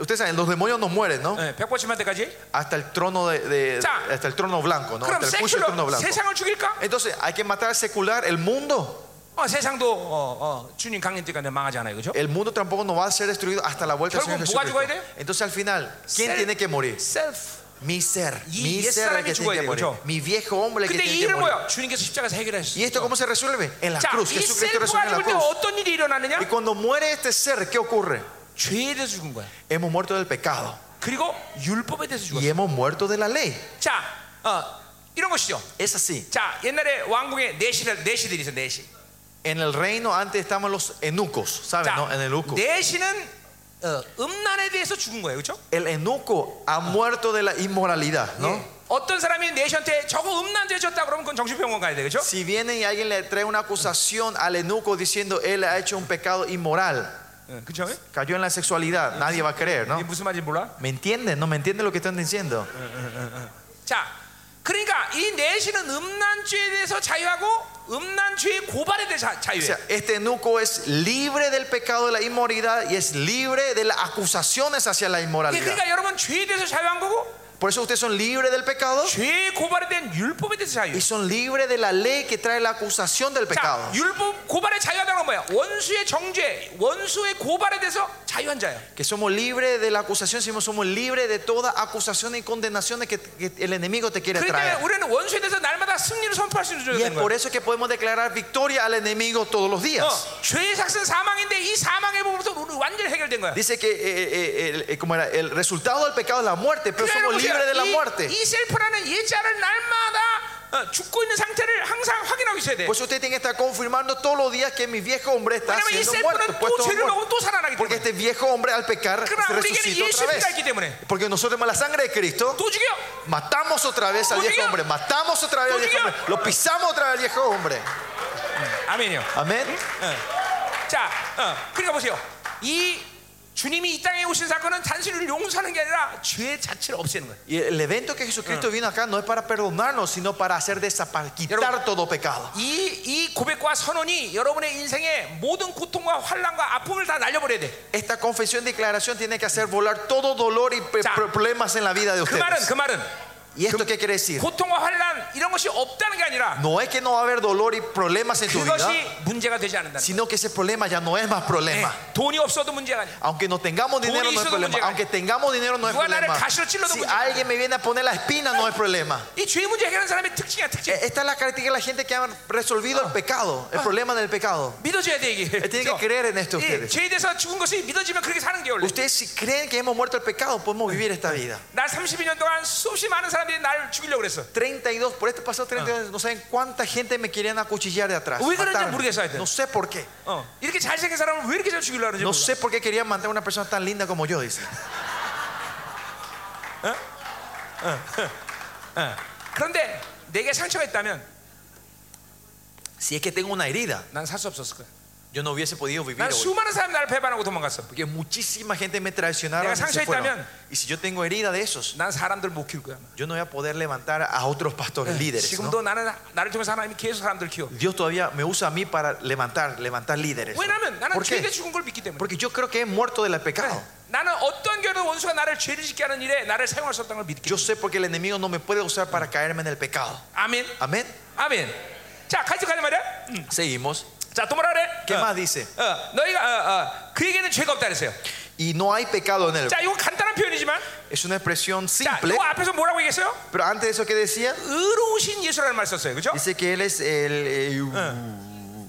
Ustedes saben, los demonios no mueren, ¿no? 네, 백보침할 때까지. Hasta el trono de, de- Ya. hasta el trono blanco, ¿no? 그럼 Hasta el juicio del trono 세큘러 blanco. 세상을 죽일까? Entonces, hay que matar al secular, el mundo. 어, 세상도 어, 어, 주님 강림 때까지 망하지 않아요, 그렇죠? El mundo tampoco no va a ser destruido hasta la vuelta del Señor 결국 뭐가 Jesucristo. 죽어야 돼요? Entonces, al final, ¿quién Ser- tiene que morir? Self. Mi ser, Y- y mi ese ser el saramí que tiene 죽어야 que 돼요, morir. 그렇죠? Mi viejo hombre el que 근데 이 tiene que 일을 morir. 뭐야? 예, 주님께서 십자가에서 해결하셨어요. ¿Y esto cómo se resuelve? En la 자, cruz. 이 Jesucristo 셀프가 resuelve en 죽을 la 때 cruz. 어떤 일이 일어나느냐? Y cuando muere este ser, ¿qué ocurre? 죄에 대해서 죽은 거야. Hemos muerto del pecado 그리고 율법에 대해서 y 죽었어. hemos muerto de la ley. 자, 어, 이런 것이죠. Es así. 자, 옛날에 왕궁에 내시 내시들이 있어 내시. En el reino antes estaban los eunucos, ¿saben? 자, No? En el eunuco. 내시는 어, 음란에 대해서 죽은 거예요, 그렇죠? El eunuco Ah. ha muerto de la inmoralidad, ¿no? 예. 어떤 사람이 내시한테 저거 음란죄 졌다 그러면 그건 정신병원 가야 돼, 그렇죠? Si viene y alguien le trae una acusación al eunuco diciendo él ha hecho un pecado inmoral, 그렇죠? cayó en la sexualidad, nadie va a creer, ¿no? 이게 무슨 말인지 몰라? ¿Me entienden? ¿No me entienden lo que están diciendo? 자, 그러니까 이 내시는 음란죄에 대해서 자유하고 음란죄의 고발에 대해서 O 자유해. sea, este eunuco es libre del pecado de la inmoralidad y es libre de las acusaciones hacia la 예, inmoralidad. 그러니까 여러분 죄에 대해서 자유한 거고 Por eso ustedes son libres del pecado 죄의 고발에 대한 율법에 대해서 자유. y son libres de la ley que trae la acusación del 자, pecado. 율법 고발에 자유하다는 건 뭐야? 원수의 정죄, 원수의 고발에 대해서 자유한 자야. Que somos libres de la acusación, sino somos libres de toda acusación y condenación que, que el enemigo te quiere 그렇기 때문에 traer. 우리는 원수에 대해서 날마다 승리를 선포할 수 있는 Y es 존재인 por 거야. eso que podemos declarar victoria al enemigo todos los días. 어, 죄의 삭은 사망인데 이 사망의 부분부터 우리 완전히 hegel된 거야. Dice que eh, eh, el, eh, ¿cómo era? el resultado del pecado es la muerte, pero 그러니까 somos libres de la 여러분, muerte. 이, 이 셀프라는 예자를 날마다 어, 죽고 있는 상태를 항상 확인하고 있어야 돼. Por eso usted tiene que estar confirmando todos los días que mi viejo hombre está 왜냐면 이 siendo muerto, 셀프는 또 puesto 죄를 muerto. 먹으면 또 살아나기 Porque 때문에. este viejo hombre al pecar se 그러나 우리에게는 resucitó otra 예수가 있기 vez. 때문에 Porque nosotros con la sangre de Cristo 또 죽여. matamos otra vez al Tú viejo diga. hombre, matamos otra vez Tú al viejo diga. hombre, lo pisamos otra vez al viejo hombre. 아멘이요. Amén. ¿Mm? 어. 자, 어, 그러니까 보세요. 이 주님이 이 땅에 오신 사건은 단순히 우리를 용서하는 게 아니라 죄 자체를 없애는 거예요. Y el evento que Ah. Jesucristo vino acá no es para perdonarnos, sino para hacer desaparecer, quitar todo pecado. 이, 이 고백과 선언이 여러분의 인생의 모든 고통과 환란과 아픔을 다 날려버려야 돼. Esta confesión y declaración tiene que hacer volar todo dolor y pe- Ya. problemas en la vida de 그 말은 ustedes. 그 말은 ¿Y esto qué quiere decir? 고통과 환란 이런 것이 없다는 게 아니라 No es que no va a haber dolor y problemas en tu vida, 그것이 문제가 되지 않는다는 sino que ese problema ya no es más problema. 거예요. 돈이 없어도 문제가 아니야. Aunque no tengamos dinero, no es problema. Aunque tengamos dinero, no es problema. Si alguien me viene a poner la espina, no es problema. 이 죄 문제 해결하는 사람의 특징이야 특징. E- Esta es la característica de la gente que han resolvido el pecado, el problema del pecado. 믿어줘야 돼 이게. Eh, Tienen 그죠? que creer en esto 이 ustedes. 예, 죄에 대해서 죽은 것이 믿어지면 그렇게 사는 게 원래. Ustedes si creen que hemos muerto el pecado, podemos vivir esta vida. 난 32년 동안 수없이 많은 사람들이 나를 죽이려고 그랬어. 32, por este pasado 32, no saben cuánta gente me querían acuchillar de atrás. Uy, 그런지 matarme. 모르겠어요, 하여튼. No sé por qué. 어. 이렇게 잘생긴 사람을 왜 이렇게 잘 죽이려고 하는지 No 몰라. sé por qué querían matar a una persona tan linda como yo, dice. 그런데 내게 상처가 있다면 Si es que tengo una herida, 난 살 수 없었을 거야. yo no hubiese podido vivir 난 hoy. 수많은 사람이 나를 배반하고 도망갔어. Porque muchísima gente me traicionaron. 내가 Y, se 상처 fueron. 있다면- Y si yo tengo herida de esos, 난 사람들 못 키울 거야. 아마. yo no voy a poder levantar a otros pastores líderes. ¿no? 지금도 나는 나를 통해서 하나님이 계속 사람들 키워. Dios todavía me usa a mí para levantar, levantar líderes. ¿no? 왜냐하면 나는 ¿Por 죄에 qué? 죽은 걸 믿기 때문에. 네. Porque yo creo que he muerto del pecado. 나는 어떤 결로 원수가 나를 죄를 짓게 하는 일에 나를 사용할 수 없다는 걸 믿기 Yo 때문에. sé porque el enemigo no me puede usar para caerme en el pecado. 아멘. Amén. 아멘. 자, 같이 가자 말이야. 음. Seguimos. 자, 또 뭐라 그래? ¿Qué 어. más dice? 어, 너희가 어, 어, 그에게는 죄가 없다 그랬어요. Y no hay pecado en él. 자, 이건 간단한 표현이지만 Es una expresión 자, simple. 이거 앞에서 뭐라고 얘기했어요? Pero antes de eso, ¿qué decía? 의로우신 예수라는 말 썼어요. 그죠? Dice que él es el. eh,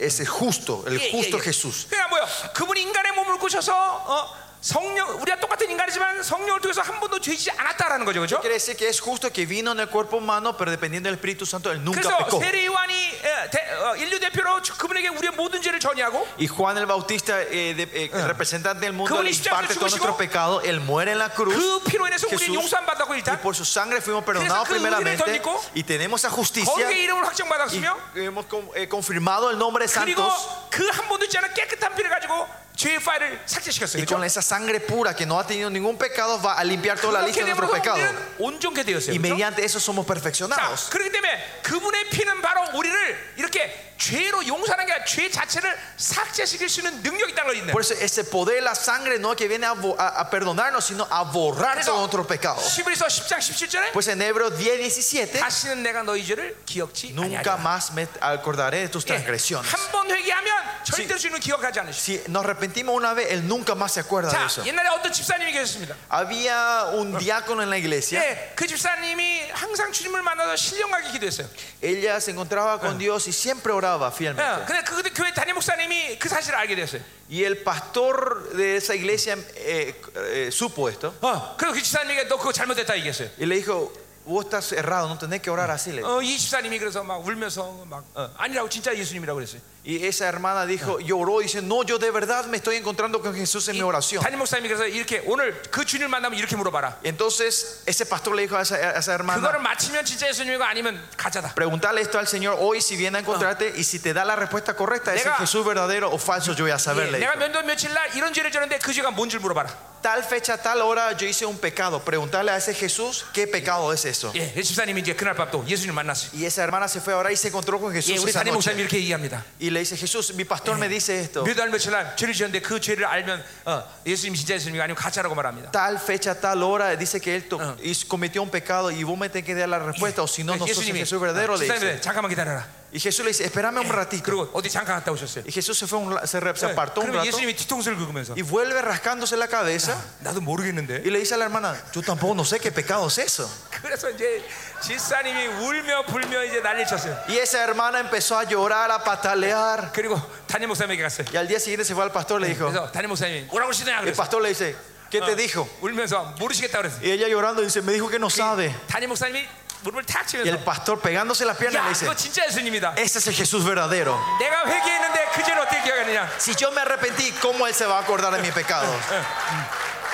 es el justo, el 예, 예, justo 예. Jesús. 그러니까 뭐요? 그분이 인간의 몸을 꾸셔서 어, 성령 우리가 똑같은 인간이지만 성령을 통해서 한 번도 죄지 않았다라는 거죠. 그죠? Quiere decir que es justo que vino en el cuerpo humano, pero dependiendo del Espíritu Santo, él nunca 그래서 pecó. 세례 요한이 에, 대- 어, 인류 대표로 주- 그분에게 우리의 모든 죄를 전이하고 Y Juan el Bautista, eh, de- eh, representante del mundo, 그분이 él imparte 십자가에 todos 죽으시고 nuestros pecados. Él muere en la cruz. 그 피로 인해서 우리는 Jesús, 용서안 받았고 Y 일단 por su sangre fuimos perdonados 그래서 그 의를 primeramente. 던지고 Y tenemos a justicia. 거기에 이름을 Y 확정받았으며 hemos con- eh, confirmado el nombre de 그리고 santos. 그 한 번도 있지 않은 깨끗한 피를 가지고 죄의 파일을 삭제시켰어요. Y 그죠? con esa sangre pura que no ha tenido ningún pecado va a limpiar toda la lista 그렇게 de nuestros 되므로서 pecados. 우리는 온전케 되었어요. Y 그죠? mediante eso somos 자, perfeccionados. 그렇기 때문에 그분의 피는 바로 우리를 이렇게 죄로 용서하는 게 아니라 죄 자체를 삭제시킬 수 있는 능력이 있다는 걸 있네요. Por eso ese poder, la sangre, no es que viene a, bo- a- a perdonarnos, sino a borrar Eso. todos nuestros pecados. 시브리서 10장 17절에 Pues en Hebreos 10, 17, 다시는 내가 너희 죄를 기억지 nunca 아니하리라. 예. más me acordaré de tus transgresiones. 한 번 회개하면 절대로 주는 기억하지 않으시오. Si nos arrepentimos una vez, Él nunca más se acuerda de 자, eso. 옛날에 어떤 집사님이 계셨습니다. Había un diácono en la iglesia. 예, 그 집사님이 항상 주님을 만나서 신령하게 기도했어요. Ella se encontraba con Dios y siempre oraba 예, fielmente. 근데 그 교회 담임 목사님이 그 사실을 알게 됐어요. Y el pastor de esa iglesia eh, eh, supo esto. 어, 그래서 그 집사님에게 너 그거 잘못됐다 얘기했어요. Y le dijo, vos estás errado, no tenés que orar así. le dijo. 어, 이 집사님이 그래서 막 울면서 막 어, 아니라고 진짜 예수님이라고 그랬어요. Y esa hermana dijo, lloró y dice, no, yo de verdad me estoy encontrando con Jesús en mi oración. 담임 목사님이 그래서 이렇게 오늘 그 주님을 만나면 이렇게 물어봐라. Y entonces ese pastor le dijo a esa, a esa 그거를 hermana, 맞히면 진짜 예수님이고 아니면 가짜다. preguntale esto al Señor hoy si viene a encontrarte y si te da la respuesta correcta, ¿es el Nega. Jesús verdadero o falso? Yo voy a 예, saberle. 내가 몇년 며칠 날 이런 죄를 졌는데 그 죄가 뭔 줄 물어봐라. Tal fecha, tal hora yo hice un pecado. Preguntarle a ese Jesús, ¿qué pecado es eso? 예, 이 집사님이 이제 그날 밤 또 예수님 만났어요. Y esa hermana se fue ahora y se encontró con 예, Jesús. 우리 esa 담임 noche. 목사님이 이렇게 얘기합니다. 예. Y le dice, Jesús, mi pastor me dice esto. 몇달 며칠 날 죄를 지었는데 그 죄를 알면 어, 예수님 진짜 예수님이 아니면 가짜라고 말합니다. tal fecha, tal hora, dice que él to- hizo- cometió un pecado y vos me tenés que dar la respuesta, o si no, no sos el 예수님이 Jesús verdadero. 어, Le dice. 집사님들 잠깐만 기다려라. Y Jesús le dice, espérame un ratito. 그리고 어디 잠깐 갔다 오셨어요. Y Jesús se, fue un la- se, re- se 예, apartó un 그러면 rato 예수님이 뒤통수를 긁으면서 y vuelve rascándose la cabeza 나도 모르겠는데. y le dice a la hermana, yo tampoco no sé qué pecado es eso. 그래서 이제 집사님이 울며 불며 이제 난리 쳤어요. Y esa hermana empezó a llorar, a patalear. 그리고 담임 목사님에게 갔어요. Y al día siguiente se fue al pastor le dijo, 그래서 담임 목사님이 뭐라고 시더냐 el 그랬어요. pastor le dice, ¿qué te dijo? 울면서 모르시겠다 그랬어요. Y ella llorando dice, me dijo que no sabe. 담임 목사님이 무릎을 탁 Y el 치면서 pastor pegándose las piernas 야, le dice, 그거 진짜 예수님이다. ese es el Jesús verdadero. 내가 회개했는데 그 죄는 어떻게 기억하느냐? Si yo me arrepentí, ¿cómo él se va a acordar de mi pecado?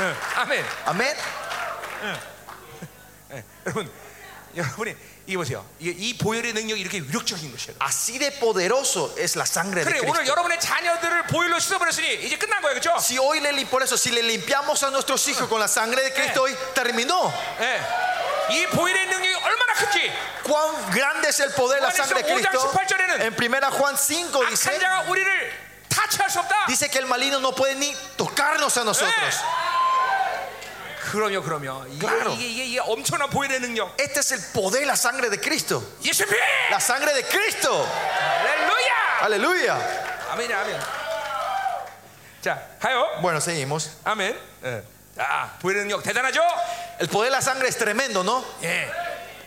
응, 아멘. Amén. 예, 여러분, 여러분이 이거 보세요. 이게 이 보혈의 능력이 이렇게 위력적인 것이에요. Así de poderoso es la sangre de 예, 네, 그래, 오늘 Cristo. 여러분의 자녀들을 보혈로 씻어버렸으니 이제 끝난 거예요, 그렇죠? Si hoy le, li- por eso, si le limpiamos a nuestros hijos con la sangre de Cristo, hoy terminó. 예. 이 보혈의 능력이 얼마나 큰지 Cuán grande es el poder de la Juan sangre de 5, Cristo. 18절에는 En 1 Juan 5 악한 dice, 자가 우리를 타치할 수 없다. Eh. dice que el maligno no puede ni tocarnos a nosotros. 예. 그럼요, 그럼요. 이게, Claro. 이게, 이게, 이게 엄청난 보혈의 능력. Este es el poder, la sangre de Cristo. 예수 피! La sangre de Cristo. 할렐루야! Aleluya. 아멘, 아멘. 자, 가요. Bueno, seguimos. 아멘. 예. 자, 보혈의 능력 대단하죠? El poder de la sangre es tremendo, ¿no? 예.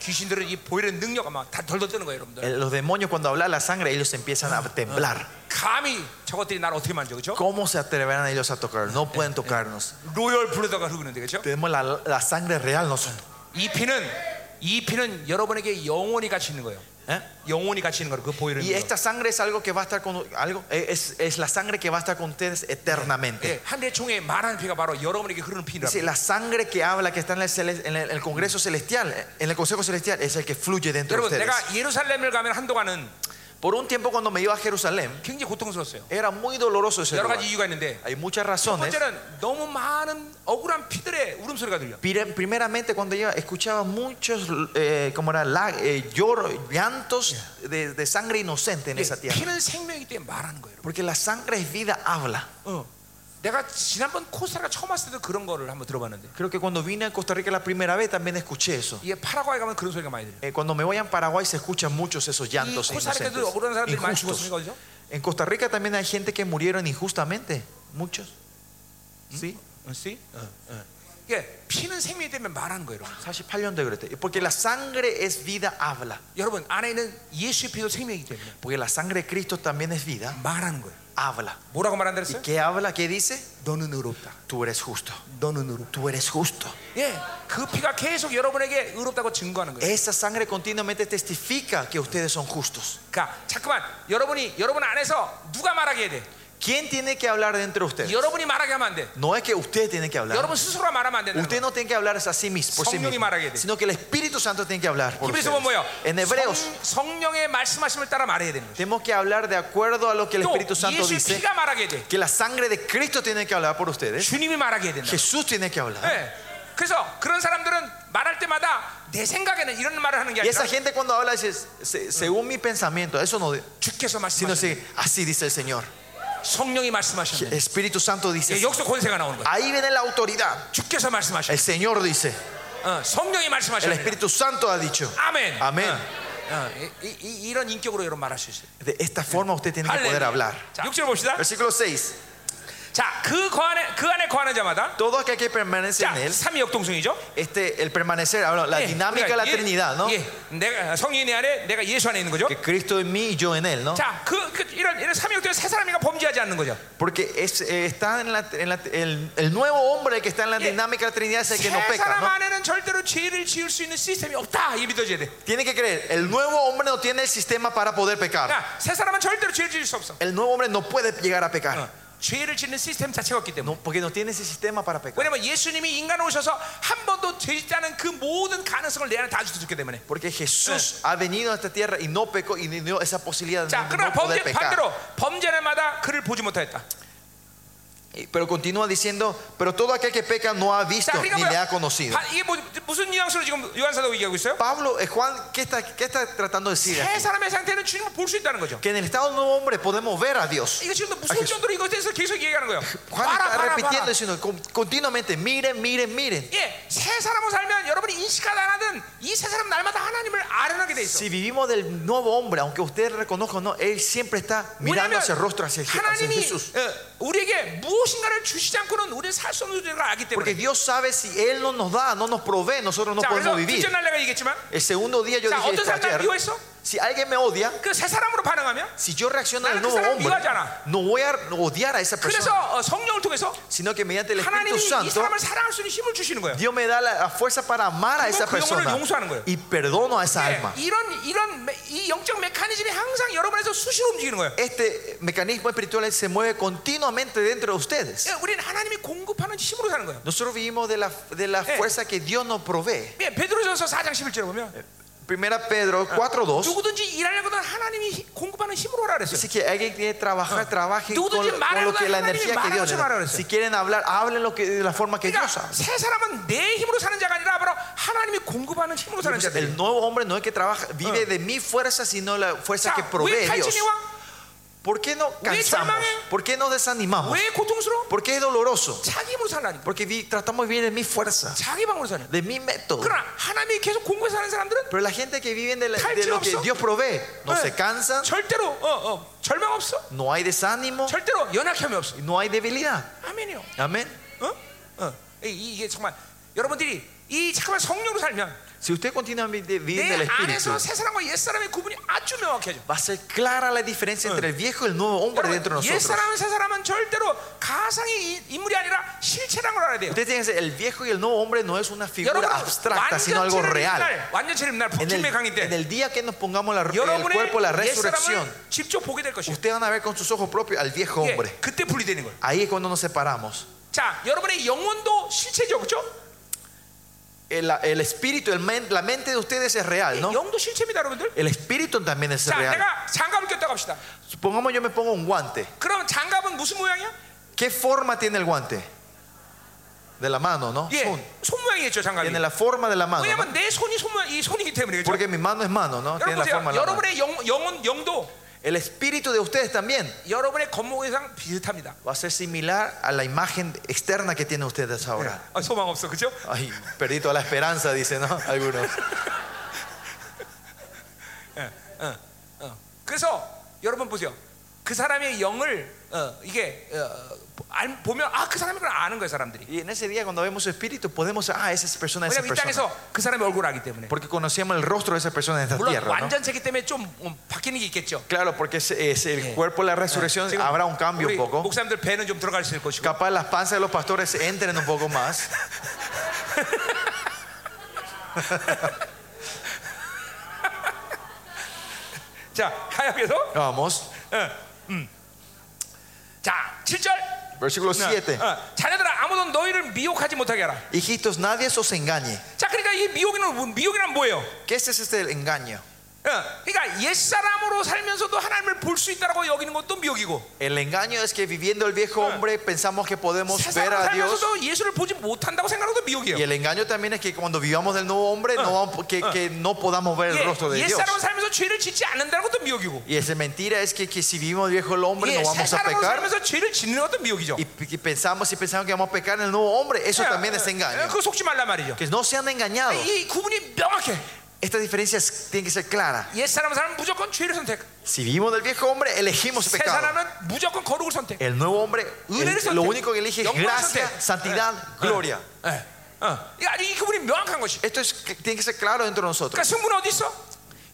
귀신들은 이 보혈의 능력 아마 다 덜덜 뜨는 거예요, 여러분들. Eh, Los demonios cuando hablan la sangre, ellos empiezan a temblar. 감히 저것들이 나를 어떻게 만져, 그렇죠? ¿Cómo se atreverán ellos a tocar? No pueden tocarnos. 로열 블루더가 흐르는데, 그렇죠? Tenemos la, la sangre real nosotros. 이 피는 이 피는 여러분에게 영혼이 같이 있는 거예요. ¿Eh? 영혼이 같이 있는 거예요. 그 보혈의 Y 능력. esta sangre es algo que va a estar con algo eh, es, es la sangre que va a estar con ustedes eternamente. 예, 한 대총에 말하는 피가 바로 여러분에게 흐르는 피라. Dice, la sangre que habla, que está en el, cele- en el- en el Congreso Celestial, eh, en el Consejo Celestial, es el que fluye dentro de 여러분, ustedes. 내가 예루살렘을 가면 한동안은 Por un tiempo cuando me iba a Jerusalén, 굉장히 고통스러웠어요. era muy doloroso ese 여러 lugar. 가지 이유가 있는데 Hay muchas 첫 razones. 번째는 너무 많은 억울한 피들의 울음소리가 들려. Pire- Primeramente cuando iba, escuchaba muchos eh, como era, la- eh, llor- llantos de, de sangre inocente en 예, esa tierra. 피는 생명이기 때문에 말하는 거예요. Porque la sangre es vida, habla. 여러분. 어. 내가 지난번 코스타가 처음 왔을 때도 그런 거를 한번 들어봤는데 Creo que cuando vine a Costa Rica la primera vez también escuché eso. 이게 파라과이 가면 그런 소리가 많이 들려. Eh, cuando me voy a Paraguay se escuchan muchos esos 이 llantos 코스타리카도 억울한 inocentes, 사람들이 많이 injustos. 죽었으니까 그죠? En Costa Rica también hay gente que murieron injustamente, muchos. ¿Sí? 씨? 이게 피는 생명이 되면 말하는 거예요, 여러분. 48년 de grete. Porque la sangre es vida, habla. 여러분 안에 있는 예수의 피도 생명이기 때문에 Porque la sangre de Cristo también es vida, 말하는 거예요. habla. 뭐라고 ¿Y 말한다랬어요? qué habla? ¿Qué dice? 너는 의롭다. Tú eres justo. 너는 의롭다. Tú eres justo. 예, 그 피가 계속 여러분에게 의롭다고 증거하는 거예요. Esa sangre continuamente testifica que ustedes son justos. 그러니까 잠깐만 여러분이 여러분 안에서 누가 말하게 해야 돼? ¿Quién tiene que hablar dentro de ustedes? 여러분이 말하게 하면 안 돼. No es que ustedes tienen que hablar. 여러분 스스로 말하면 안 된다. Usted no tiene que hablar a sí mismo, por sí 성령이 mismo, 말하게 돼. sino que el Espíritu Santo tiene que hablar. por 히브리서 ustedes. 보면 뭐예요? En Hebreos 성, 성령의 말씀하심을 따라 말해야 되는 거예요. tenemos que hablar de acuerdo a lo que el 또 Espíritu Santo 예수의 dice, 피가 말하게 돼. que la sangre de Cristo tiene que hablar por ustedes. 주님이 말하게 해야 된다. Jesús tiene que hablar. 예. 그래서 그런 사람들은 말할 때마다 내 생각에는 이런 말을 하는 게 Y 아니라 esa gente cuando habla dice, "Se- según mi pensamiento, eso no, 주께서 sino 말씀하시는 si, así dice el Señor. 성령이 El 말씀하셨네. Espíritu Santo dice, 예, así. 여기서 권세가 나오는 거야. ahí viene la autoridad. 주께서 말씀하셨네. El Señor dice, 어, 성령이 el 말씀하셨네. Espíritu Santo ha dicho. 아멘. 아멘. 어, 어, 이, 이, 이, 런 인격으로 여러분 말할 수 있어요. De esta forma usted tiene que poder hablar. 자, 6절 봅시다. Versículo 6. 자, 그, 거안에, 그 안에 거하는 자마다 Todo aquel que permanece 자, en él. 3위 역동성이죠. este, el permanecer, ahora, la 예, dinámica de la 예, Trinidad, ¿no? 예, 내가 성령이 내 안에 내가 예수 안에 있는 거죠. Que Cristo en mí y yo en él, ¿no? 자, 그, 그 이런 이런 3위 역동에 세 사람이가 범죄하지 않는 거죠. Porque es, eh, está en la- en la- el, el nuevo hombre que está en la Yeah. dinámica de la Trinidad es el que no 세 peca, 사람 ¿no? 안에는 절대로 죄를 지을 수 있는 시스템이 없다. 이 믿어져야 돼. Tiene que creer, el nuevo hombre no tiene el sistema para poder pecar. 그러니까 세 사람은 절대로 죄를 지을 수 없어. El nuevo hombre no puede llegar a 어, pecar, 죄를 짓는 시스템 자체가 없기 때문에. no, porque no tiene ese sistema para pecar. 왜냐면 예수님이 인간 오셔서 한 번도 죄 짓지 않은 그 모든 가능성을 내 안에 다 주셨기 때문에. Porque Jesús ha venido a esta tierra y no pecó y dio esa posibilidad de 자, no 그러나 poder 범죄 pecar. 반대로 범죄는 마다 그를 보지 못하였다. Y- Pero continúa diciendo, pero todo aquel que peca no ha visto 자, ni 그러니까 le ha 뭐야? conocido. 바- 이게 뭐, 무슨 뉘앙스로 지금 요한사도 얘기하고 있어요? Pablo, eh, Juan, ¿qué está, qué está tratando de decir? aquí? 세 사람의 상태는 주님을 볼 수 있다는 거죠. que en el estado de un hombre podemos ver a Dios. 이거 지금도 무서울 정도로 이것에 대해서 계속 얘기하는 거예요. Juan 봐라, 그 está 봐라, repitiendo 봐라. diciendo con- continuamente, miren, miren, miren. 예, 세 사람으로 살면 여러분이 인식하다 안 하든 이 세 사람 날마다 하나님을 아련하게 돼 있어. Si vivimos del nuevo hombre, aunque usted reconozca o no, él siempre está 왜냐면 mirando hacia el rostro hacia, Je- hacia 하나님이 Jesús. 어, 우리에게 무엇인가를 주시지 않고는 우리는 살 수 없는 존재가 알기 Porque 때문에. Dios sabe si él no nos da, no nos provee, nosotros no 자, podemos 그래서 둘째 vivir. 날 내가 얘기했지만, El segundo día yo 자, dije 어떤 esto 사람 날 ayer, 미워했어? si alguien me odia, 그 세 사람으로 반응하면, si yo reacciono al 나는 그 nuevo 사람 hombre, 미워하잖아. no voy a odiar a esa persona, 그래서 어, 성령을 통해서 sino que mediante el Espíritu 하나님이 이 Santo, 사람을 사랑할 수 있는 힘을 주시는 거예요. Dios me da la, la fuerza para amar a 그리고 esa 그 영혼을 persona 용서하는 거예요. y perdono a esa 예, alma. 이런 이런 메- 이 영적 메커니즘이 항상 여러분에서 수시로 움직이는 거예요. este mecanismo espiritual se mueve continuamente dentro 예, de ustedes. 우리는 하나님이 공급하는 힘으로 사는 거예요. Nosotros vivimos de la, de la Eh. fuerza que Dios nos provee. 예, 베드로전서 4장 11절에 보면 Primera Pedro Ah. 4.2 누구든지 일하려거든 하나님이 히- 공급하는 힘으로 하라 그랬어요. Así que alguien que quiere trabajar, trabaje con, Ah. Tú dices, con "Mara, lo que la Mara, energía que Mara, Dios le Mara, Mara". da. Si quieren hablar, hablen lo que, de la forma que Dios 그러니까 habla. 세 사람은 내 힘으로 사는 자가 아니라 바로 하나님이 공급하는 힘으로 사는 El 자들. Ah. nuevo hombre no es que trabaja, vive de mi fuerza, sino la fuerza que 자, 우리 provee Dios. 탈진이 왕 ¿Por qué no cansamos? 절망해? ¿Por qué nos desanimamos? 왜 고통스러워? ¿Por qué es doloroso? 자기 힘으로 살라니까. Porque vi- tratamos de vivir de mi fuerza, 자기 방으로 사냐. de mi método. 그러나 하나님이 계속 공부해서 사는 사람들은 Pero la gente que vive de, la- Calcio de lo que 없어? Dios provee, no Eh. se cansan, 절대로 어, 어, 절망 없어. no hay desánimo, 절대로 연약함이 없어. no hay debilidad. 아멘이요. Amén. 어? 어. 이- 이게 정말 여러분들이 이 잠깐만 성령으로 살면 Si usted continuamente vive 내 del Espíritu, 안에서 새 사람과 옛 사람의 구분이 아주 명확해져. va a ser clara la diferencia entre el viejo Eh. y el nuevo hombre dentro de 옛 nosotros. 사람은 새 사람은 절대로 가상의 이- 인물이 아니라 실체라는 걸 알아야 돼요. Usted tiene que ser, el viejo y el nuevo hombre no es una 여러분 figura abstracta, sino algo 완전체를 입는 real. 날, 완전체를 입는 날 En 복음의 el, 강의 en 때 el día que nos pongamos la- el 여러분의 cuerpo, la 옛 resurrección, 사람을 직접 보게 될 것이에요. ustedes van a ver con sus ojos propios al viejo 예, hombre. 그때 분리되는 거예요. Ahí es cuando nos separamos. 자, 여러분의 영혼도 실체죠, 그렇죠? El, el espíritu, el men- la mente de ustedes es real, ¿no? 영도 실체입니다, 여러분들. El espíritu también es 자, real. 내가 장갑을 꼈다고 합시다. Supongamos yo me pongo un guante. 그럼 장갑은 무슨 모양이야? ¿Qué forma tiene el guante? De la mano, ¿no? Sun. 예, 손 모양이겠죠, 장갑이. Tiene la forma de la mano. ¿no? 왜냐하면 내 손이 손 모양, 이 손이기 때문에 그렇죠. Porque mi mano es mano, ¿no? Tiene 여러분 la 보세요. forma de la mano. 여러분의 영, 영혼, 영도 El espíritu de ustedes también 여러분의 겉모양이랑 비슷합니다. va a ser similar a la imagen externa que tienen ustedes ahora. 아, 소망 없어, 그렇죠? Ay, perdí toda la esperanza, dicen, ¿no? Algunos. 어. 그래서 여러분 보세요. 그 사람의 영을 어, 이게 어, 어, 알- 보면 아 그 사람이 그걸 아는 거예요 사람들이. Y en ese día cuando vemos su espíritu podemos decir, ah, esa es persona, esa 왜냐면 이 persona. 땅에서 그 사람의 얼굴을 알기 때문에. Porque conocíamos el rostro de esa persona en esta 물론 tierra. ¿no? 완전체기 때문에 좀 음, 바뀌는 게 있겠죠. Claro, porque es, es el Yeah. cuerpo de la resurrección 지금 habrá un cambio 우리 un poco. 목사님들 배는 좀 들어갈 수 있을 것이고. Capaz las panzas de los pastores entren un poco más. 자 하역에서 어, 음. Vamos. 자 7절. 어, Versículo 7. 자녀들아 아무도 너희를 미혹하지 못하게 하라. Hijitos, nadie os engañe. 자 그러니까 이 미혹이란 미혹이란 뭐예요? ¿Qué es este del engaño? 어, 그러니까 옛 사람으로 살면서도 하나님을 볼 수 있다라고 여기는 것도 미혹이고 El engaño es que viviendo el viejo hombre pensamos que podemos 새 ver 사람으로 a Dios. 살면서도 예수를 보지 못한다고 생각하는 것도 미혹이에요. Y el engaño también es que cuando vivamos del nuevo hombre no, vamos- que, que no podamos ver el rostro 예, de 옛 Dios. 사람으로 살면서 죄를 짓지 않는다는 것도 미혹이고 Y esa mentira es que, que si vivimos el viejo el hombre 예, no 새 vamos a 사람으로 pecar. 살면서 죄를 짓는 것도 미혹이죠. Y, y pensamos, si pensamos que vamos a pecar en el nuevo hombre, eso también es engaño. 그 속지 말란 말이죠. Que no sean engañados. 이 구분이 명확해. Esta diferencia es- tiene que ser clara. 옛 사람은 사람 무조건 죄를 선택. Si vivimos del viejo hombre, elegimos 새 pecado. 사람은 무조건 거룩을 선택. El nuevo hombre, el- Eres- lo único que elige es Dios gracia, presente. santidad, gloria. 예, 어. 이 아니 이 구분이 명확한 것이. Esto es, que- tiene que ser claro dentro de 그러니까 nosotros. 승부는 어디 있어?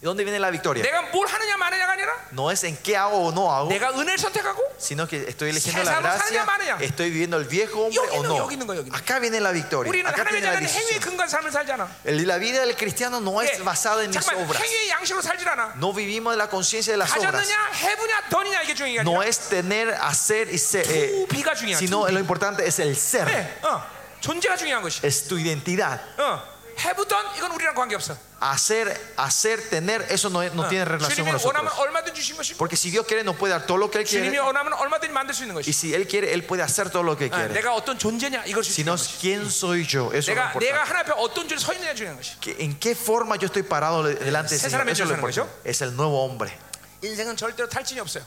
¿Y dónde viene la victoria? 내가 뭘 하느냐 마느냐가 아니라 No es en qué hago o no hago, 내가 은혜를 선택하고 sino que estoy eligiendo la 세상으로 gracia, 살냐 마느냐. estoy viviendo el viejo hombre 여기 o 있는 거, 여기 있는 거, 여기 있는 거. no. Acá viene la victoria. 우리는 그 Acá 하나님의 viene la Eh, 자녀는 행위에 decisión. 근거한 삶을 살잖아. El- La vida del cristiano no 예, es basada en mis 잠깐만 obras. 행위의 양식으로 살질 않아. No vivimos de la conciencia de las obras. 가졌느냐, 해부냐, 더느냐 이게 중요한 게 No 아니야. es tener, hacer y ser, eh, 비가 중요한 sino lo importante es el ser, 네, 어, 존재가 중요한 것이. es tu identidad. 어, 해부던 이건 우리랑 관계 없어. hacer, hacer, tener, eso no, no tiene relación 주님이 con 원하면 nosotros. 얼마든 주신 것이. Porque si Dios quiere, nos puede dar todo lo que Él 주님이 quiere. 원하면 얼마든지 만들 수 있는 Y 것이. si Él quiere, Él puede hacer todo lo que 어, quiere. 내가 어떤 존재냐 이걸 수 Si 있는 no, 것이. ¿quién soy yo? Eso es lo 내가 내가 importante. 하나 앞에 어떤 줄에 서 있느냐 중요한 것이. Que- ¿En qué forma yo estoy parado le- delante de 세 Señor? 사람의 Eso es lo 뜻을 하는 importante. Es el nuevo hombre. 인생은 절대로 탈진이 없어요.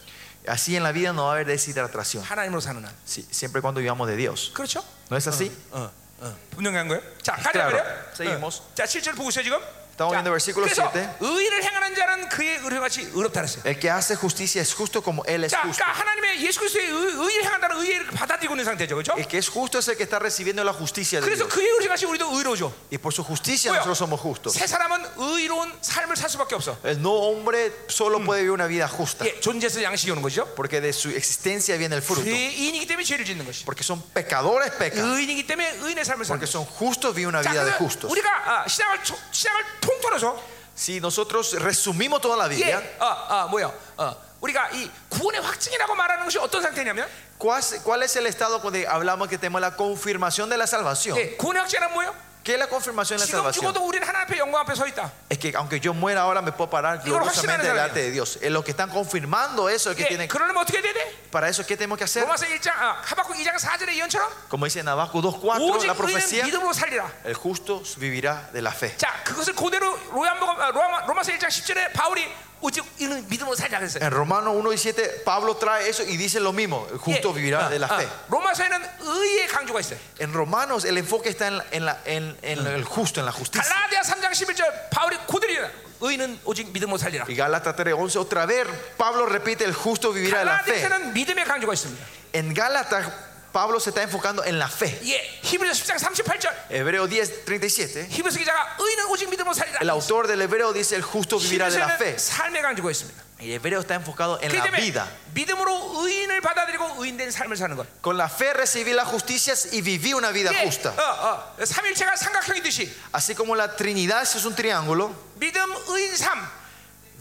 Así en la vida no va a haber deshidratación. 하나님으로 사는 한. Sí, siempre y cuando vivamos de Dios. 그렇죠? ¿No es así? 어, 어, 분명한 거예요. 자, 가자 Claro. 그래요. Seguimos. 어. 자, 실제로 보고 있어요 지금. Estamos 자, viendo versículo 그래서 siete. 의를 행하는 자는 그의 의로같이 의롭다 그랬어요. El que hace justicia es justo como Él es 자, justo. 그러니까 하나님의 예수 그리스도의 의, 를 행한다는 의를 받아들이고 있는 상태죠, 그렇죠? El que es justo es el que está recibiendo la justicia de 그래서 Dios. 그의 의로같이 우리도 의로죠. Y por su justicia Bueno. nosotros somos justos. 새 사람은 의로운 삶을 살 수밖에 없어. El nuevo hombre solo puede vivir una vida justa. 예, 존재에서 양식이 오는 것이죠. Porque de su existencia viene el fruto. 죄인이기 때문에 죄를 짓는 것이. Porque son pecadores, pecan. 의인이기 때문에 의인의 삶을 사는 Porque 것이. son justos, vive una 자, vida de 그래서 justos. 우리가 아, 신앙을 초- 신앙을 통틀어서 Si nosotros resumimos toda la 예, Biblia, 어, 어, 뭐야? 어, 우리가 이 구원의 확증이라고 말하는 것이 어떤 상태냐면, ¿cuál, es- cuál es el estado cuando hablamos que tenemos la confirmación de la salvación? 예, 구원의 확증이란 뭐예요? ¿Qué es la confirmación de la 지금 salvación? 죽어도 우리는 하나님 앞에 영광 앞에 서 있다. Es que aunque yo muera ahora me puedo parar Digo, lo gloriosamente 확신하는 delante de Dios. En los que están confirmando eso, el que 예, tienen, 그러려면 어떻게 돼야 돼? para eso, ¿qué tenemos que hacer? 로마서 1장, 아, 하박국 2장 4절의 예언처럼 Como dice en Abajo 2.4, 오직 la 의는 profecía, 믿음으로 살리라. el justo vivirá de la fe. 아, 자, 그것을 그대로 로마서 로마, 로마서 1장 10절에 바울이 오직 이는 믿음으로 살자 그랬어요. En Romanos 1 y 7, Pablo trae eso y dice lo mismo: 예. el justo vivirá 아, de la 아, fe. 로마서에는 의의 강조가 있어요. En Romanos, el enfoque está en, la- en la- en- en el justo, en la justicia. 갈라디아 3장 11절 바울이 고들이라 의는 오직 믿음으로 살리라. Y Gálatas 3:11, otra vez, Pablo repite: el justo vivirá de la fe. 갈라디아서는 믿음의 강조가 있습니다. En Gálatas, Pablo se está enfocando en la fe. 예, 히브리서 10장 38절 Hebreo 10, 37. 히브리서 기자가 의는 오직 믿음으로 살리라. El autor del Hebreo dice: el justo vivirá de la fe. 히브리서는 삶의 강조가 있습니다. El Hebreo está enfocado en 그렇기 la 때문에 vida. 믿음으로 의인을 받아들이고 의인된 삶을 사는 것. Con la fe recibí las justicias y viví una vida 예, justa. 어, 어, 삼일체가 삼각형이듯이 Así como la Trinidad es un triángulo, 믿음, 의인, 삶.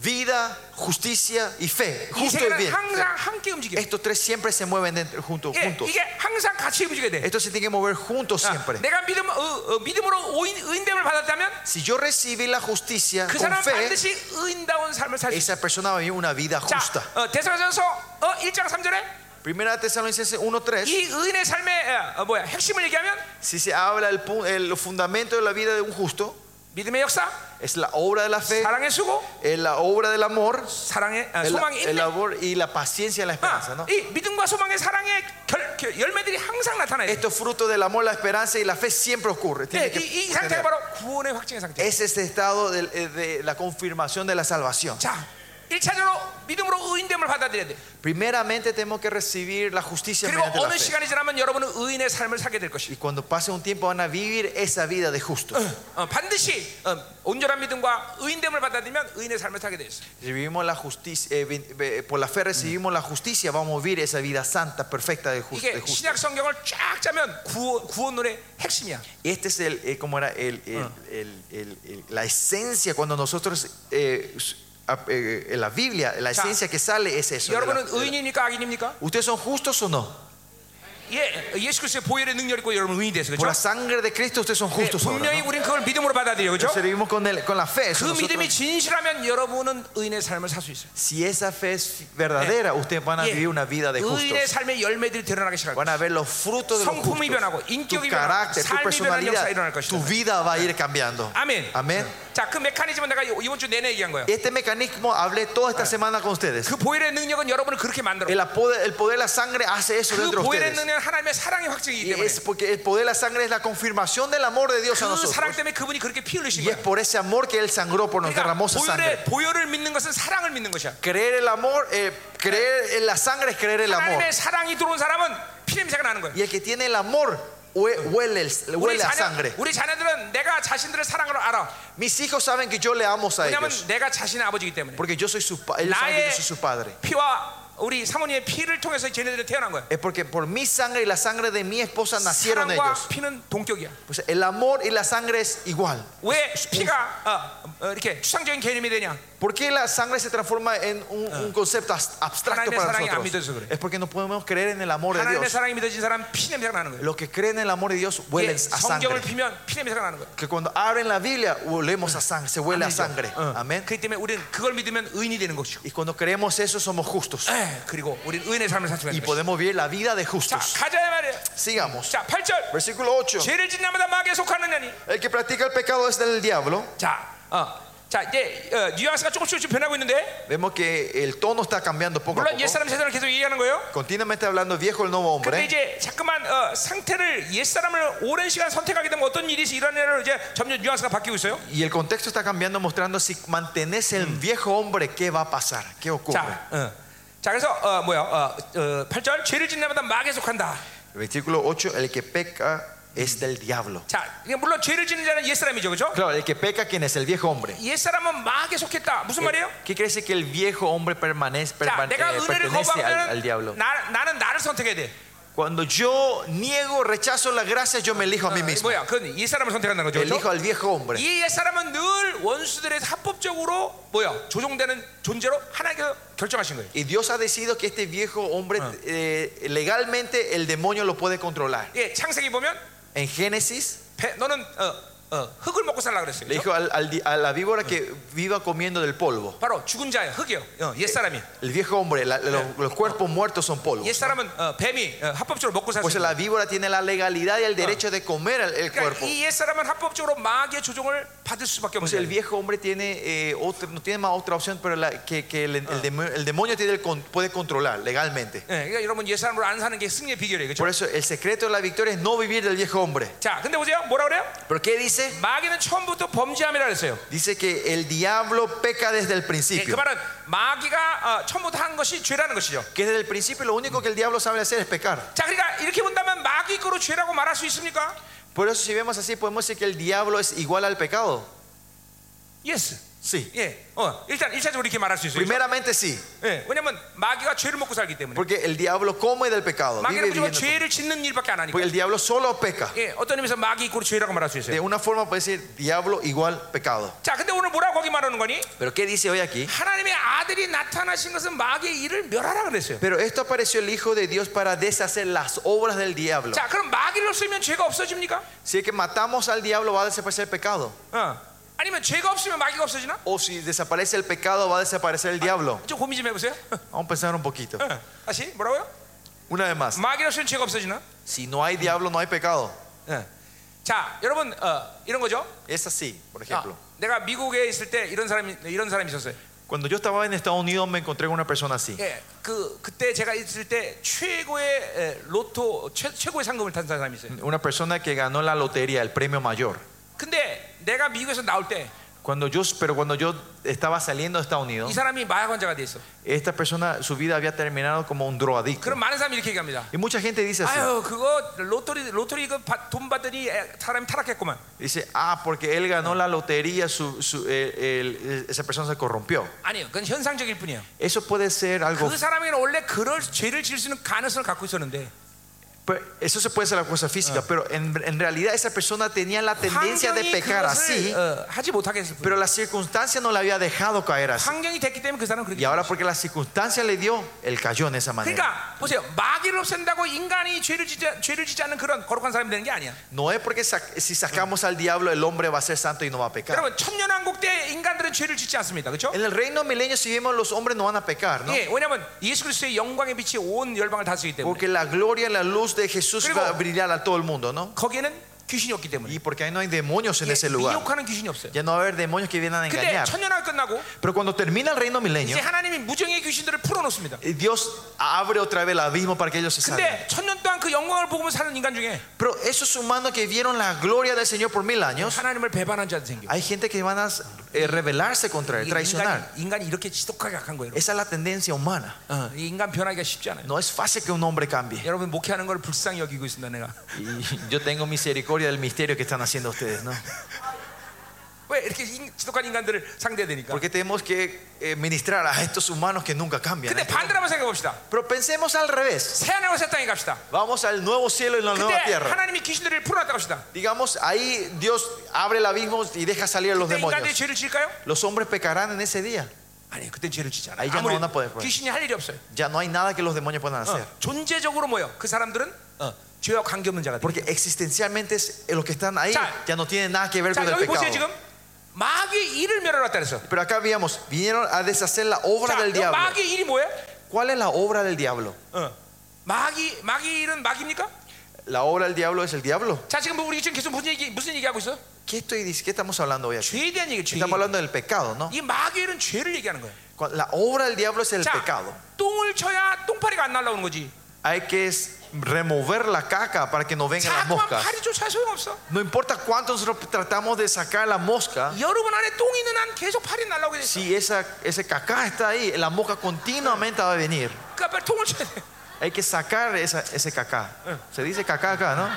vida, justicia y fe. 이 Justo y 세계는 bien. 항상 함께 움직여. Estos tres siempre se mueven dentro- juntos. 예, juntos. 이게 항상 같이 움직여야 돼. Estos se tienen que mover juntos 아, siempre. 내가 믿음, 어, 어, 믿음으로 오인, 의인됨을 받았다면 Si yo recibí la justicia 그 con 사람은 fe, 반드시 의인다운 삶을 살 수 있어. esa persona va a vivir una vida 자, justa. 어, 대사전서 어, 1장 3절에 Primera Tesalonicenses 1.3, 이 의인의 삶의 어, 어, 뭐야 핵심을 얘기하면 si se habla el, pu- el fundamento de la vida de un justo, 믿음의 역사, es la obra de la fe, 사랑의 수고, es la obra del amor, 사랑의 어, el, 소망의 el 인내. labor y la paciencia en la esperanza. 아, ¿no? 이 믿음과 소망의 사랑의 결, 결- 열매들이 항상 나타나요. Estos frutos del amor, la esperanza y la fe siempre ocurre. 예, tiene que 이, 이 tener. 상태가 바로 구원의 확증의 상태. Es este estado del- eh, de, la confirmación de la salvación. 자, 1차적으로 믿음으로 의인됨을 받아들여야 돼. Primeramente tenemos que recibir la justicia 그리고 mediante la 어느 fe. 시간이 지나면 여러분은 의인의 삶을 살게 될 것이. Y cuando pase un tiempo van a vivir esa vida de justos. 어, 반드시 어, 온전한 믿음과 의인됨을 받아들이면 의인의 삶을 살게 돼 있어. Si vivimos la justicia, eh, ven- ve- por la fe recibimos la justicia, vamos a vivir esa vida santa, perfecta de justo. 이게 신약 성경을 쫙 짜면 구원, 구원론의 핵심이야. Este es el, eh, como era el, el- el- el- el- la esencia cuando nosotros eh, s- ap- eh, en la Biblia, la Ya. esencia que sale es eso. de la- 여러분은 de la- 의인입니까 악인입니까? ¿Ustedes son justos o no? 예, 예수 그리스도의 보혈의 능력 있고 여러분 의인이 돼서 Por la 그렇죠? sangre de Cristo ustedes son 예, justos. ahora, 분명히 ¿no? 우린 그걸 믿음으로 받아들여 그렇죠? Servimos con, el- con la 그 fe. eso 믿음이 nosotros- 진실하면 여러분은 의인의 삶을 살 수 있어요. si esa fe es Eh, verdadera, ustedes van a 예, vivir una vida de justos. 의인의 삶의 열매들이 드러나기 시작합니다. Van a ver los frutos de los 성품이 justos. 변하고, tu 인격이 변하고, carácter, tu 삶이 변하는 역사가 일어날 personalidad, 것이다. tu vida va a ir cambiando. 아멘. Amén. 자, 그 메커니즘은 내가 이번 주 내내 얘기한 거예요. Este mecanismo hablé toda esta semana con ustedes. 그 보혈의 능력은 여러분을 그렇게 만들어. El poder, el poder de la sangre hace eso 예. 그 dentro de 보혈의 ustedes. 능력은 하나님의 사랑의 확증이기 Y 때문에 es porque el poder de la sangre es la confirmación del amor de Dios a 그 사랑 nosotros. 때문에 그분이 그렇게 피 흘리신 Y es 거야. por ese amor que Él sangró, por nos 예, 그러니까 derramó su sangre. 보혈의 보혈을 믿는 것은 사랑을 믿는 것이야. Creer el amor, eh, creer en la sangre es creer el amor. 하나님의 사랑이 들어온 사람은 피 냄새가 나는 거야. Y el que tiene el amor hue- huele, el- 우리 huele a 자녀, sangre. 우리 자녀들은 내가 자신들의 사랑으로 알아. Mis hijos saben que yo le amo a 왜냐하면 ellos. 내가 자신의 아버지이기 때문에. Porque yo soy su, pa- ellos saben que yo soy su padre. 피와 우리 사모님의 피를 통해서 쟤네들이 태어난 거야. Es porque por mi sangre y la sangre de mi esposa nacieron 사랑과 ellos. 피는 동격이야. Pues el amor y la sangre es igual. 왜 피가 어, 어, 이렇게 추상적인 개념이 되냐? ¿Por qué la sangre se transforma en un, un concepto as- abstracto 하나님의 para 사랑이 안 믿어져서 nosotros? 그래. Es porque no podemos creer en el amor de 하나님의 Dios. 사랑이 믿어진 사람 피 냄새가 나는 거야. Los que creen en el amor de Dios 예, huelen a 성경을 sangre. 피면 피 냄새가 나는 거야. Que cuando abren la Biblia olemos a sangre, se huele a sangre. Ah. Amén. Ah. 어. 그렇기 때문에 우리는 그걸 믿으면 의인이 되는 것이고 Y cuando creemos eso somos justos. 예, 그리고 우리는 의인의 삶을 살수 Y 있는 것이고 podemos vivir la vida de 자 justos. 가자 말이야 Sigamos. 자 8절 Versículo 8. 죄를 짓나마다 마귀에 속하느냐니 El que practica el pecado es del diablo. 자, 어, 자 이제 어, 뉘앙스가 조금씩 조금씩 변하고 있는데 Vemos que el tono está cambiando poco a 물론 poco. 옛사람 세상을 계속 얘기하는 거예요 Continuamente hablando viejo el nuevo 근데 hombre. 이제 자꾸만 어, 상태를 옛사람을 오랜 시간 선택하게 되면 어떤 일이 일어나냐를 이제 점점 뉘앙스가 바뀌고 있어요 Y el contexto está cambiando, mostrando si mantenés el viejo hombre, ¿qué va a pasar? ¿Qué ocurre? 자, 어. 자 그래서 어, 뭐야 어, 어, 8절 죄를 짓나마다 마귀에 속한다 Versículo 8, el que peca es del diablo. 자 이게 물론 죄를 짓는 자는 옛사람이죠 그죠? Claro, el que peca, ¿quién es? El viejo hombre. 옛사람은 마귀에 속했다 무슨 말이에요? ¿Qué quiere decir que el viejo hombre permanece, 자, perman- 내가 eh, 은혜를 pertenece al, al 거부하면 diablo? 나, 나는 나를 선택해야 돼. Cuando yo niego, rechazo la gracia, yo me elijo a mí mismo. 아, 뭐야? 그건 이 사람을 선택한다는 거죠. Elijo 그렇죠? al viejo hombre. 이 사람은 늘 원수들의 합법적으로 뭐야? 조종되는 존재로 하나님께서 결정하신 거예요. Y Dios ha decidido que este viejo hombre, eh, legalmente, el demonio lo puede controlar. 예, 창세기 보면 En Génesis, 배- 너는 어, 어, 흙을 먹고 살라 그랬어요. Le 그죠? dijo al- al di- a la víbora que viva comiendo del polvo. 바로 죽은 자예요. 흙이요. 어, 옛 사람이. El viejo hombre, la- los, los cuerpos muertos son polvo. 옛 사람은 어, 뱀이 어, 합법적으로 먹고 Pues 살았어요. la víbora tiene la legalidad y el derecho de comer el, el 그러니까 cuerpo. 이옛 사람은 합법적으로 마귀의 조종을 받을 수밖에 Entonces el 없어요. viejo hombre tiene eh, otra- no tiene más otra opción, pero la- que, que el, el demo- el demonio tiene el con- puede controlar legalmente. 예, 그러니까 여러분 옛 사람으로 안 사는 게 승리의 비결이에요. 그죠 Por eso el secreto de la victoria es no vivir del viejo hombre. 자, 근데 보세요. 뭐라 그래요? ¿Pero qué dice? 마귀는 처음부터 범죄함이라 그랬어요. Dice que el diablo peca desde el 예, 그 principio. 말은 마귀가 어, 처음부터 한 것이 죄라는 것이죠. Que desde el principio lo único que el diablo sabe hacer es pecar. 자, 그러니까 이렇게 본다면 마귀 거로 죄라고 말할 수 있습니까? Por eso si vemos así podemos decir que el diablo es igual al pecado. 예스. Sí. 예. 어, 일단 일차적으로 이렇게 말할 수 있어요. Primeramente sí, 예. 왜냐면 마귀가 죄를 먹고 살기 때문에. porque el diablo come del pecado. Vive 마귀는 무조건 viviendo- 죄를 짓는 일밖에 안 하니까. Porque el diablo solo peca. 예. 어떤 의미에서 마귀 거로 죄라고 말할 수 De 있어요. una forma puede decir diablo igual pecado. 자, 근데 오늘 뭐라고 거기 말하는 거니? Pero ¿qué dice hoy aquí? 하나님의 아들이 나타나신 것은 마귀의 일을 멸하라 그랬어요. Pero esto apareció el Hijo de Dios para deshacer las obras del diablo. 자, 그럼 마귀를 쓰면 죄가 없어집니까? Si es que matamos al diablo, va a desaparecer el pecado. 어. 아니면 죄가 없으면 마귀가 없어지나? O si desaparece el pecado, va a desaparecer el diablo. 좀 고민 좀 해보세요. Vamos a pensar un poquito. 어. 다시 뭐라고요? Una vez más. 마귀를 쓰면 죄가 없어지나? Si no hay diablo, no hay pecado. 예. 자, 여러분 어, 이런 거죠. Es así, por 아, ejemplo. 내가 미국에 있을 때 이런 사람이 이런 사람이 있었어요. Cuando yo estaba en Estados Unidos, me encontré con una persona así. 예, 그 그때 제가 있을 때 최고의 에, 로또 최, 최고의 상금을 탄 사람이 있어요. Una persona que ganó la lotería, el premio mayor. 근데 내가 미국에서 나올 때 이 Cuando yo, pero cuando yo estaba saliendo de Estados Unidos, 사람이 마약 환자가 돼 있어. esta persona, su vida había terminado como un drogadicto. 그럼 많은 사람이 이렇게 얘기합니다. Y mucha gente dice así. 아유, 그거 로터리 로터리 그돈 받더니 에, 사람이 타락했구만. Dice, ah, porque él ganó la lotería, su- su- eh, el- esa persona se corrompió. 아니요, 그건 현상적일 뿐이에요. Eso puede ser algo. 그 사람에게는 원래 그럴 죄를 지을 수 있는 가능성을 갖고 있었는데 pero Eso se puede ser la cosa física, pero en, en realidad esa persona tenía la tendencia de 환경이 pecar así, 그것을 어, 하지 못하게 했을 뿐. pero la circunstancia no le había dejado caer así. 환경이 됐기 때문에 그 사람은 Y 그렇게. ahora, porque la circunstancia le dio, él cayó en esa manera. 그러니까 보세요 마귀를 없앤다고 인간이 죄를 짓지, 죄를 짓지 않는 그런 거룩한 사람이 되는 게 아니야 No es porque sac- si sacamos al diablo, el hombre va a ser santo y no va a pecar. 여러분 천년왕국 때 인간들은 죄를 짓지 않습니다 그렇죠? En el reino milenio, si vemos, los hombres no van a pecar, ¿no? 예, 왜냐하면 예수 그리스도의 영광의 빛이 온 열방을 다스리기 때문에 Porque la gloria, la luz de Jesús Pero- va a brillar a todo el mundo, ¿no? 거기에는 귀신이 없기 때문에 Y porque ahí no hay demonios en 예, ese lugar. 미혹하는 귀신이 없어요 Ya no va a haber demonios que vienen a 근데 engañar. 천년왕국 끝나고 Pero cuando termina el reino milenio, 이제 하나님이 무정의 귀신들을 풀어놓습니다 eh, Dios abre otra vez el abismo para que ellos se salgan. 근데 천년 동안 그 영광을 보고 사는 인간 중에 Pero esos humanos que vieron la gloria del Señor por mil años, 하나님을 배반한 자도 생겨 hay gente que van a eh, rebelarse contra él, 이게 traicionar. 인간이, 인간이 이렇게 지독하게 악한 거예요 여러분. Esa es la tendencia humana. 어, 이 인간 변하기가 쉽지 않아요 No es fácil que un hombre cambie. 여러분 목회하는 걸 불쌍히 여기고 있습니다 내가 Y yo tengo misericordia del misterio que están haciendo ustedes, ¿no? 왜 이렇게 인- 지독한 인간들을 상대해야 되니까 Porque tenemos que eh, ministrar a estos humanos que nunca cambian. ¿eh? 근데 반대로 한번 생각해 봅시다 Pero pensemos al revés. 새하늘과 새 땅에 갑시다 Vamos al nuevo cielo y la 근데 nueva tierra. 하나님이 귀신들을 풀어놨다고 합시다 Digamos, ahí Dios abre el abismo y deja salir a los 그때 인간들이 demonios. 죄를 질까요? Los hombres pecarán en ese día. 아니 그땐 죄를 지지 않아 아, 이제 아무리 나오나 봐요, 봐요. 귀신이 할 일이 없어요 Ya no hay nada que los demonios puedan 어, hacer. 존재적으로 뭐예요? 그 사람들은 어, 죄와 관계없는 자가 돼 Porque existencialmente es- eh, los que están ahí 자, ya no tienen nada que ver 자 con el 여기 보세요 pecado. 지금 마귀의 일을 멸하러 왔다 그랬어 Pero acá veíamos, vinieron a deshacer la obra 자 del 여기 diablo. 마귀의 일이 뭐예요? ¿Cuál es la obra del diablo? 어. 마귀, 마귀의 일은 마귀입니까? La obra del diablo es el diablo. 자 지금 뭐 우리 지금 계속 무슨 얘기, 무슨 얘기하고 있어? ¿Qué, estoy, dic- qué estamos hablando hoy aquí? 죄에 대한 얘기 죄 Estamos 하blando del pecado, ¿no? 이 마귀의 일은 죄를 얘기하는 거예요 Cu- La obra del diablo es el 자, pecado. 똥을 쳐야 똥파리가 안 날라오는 거지. Hay que es- remover la caca para que no 그러니까 vengan 자꾸만 las moscas. 파리 쫓아 소용없어. No importa cuánto nosotros tratamos de sacar la mosca, 여러분 안에 똥이 있는 한 계속 파리 날라오게 돼. 있어. si esa, ese cacá está ahí, la mosca continuamente va a venir. 그러니까 빨리 똥을 쳐야 돼. Hay que sacar esa, ese cacá. Se dice cacá acá, ¿no?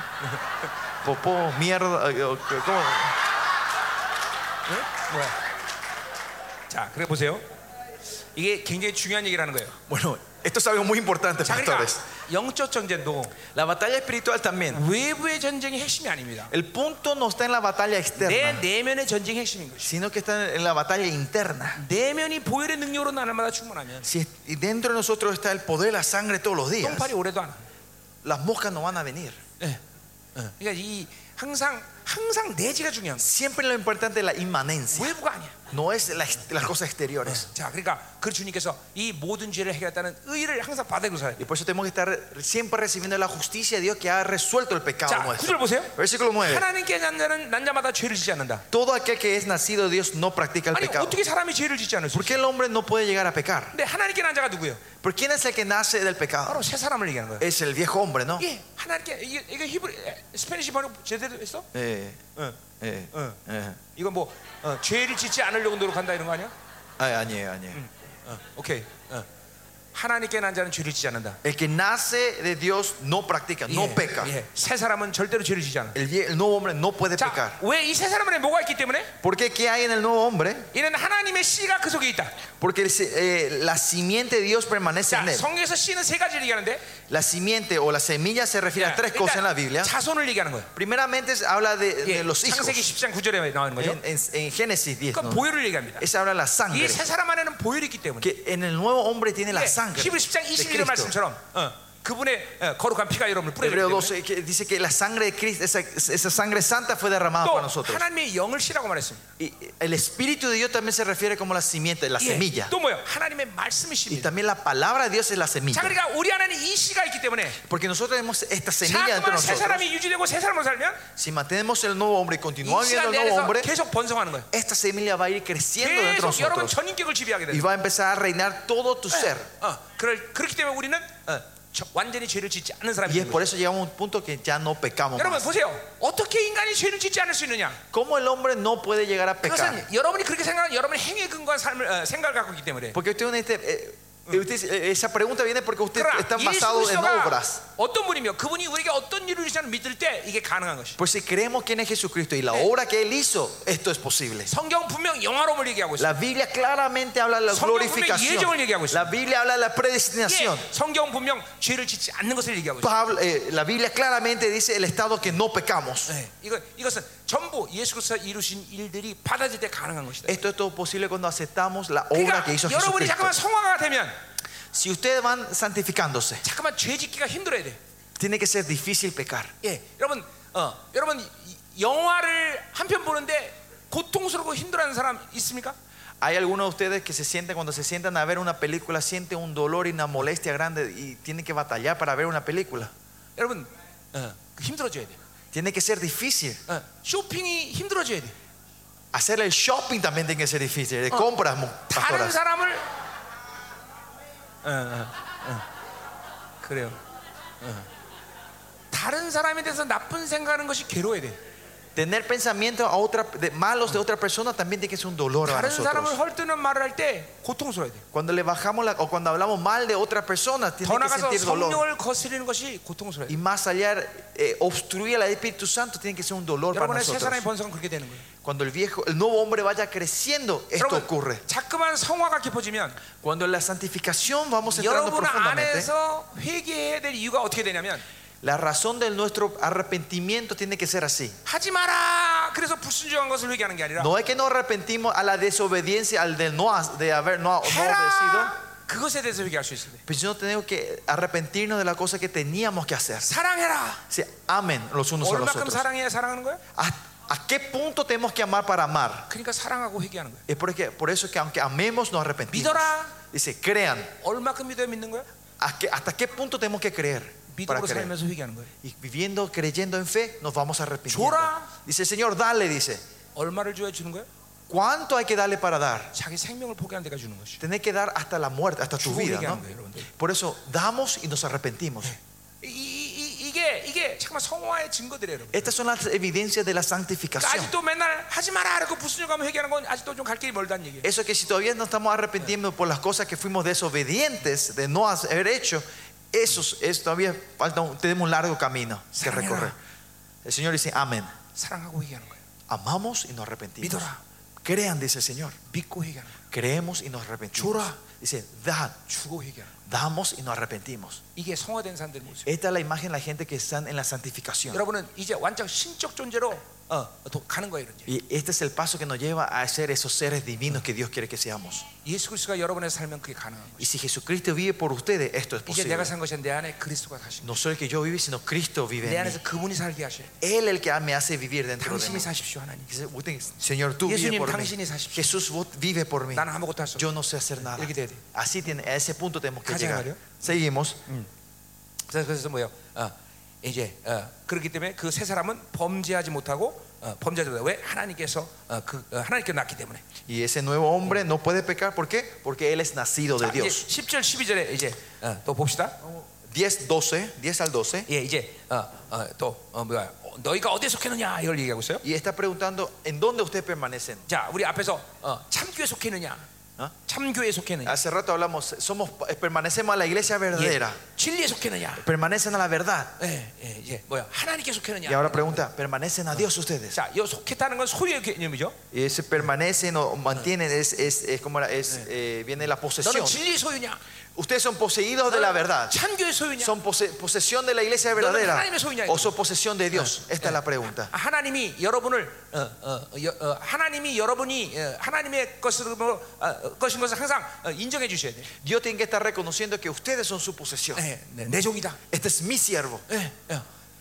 Popó, mierda. eh, eh, ¿cómo? 뭐야? 자, 그래 보세요. 이게 굉장히 중요한 얘기라는 거예요. Bueno, esto es algo muy importante, 자, 그러니까 pastores. 영적 전쟁도 La batalla espiritual también. 외부의 전쟁이 핵심이 아닙니다. El punto no está en la batalla 내 externa, 내면의 전쟁이 핵심인 것이. sino que está en la batalla interna. 내면이 보혈의 능력으로 날마다 충만하면 Si es- y dentro de nosotros está el poder de la sangre todos 예, los días, 똥파리 오래도 안. 와. las moscas no van a venir. 예. 예. 그러니까 이 항상 항상 내재가 중요한 거예요. Siempre lo importante es la inmanencia, 외부가 아니야. no es la ex- las cosas exteriores. 자, 그러니까 그 주님께서 이 모든 죄를 해결했다는 의를 항상 받아들고 살아야 돼. Y por eso tenemos que estar siempre recibiendo la justicia de Dios que ha resuelto el pecado 자, 구절 nuestro. 보세요. Versículo 9. 하나님께 난 자는 난 자마다 죄를 짓지 않는다. Todo aquel que es nacido de Dios no practica el 아니 pecado. 어떻게 사람이 죄를 짓지 않을 수? ¿Por 있어? qué el hombre no puede llegar a pecar? 근데 하나님께 난 자가 누구예요? ¿Por quién es el que nace del pecado? 바로 새 사람을 얘기하는 거예요. Es el viejo hombre, ¿no? 이게 하나님께 이게, 이게 히브리 에, 스페니시 번역 제대로 했어? Eh, 응. eh, 응. eh. 이건 뭐 어, 죄를 짓지 않으려고 노력한다 이런 거 아니야? Ay, añe, añe. 어, 오케이. 어. 하나님께 난 자는 죄를 짓지 않는다. El que nace de Dios no practica, no 예, peca. 예. 새 사람은 절대로 죄를 짓지 않아. El, vie- el nuevo hombre no puede 자, pecar. 왜 이 새 사람 안에 뭐가 있기 때문에? ¿Por qué? ¿Qué hay en el nuevo hombre? 이는 하나님의 씨가 그 속에 있다. Porque el se- eh, la simiente de Dios permanece en 자, él. 성경에서 씨는 세 가지를 얘기하는데 La simiente o la semilla se refiere a tres 일단 cosas en la Biblia. 자손을 얘기하는 거예요. Primeramente se habla de, de 예, los hijos. 창세기 10장 9절에 나오는 거죠. En, en- en Génesis 10. 그러니까 ¿no? 보혈을 얘기합니다. Esa habla de la sangre. 이 세 사람 안에는 보혈이 있기 때문에 Que en el nuevo hombre tiene la 예, sangre. 히브리 10장 de 21절 Cristo. 말씀처럼 어, 그분의 어, 거룩한 피가 여러분을 Hebreo 뿌려주기 12 que dice que la sangre de Cristo, esa, esa sangre santa fue derramada 때문에 또 para 아, nosotros. 하나님의 영을 씨라고 말했습니다. Y el Espíritu de Dios también se refiere como la simiente, la 예, semilla. 또 뭐요? 하나님의 Y 말씀이십니다. también la palabra de Dios es la 자, semilla. 그러니까 우리 안에는 이 씨가 있기 때문에 Porque nosotros tenemos esta semilla dentro de 자꾸만 세 nosotros. 사람이 유지되고 세 사람으로 살면 Si mantenemos el nuevo hombre y 이 continuamos 씨가 내 viviendo el 안에서 nuevo hombre, 계속 번성하는 거예요. esta semilla va a ir creciendo dentro de 계속 여러분 nosotros. 전인격을 지배하게 Y 돼요. va a empezar a reinar todo tu ser. 어, 그럴, 그렇기 때문에 우리는 어, 저- 완전히 죄를 짓지 않는 사람이 Y es 되는 por 거예요. eso llegamos a un punto que ya no pecamos. 여러분 Más. 보세요. 어떻게 인간이 죄를 짓지 않을 수 있느냐? ¿Cómo el hombre no puede llegar a pecar? 그것은 여러분이 그렇게 생각하는 여러분의 행위에 근거한 삶을 어, 생각을 갖고 있기 때문에 Porque usted, tiene este- eh, usted- eh, esa pregunta viene porque usted está 그러나 예수 basado en 그리스도가 obras. 어떤 분이며 그분이 우리에게 어떤 일을 주시는 믿을 때 이게 가능한 것이 Pues si creemos quién es Jesucristo y la Eh. obra que Él hizo, esto es posible. 성경 분명 영화로움을 얘기하고 있어요 La Biblia claramente habla de la 성경 분명히 예정을 얘기하고 glorificación. 있습니다. La Biblia habla de la predestinación. 예, 성경 분명 죄를 짓지 않는 것을 얘기하고 있어요 Pablo, eh, la Biblia claramente dice el estado que no pecamos. 예, 이거, 이것은 전부 예수 그리스도가 이루신 일들이 받아질 때 가능한 것이다 Esto es todo posible cuando aceptamos la obra que hizo 그러니까 여러분이 Jesucristo. 잠깐만 성화가 되면 Si ustedes van santificándose, 잠깐만 죄 짓기가 힘들어야 돼 tiene que ser difícil pecar. 예, 여러분, 어, 여러분 이- 영화를 한 편 보는데 고통스럽고 힘들어하는 사람 있습니까? Hay algunos de ustedes que se sienten cuando se sientan a ver una película, sienten un dolor y una molestia grande y tienen que batallar para ver una película. 여러분 어, 힘들어져야 돼. Tiene que ser difícil. 어, 쇼핑이 힘들어져야 돼. Hacer el shopping también tiene que ser difícil. Oh, De compras, mu- 다른 pastoras. 사람을 어, 어, 어. 그래요. 어. 다른 사람에 대해서 나쁜 생각하는 것이 괴로워야 돼. Tener pensamientos a otra, de malos de otra persona también tiene que ser un dolor a 다른 사람을 nosotros. 헐뜯는 말을 할 때 고통스러워야 돼. Cuando le bajamos la, o cuando hablamos mal de otra persona, tiene 더 que 나가서 sentir dolor. 성령을 거스리는 것이 고통스러워야 Y 돼. más allá, eh, obstruir al Espíritu Santo tiene que ser un dolor para 여러분의 세 사람의 nosotros. 번성은 그렇게 되는 거예요. Cuando el viejo, el nuevo hombre vaya creciendo, esto ocurre. 여러분, 자꾸만 성화가 깊어지면 Cuando la santificación vamos entrando 여러분 profundamente, 안에서 회개해야 될 이유가 어떻게 되냐면 la razón de nuestro arrepentimiento tiene que ser así. 하지 마라. 그래서 불순종한 것을 회개하는 게 아니라 No es que nos arrepentimos a la desobediencia, al de no, ha- de haber no, no 뭐 obedecido, 해라. 그것에 대해서 회개할 수 있어야 돼. pero sino tenemos que arrepentirnos de la cosa que teníamos que hacer. 사랑해라. Se amen los unos a los 얼마큼 otros. 사랑해야 사랑하는 거야? ¿A, a qué punto tenemos que amar para amar? 그러니까 사랑하고 회개하는 거야. Es porque, por eso que aunque amemos, nos arrepentimos. 믿어라. Dice, crean. 얼마큼 믿어야 믿는 거야? ¿A qué- ¿Hasta qué punto tenemos que creer? Para 믿음으로 creer. 살면서 회개하는 거야. Y viviendo, creyendo en fe, nos vamos arrepintiendo. Llora. Dice, Señor, dale, dice. 얼마를 줘야 주는 거야? ¿Cuánto hay que darle para dar? 자기 생명을 포기하는 데가 주는 것이. Tener que dar hasta la muerte, hasta tu 주고 vida. 회개하는 ¿no? 거예요, 여러분들. Por eso damos y nos arrepentimos. 이, 이, 이, 이게 이게 잠깐만 성화의 증거들이에요, 여러분. Estas son las evidencias de la 그러니까 santificación. 아직도 맨날 하지 마라. 그고 불순종하면 회개하는 건 아직도 좀 갈 길이 멀다는 얘기예요. Eso que si todavía no estamos arrepintiendo por las cosas que fuimos desobedientes de no haber hecho, eso es todavía falta un- tenemos un largo camino que Señora. recorrer. El Señor dice, amén. 사랑하고 회개하는 거야. Amamos y nos arrepentimos. Midora. Crean, dice el Señor. 믿고 회개하는 거야. Creemos y nos arrepentimos. Llora. Dice, da, 주고 회개하는 거야. damos y nos arrepentimos. 이게 성화된 사람들 모습. Esta es la imagen de la gente que están en la santificación. 여러분은 이제 완전 신적 존재로 어, 도- 가는 거예요, 이제. Y este es el paso que nos lleva a ser esos seres divinos que Dios quiere que seamos. 예수 그리스도가 여러분의 살면 그게 가능한 거예요. Y si Jesucristo vive por ustedes, esto es 이제 내가 posible. 산 것이 내 안에 그리스도가 사신 거예요. No soy el que yo vive, sino Cristo vive 내 en mí. 안에서 그분이 살게 하셔요. Él el que me hace vivir dentro de mí. 당신이 사십시오, 하나님. Dice, "Usted, Señor, tú 예수님, vive por mí. 당신이 사십시오. Jesús, vos vive por mí. 나는 아무것도 할 수 없어. Yo no sé hacer nada. 이렇게 돼야 돼. Así tiene, a ese punto tenemos que 가자, llegar. 말이요. Seguimos. 그래서, 그래서 뭐예요? 어, 이제 어, 그렇기 때문에 그 세 사람은 범죄하지 못하고 어, 범죄하지 못하고 왜 하나님께서 어, 그 어, 하나님께 낳기 때문에. Y ese nuevo hombre no puede pecar. ¿Por qué? Porque él es nacido 자, de 이제 Dios. 10절 12절에 이제 어, 또 봅시다. 10, 12, 10 al 12. 예, 이제 어, 어, 또 어, 뭐야? 어, 너희가 어디에 속했느냐 이걸 얘기하고 있어요. Y está preguntando, ¿en dónde ustedes permanecen? 자, 우리 앞에서 어, 참교에 속했느냐? 어? 참교에 속했느냐? Hace rato hablamos, somos, eh, permanecemos a la iglesia 예, verdadera. 진리에 속했느냐? Permanecen a la verdad. 예, 예, 예, 뭐야? 하나님께 Y 속했느냐? ahora pregunta, ¿permanecen a Dios ustedes? 자, 이 속했다는 건 소유의 개념이죠. Y ese permanecen o mantienen, es, es, es como era, es, eh, viene la posesión. 너는 진리의 소유냐? Ustedes son poseídos de la verdad. 참교의 소유냐? ¿Son pose- posesión de la iglesia verdadera? ¿O son posesión de Dios? Esta es la pregunta. 아, 하나님이 여러분을 어, 어, 여, 어, 하나님이 여러분이 어, 하나님의 것으로 어, 어, 것인 것을 항상 어, 인정해 주셔야 돼. Dios tiene que estar reconociendo que ustedes son su posesión. 네, 네, 내 종이다. Este es mi siervo. 네, 네.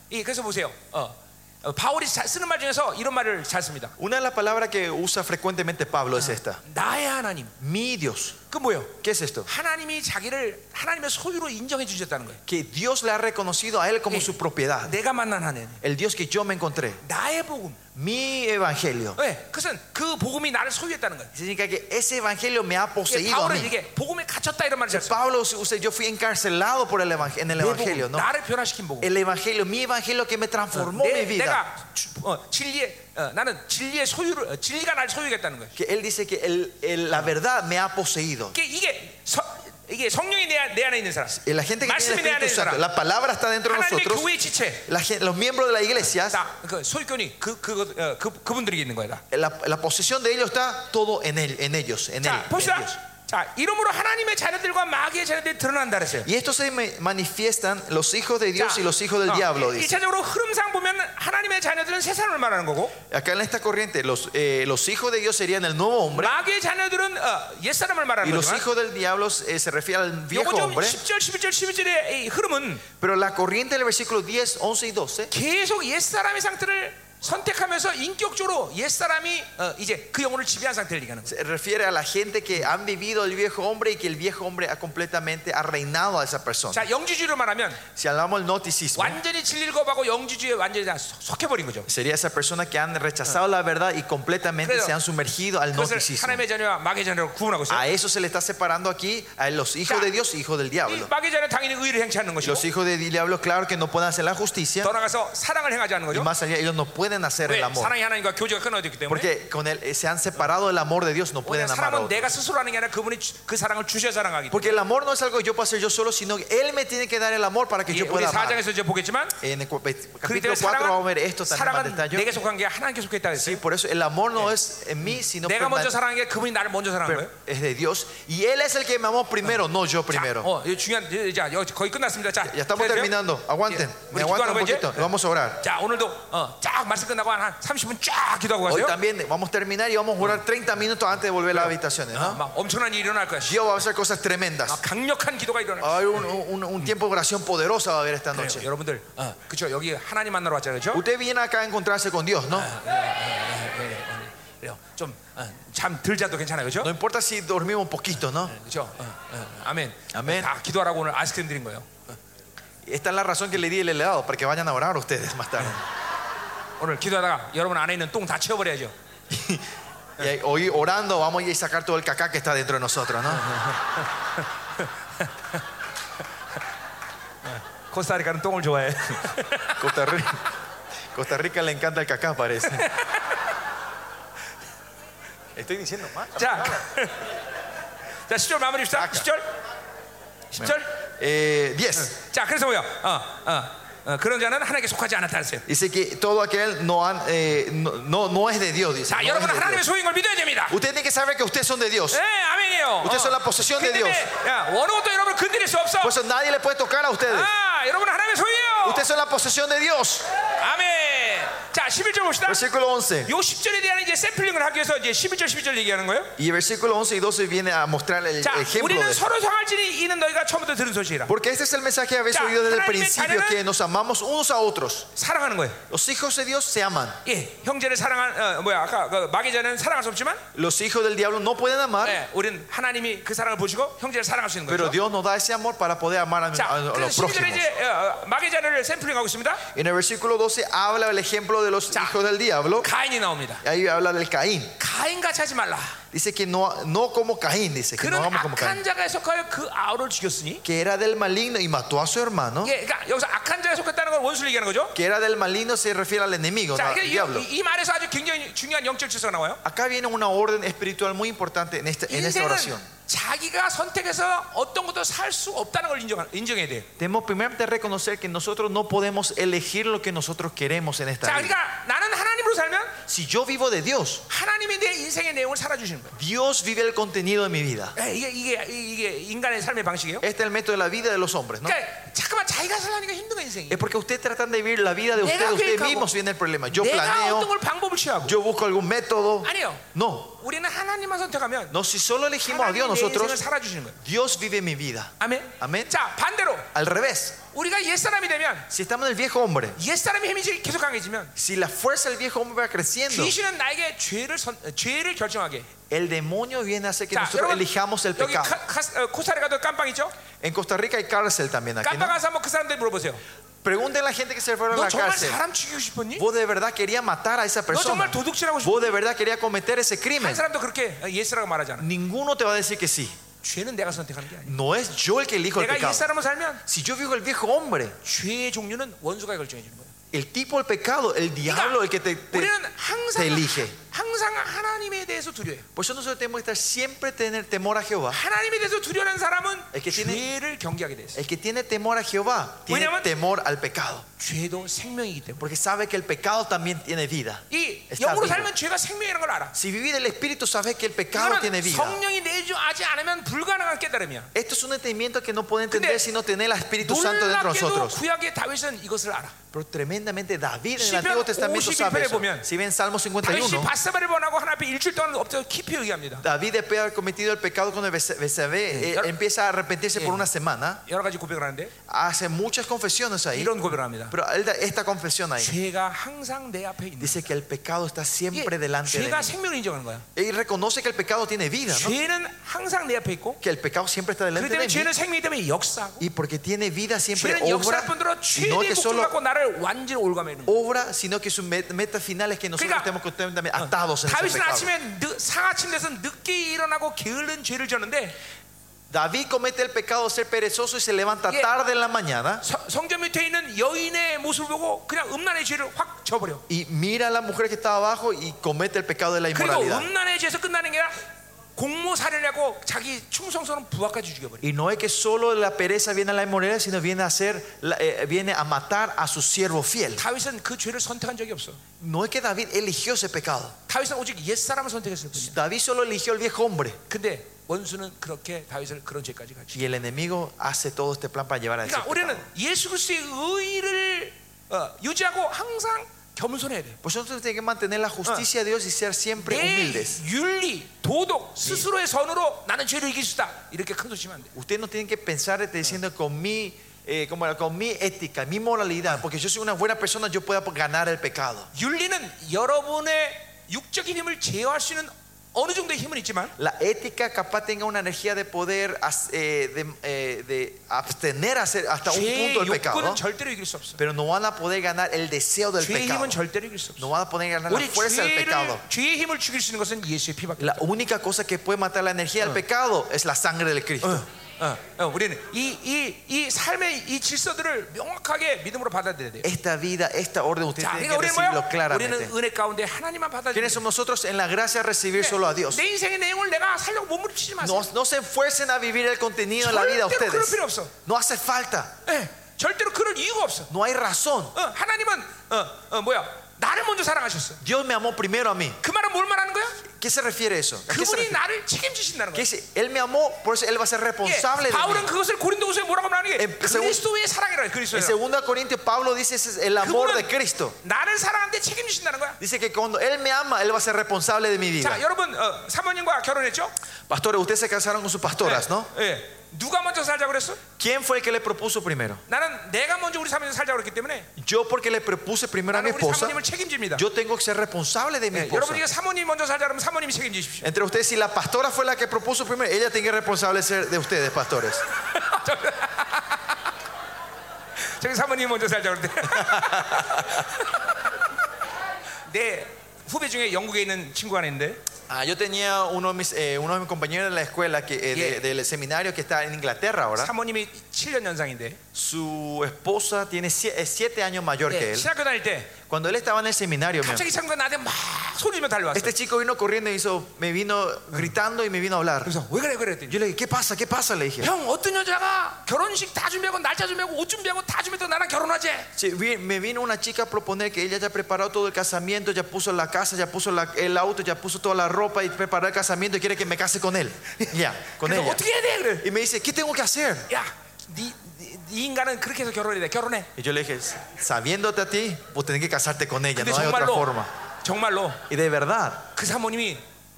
이 그래서 보세요. 어, 어, 바울이 자- 쓰는 말 중에서 이런 말을 잘 씁니다. Una de las palabras que usa frecuentemente Pablo es esta. 나의 하나님. Mi Dios. 그 뭐요? ¿Qué es esto? 하나님이 자기를 하나님의 소유로 인정해 주셨다는 거예요. Que Dios le ha reconocido a él como su propiedad. 내가 만난 하나님. El Dios que yo me encontré. 나의 복음. Mi evangelio. 네, 그것은 그 복음이 나를 소유했다는 거예요. Significa que ese evangelio me ha 이게 poseído a 바울은 mí. 이게 복음에 갇혔다 이런 말을 잘 써요. Pablo usa, yo fui encarcelado por el evangel- en el 내 evangelio. 복음, ¿no? 나를 변화시킨 복음. El evangelio, mi evangelio que me transformó mi 내, vida. 내가 주- 어, 진리의 어, 나는 진리의 소유를 어, 진리가 날 소유했다는 거예요. que él dice que el- el- la verdad me ha poseído. 이게 이게, 서, 이게 성령이 내, 안- 내 안에 있는 사람. Y La gente que 말씀이 tiene 내 el 안에 있는 Espíritu Santo, 사람. la palabra está dentro de 하나님의 nosotros. 교회의 지체. La gen- los miembros de la iglesia, 다, 그 소유권이 그, 그, 어, 그, 그분들에게 있는 거예요. 다. la, la posesión de ellos está todo en él, en ellos, en él, 자, en 봅시다. Dios. 자, 이름으로 하나님의 자녀들과 마귀의 자녀들이 드러난다 그랬어요. Y esto se me- manifiestan los hijos de Dios 자, y los hijos del 어, diablo. Dice. 일차적으로 흐름상 보면 하나님의 자녀들은 세 사람을 말하는 거고 Acá en esta corriente, los, eh, los hijos de Dios serían el nuevo hombre 마귀의 자녀들은 어, 옛 사람을 y 말하는 los 거지만 hijos del diablo eh, se refiere al viejo 요거 좀 hombre. 10절, 11절, 12절의 이 흐름은 Pero la corriente del versículo 10, 11 y 12 계속 옛 사람의 상태를 선택하면서 인격적으로 옛 사람이 어, 이제 그 영혼을 지배한 상태를 얘기하는 거예요. se refiere a la gente que han vivido el viejo hombre y que el viejo hombre ha completamente ha reinado a esa persona. 자, 영지주의로 말하면 Si hablamos del gnosticismo, 완전히 진리를 거부하고 영지주의에 완전히 다 속- 속해버린 거죠. sería esa persona que han rechazado la verdad y completamente Creo- se han sumergido al 그것을 gnosticismo. 하나님의 자녀와 마귀의 자녀로 구분하고 있어요. A eso se le está separando aquí a los hijos Ya. de Dios y hijos del 이 diablo. 마귀의 자녀는 당연히 의를 행치하는 것이고 Los hijos del diablo, claro que no pueden hacer la justicia, 더 나가서 사랑을 행하지 않는 y 거죠. más allá, ellos no pueden hacer 왜? el amor. 사랑이 하나님과 교제가 끊어졌기 때문에 Porque con él, eh, se han separado del amor de Dios, no 왜냐면 pueden amar a 사랑은 otro. 내가 스스로 하는 게 아니라 그분이 주- 그 사랑을 주셔야 사랑하기 때문에 Porque el amor no es algo que yo pueda hacer yo solo, sino que Él me tiene que dar el amor para que 예, yo 우리 pueda amar. 4장에서 이제 보겠지만 En el cu- 그렇기 capítulo 때문에 4 vamos a ver 사랑은, esto también más 사랑은 detalle. 내게 속한 게 하나님께 속했다 Sí, 했어요 por eso el amor no es en mí, sino 내가 perma- 먼저 사랑한 게 그분이 나를 먼저 사랑한 per- 예. 거예요 es de Dios. Y Él es el que me amó primero, no yo 자, primero. 어, 이거 중요한 이제 자, 여기 거의 예, 끝났습니다 자, Ya estamos 그래서요. terminando. Aguanten. 예, Me 우리 기도하는 aguantan un 거 이제 poquito. Vamos a orar. 자 오늘도 어, 쫙 말씀 끝나고 한, 한 30분 쫙 기도하고 Hoy 가세요 también vamos a terminar y vamos a orar 30 minutos antes de volver a las habitaciones. ¿no? 막 엄청난 일이 일어날 거야 Dios va a hacer cosas tremendas. 막 강력한 기도가 일어날 거야 Va a haber un, un- un tiempo de oración poderosa va a haber esta 아, 그래요, noche. 여러분들 어, 그쵸 여기 하나님 만나러 왔잖아요 그쵸? Usted viene acá a encontrarse con Dios, ¿no? 그래요 좀잠 들 자도 괜찮아요 그쵸? No importa si dormimos un poquito, ¿no? 그렇죠. 어, 어, 아멘. 아멘. 다 기도하라고 오늘 아이스크림 드린 거예요. Esta es la razón que le di el helado, para que vayan a orar ustedes más tarde. 오늘 기도하다가 여러분 안에 있는 똥 다 채워버려야죠. Y ahí, hoy orando vamos a ir a sacar todo el cacá que está dentro de nosotros, ¿no? 코스타리카는 똥을 좋아해. Costa Rica, Costa Rica le encanta el cacá, parece. Estoy diciendo más. 자, 아, 자 10절 마무리합시다. 10절, 10절. Eh, 10. 자, 그래서 뭐요? 어, 어, 어, 그런 자는 하나님께 속하지 않았다 했어요. Dice que todo aquel no, han- eh, no, no, no es de Dios. Dice, 자, Ah, no Eh, es de 여러분 은 하나님의 Dios. 소유인 걸 믿어야 됩니다. Usted tiene que saber que ustedes son de Dios. 네, 아멘이에요. Ustedes son la posesión de Dios. 야, 어느 것도 여러분 건드릴 수 없어. Por eso nadie Ah, le puede tocar a ustedes. oh. 아, 여러분 은 하나님의 소유예요. Ustedes son la posesión de Dios. 아멘. 자, 11절 봅시다. Versículo 11. 요 10절에 대한 이제 샘플링을 하기 위해서 이제 11절 12절 얘기하는 거예요. Y el versículo 11 y 12 viene a mostrar el 자, ejemplo de 우리는 esto. 서로 상할지니 이는 너희가 처음부터 들은 소식이라. Porque este es el mensaje que habéis oído desde el principio, que nos amamos unos a otros. 사랑하는 거예요. Los hijos de Dios se aman. 예, 형제를 사랑한 어, 뭐야 아까 그 마계자는 사랑할 수 없지만, Los hijos del diablo no pueden amar, 예, 우리는 하나님이 그 사랑을 보시고 형제를 사랑할 수 있는 pero 거죠. Dios nos da ese amor para poder amar a, 자, a los 그래서 12절에 prójimos. 이제 어, 어, 마계자를 샘플링하고 있습니다. En el versículo 12 habla el ejemplo de los hijos del diablo. 가인이 나옵니다. Ahí habla del Caín. 가인같이 하지 말라. Dice que no, no como Caín, dice que no 그는 ama 악한 como Caín. 자가 속하여 그 아우를 죽였으니. Que era del maligno y mató a su hermano. 예, 그러니까 여기서 악한 자가 속했다는 건 원수를 얘기하는 거죠. Que era del maligno se refiere al enemigo, no 자, al 어, 이게 이, diablo. 이- 이 말에서 아주 굉장히 중요한 영적 질서가 나와요. Acá viene una orden espiritual muy importante en, este, en esta 인생은 oración. 자기가 선택해서 어떤 것도 살 수 없다는 걸 인정, 인정해야 돼요. Debemos primeramente reconocer que nosotros no podemos elegir lo que nosotros queremos en 자, esta vida. 그러니까 나는 하나님으로 살면 Si yo vivo de Dios, 하나님이 내 인생의 내용을 살아주시는 거예요. Dios vive el contenido de mi vida. 예, 이게 이게 이게 인간의 삶의 방식이에요. Este es el método de la vida de los hombres, ¿no? 그러니까 잠깐만 자기가 살라니까 힘든 거 인생이. Es porque ustedes tratan de vivir la vida de Nega ustedes, ustedes queca, mismos viene el problema. Yo 내가 어떤 planeo, 걸 방법을 취하고 yo busco algún método. 아니요. No, 우리는 하나님만 선택하면 no, si solo elegimos a 하나님이 Dios 내 인생을 nosotros, 살아주시는 거예요. Dios vive mi vida. 아멘. 아멘. 자, 반대로 Al revés, 우리가 옛 사람이 되면 si estamos en el viejo hombre, 옛 사람의 힘이 계속 강해지면 si la fuerza del viejo hombre va creciendo, 귀신은 나에게 죄를 선, 어, 죄를 결정하게. 해. el demonio viene a hacer que 자, nosotros elijamos el 여기 pecado. 카- 카- 어, 코스타리카도 깜빵 있죠? En Costa Rica hay cárcel también aquí, 깜빵 ¿no? 가서 한번 그 사람들 물어보세요. Pregúntenle a la gente que se fue a 너 la 정말 cárcel. 사람 죽이고 싶었니? ¿Vos de verdad querías matar a esa 너 정말 persona? 도둑질하고 싶었니? ¿Vos de verdad querías cometer ese crimen? 한 사람도 그렇게 예스라고 말하지 않아. Ninguno te va a decir que sí. 죄는 내가 선택하는 게 아니야. No es yo el que elijo el 내가 pecado. 옛사람으로 살면 Si yo vivo el viejo hombre, 죄의 종류는 원수가 결정해 주는 거야. 그러니까 el tipo del pecado, el diablo el que te, te- 우리는 항상 te elige. 항상 하나님에 대해서 두려워요. Por eso nosotros tenemos que estar siempre tener temor a Jehová. 하나님에 대해서 두려워하는 사람은 이렇게 뛰는- 죄를 경계하게 돼 있어. El que tiene temor a Jehová tiene 왜냐면- temor al pecado, 죄도 생명이기 때문에. porque sabe que el pecado también tiene vida. 이 Está 영으로 vivo. 살면 죄가 생명이라는 걸 알아. Si vivir el espíritu sabes que el pecado tiene 이거는 vida. 성령이 내주하지 않으면 불가능한 깨달음이야. Esto es un entendimiento que no puede entender 근데 si no tener al Espíritu Santo dentro de 놀랍게도 nosotros. 구약의 다윗은 이것을 알아. Pero tremendamente David en 시편 el Antiguo Testamento 51 sabe 편에 eso. 보면 Si ven Salmo 다윗이 51, 바사바를 번하고 하나 앞에 일주일 동안 엎드려 깊이 얘기합니다. David después de haber cometido el pecado con el Becabé, claro. empieza a arrepentirse Sí. por una semana, 여러 가지 고백을 하는데 hace muchas confesiones ahí, 이런 고백을 합니다. pero él da esta confesión ahí 죄가 항상 내 앞에 있는. dice que el pecado está 이게 siempre delante de 죄가 mí. 생명을 인정하는 거야. Y reconoce que el pecado tiene vida, ¿no? 죄는 항상 내 앞에 있고 que el pecado siempre está 그 delante 때문에 de mí. 죄는 생명이 때문에 역사하고 Y porque tiene vida siempre 죄는 역사할 obra, 뿐더러 y no 최대의 que 목적을 solo 갖고 나를 완전히 올가매는 거야. obra, sino que su met- meta final es que nosotros Claro. estemos constantemente Ah. atados en ese 다윗은 pecado. 아침에 늦, 상아침 돼서 늦게 일어나고 게으른 죄를 졌는데 David comete el pecado de ser perezoso y se levanta Yeah. tarde en la mañana 서- 성전 밑에 있는 여인의 모습을 보고 그냥 음란의 죄를 확 져버려. y mira a la mujer que está abajo y comete el pecado de la 그리고 inmoralidad. 음란의 죄에서 끝나는 게 아니라 공모살인하고 자기 충성스러운 부하까지 죽여버려. Y no es que solo de la pereza viene a la inmoralidad, sino viene a ser, la- eh, viene a matar a su siervo fiel. 다윗은 그 죄를 선택한 적이 없어. No es que David eligió ese pecado. 다윗은 오직 옛 사람을 선택했을 뿐이야. David solo eligió el viejo hombre 근데 원수는 그렇게 다윗을 그런 죄까지 가지. y el enemigo hace todo este plan para llevar a ese 그러니까 pecado. 우리는 예수 그리스도의 의를 어, 유지하고 항상 겸손해야 돼. Pues nosotros tenemos que mantener la justicia de Dios y ser siempre 내 humildes. 윤리, 도덕, 스스로의 선으로 나는 죄를 이길 수 있다. 이렇게 큰소리면 안 돼. Usted no tiene que pensar este, diciendo con mi, eh, como era, con mi ética, mi moralidad, porque yo soy una buena persona, yo puedo ganar el pecado. 윤리는 여러분의 육적인 힘을 제어할 수 있는 어느 정도의 힘은 있지만 La ética capaz tenga una energía de poder as- eh, de, eh, de abstener a hacer hasta un 죄의 punto el pecado, 욕구는 절대로 이길 수 없어. pero no van a poder ganar el deseo del 죄의 pecado. 힘은 절대로 이길 수 없어. No van a poder ganar la 우리 fuerza del 죄를 pecado. 죄의 힘을 죽일 수 있는 것은 예수의 피밖에. La única cosa que puede matar la energía del pecado es la sangre del Cristo. 어, 어, 우리는 이이이 삶의 이 질서들을 명확하게 믿음으로 받아들여야 돼요. Esta vida, esta orden, usted 자, 그러니까 tiene que 우리는 뭐예요? recibirlo claramente. 우리는 은혜 가운데 하나님만 받아들여야 ¿Quiénes 돼요. somos nosotros? En la gracia recibir solo a Dios. 내 인생의 내용을 내가 살려고 몸부림치지 마세요. No, no se esfuercen a vivir el contenido de la vida de 절대로 그럴 ustedes. 필요 없어. No hace falta. 예, 절대로 그럴 이유가 없어. No hay razón. 어, 하나님은 어, 어, 뭐야? 나를 먼저 사랑하셨어. Dios me amó primero a mí. 그 말은 뭘 말하는 거야? Que- qué se refiere eso? ¿A qué 그분이 se refiere? 나를 책임지신다는 ¿Qué 거예요. dice? Él me amó, por eso Él va a ser 예, responsable de mí. 바울은 그것을 고린도후서에 뭐라고 말하는 게 에, 세운- 그리스도의 사랑이라 그래요, En 그리스도의 사랑. 2 Corintios, Pablo dice ese es el amor de Cristo. 나를 사랑하는데 책임지신다는 거야. Dice que cuando Él me ama, Él va a ser responsable de mi vida. 자, 여러분 어, 사모님과 결혼했죠? Pastores, ustedes se casaron con sus pastoras, ¿no? 예. 누가 먼저 살자 그랬어? ¿Quién fue el que le propuso primero? 나는 내가 먼저 우리 사모님 살자 그랬기 때문에 Yo porque le propuse primero a mi 나는 우리 esposa, 사모님을 책임집니다. yo tengo que ser responsable de mi 예, esposa. 여러분이 사모님 먼저 살자 그러면 사모님이 책임지십시오. Entre ustedes, si la pastora fue la que propuso primero, ella tiene que responsable ser de ustedes, pastores. 저기 사모님 먼저 살자 그랬대. 내 네, 후배 중에 영국에 있는 친구가 하나 있는데 Ah, yo tenía uno de mis, eh, uno de mis compañeros de la escuela, que, eh, de- Yeah. del seminario que está en Inglaterra ahora. 사모님이 7년 연상인데 Su esposa tiene sie- eh, siete años mayor que 예, él. 신학교 다닐 때 Cuando él estaba en el seminario, mi 갑자기 친구가 나한테 막 소리지며 달려왔어. Este chico vino corriendo y hizo, me vino gritando y me vino a hablar. 그래서 왜 그래 그랬더니 Yo le dije, ¿qué pasa? ¿Qué pasa? Le dije. 형 어떤 여자가 결혼식 다 준비하고 날짜 준비하고 옷 준비하고 다 준비해도 나랑 결혼하지? "Sí, vi- me vino una chica a proponer que ella ya preparó todo el casamiento, ya puso la casa, ya puso la- el auto, ya puso toda la ropa y preparó el casamiento y quiere que me case con él. Ya, con 그래서 ella. 어떻게 해야 돼? 그래. Y me dice, ¿qué tengo que hacer? 야, 네, 네, 네 인간은 그렇게 해서 결혼해야 돼. 결혼해. Y yo le dije, sabiéndote a ti, vos tenés que casarte con ella, 근데 no hay otra 정말로 forma. 정말로 Y de verdad, 그 사모님이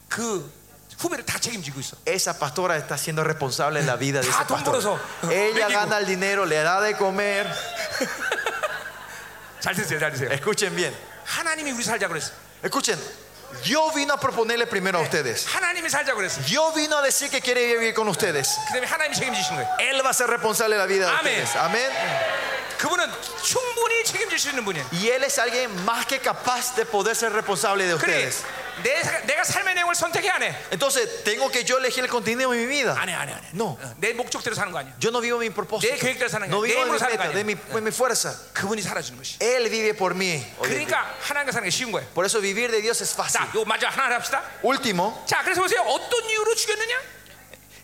그 후배를 다 책임지고 있어. esa pastora está siendo responsable de la vida de Ah, ese don Boroso. pastor. Ella Bendigo. gana el dinero, le da de comer. 잘 드세요, 잘 드세요. Escuchen bien. 네. 하나님이 우리 살자 그랬어. Escuchen, Dios vino a proponerle primero a ustedes. 하나님이 살자 그랬어. Dios vino a decir que quiere vivir con ustedes. 그 다음에 하나님이 책임지신 거예요. Él va a ser responsable de la vida de Amén. ustedes. Amén. 그분은 충분히 책임질 수 있는 분이에요. Y Él es alguien más que capaz de poder ser responsable de 그래, ustedes. 내, 사- 내가 삶의 내용을 선택해 안 해? Entonces, ¿tengo que yo elegir el contenido de mi vida? 안 해, 안 해, 안 해. No. 어, 내 목적대로 사는 거 아니야. Yo no vivo mi propósito. 내 계획대로 사는 No 거야. 내 vivo de 힘으로 mi 사는 거 meta, de 아니야. mi, de mi fuerza. 그분이 살아주는 것이. Él vive por mí. 그러니까 하나님과 사는 게 쉬운 거예요. Por eso vivir de Dios es fácil. 자, 요 마저 하나 합시다. Último, 자, 그래서 보세요. 어떤 이유로 죽였느냐?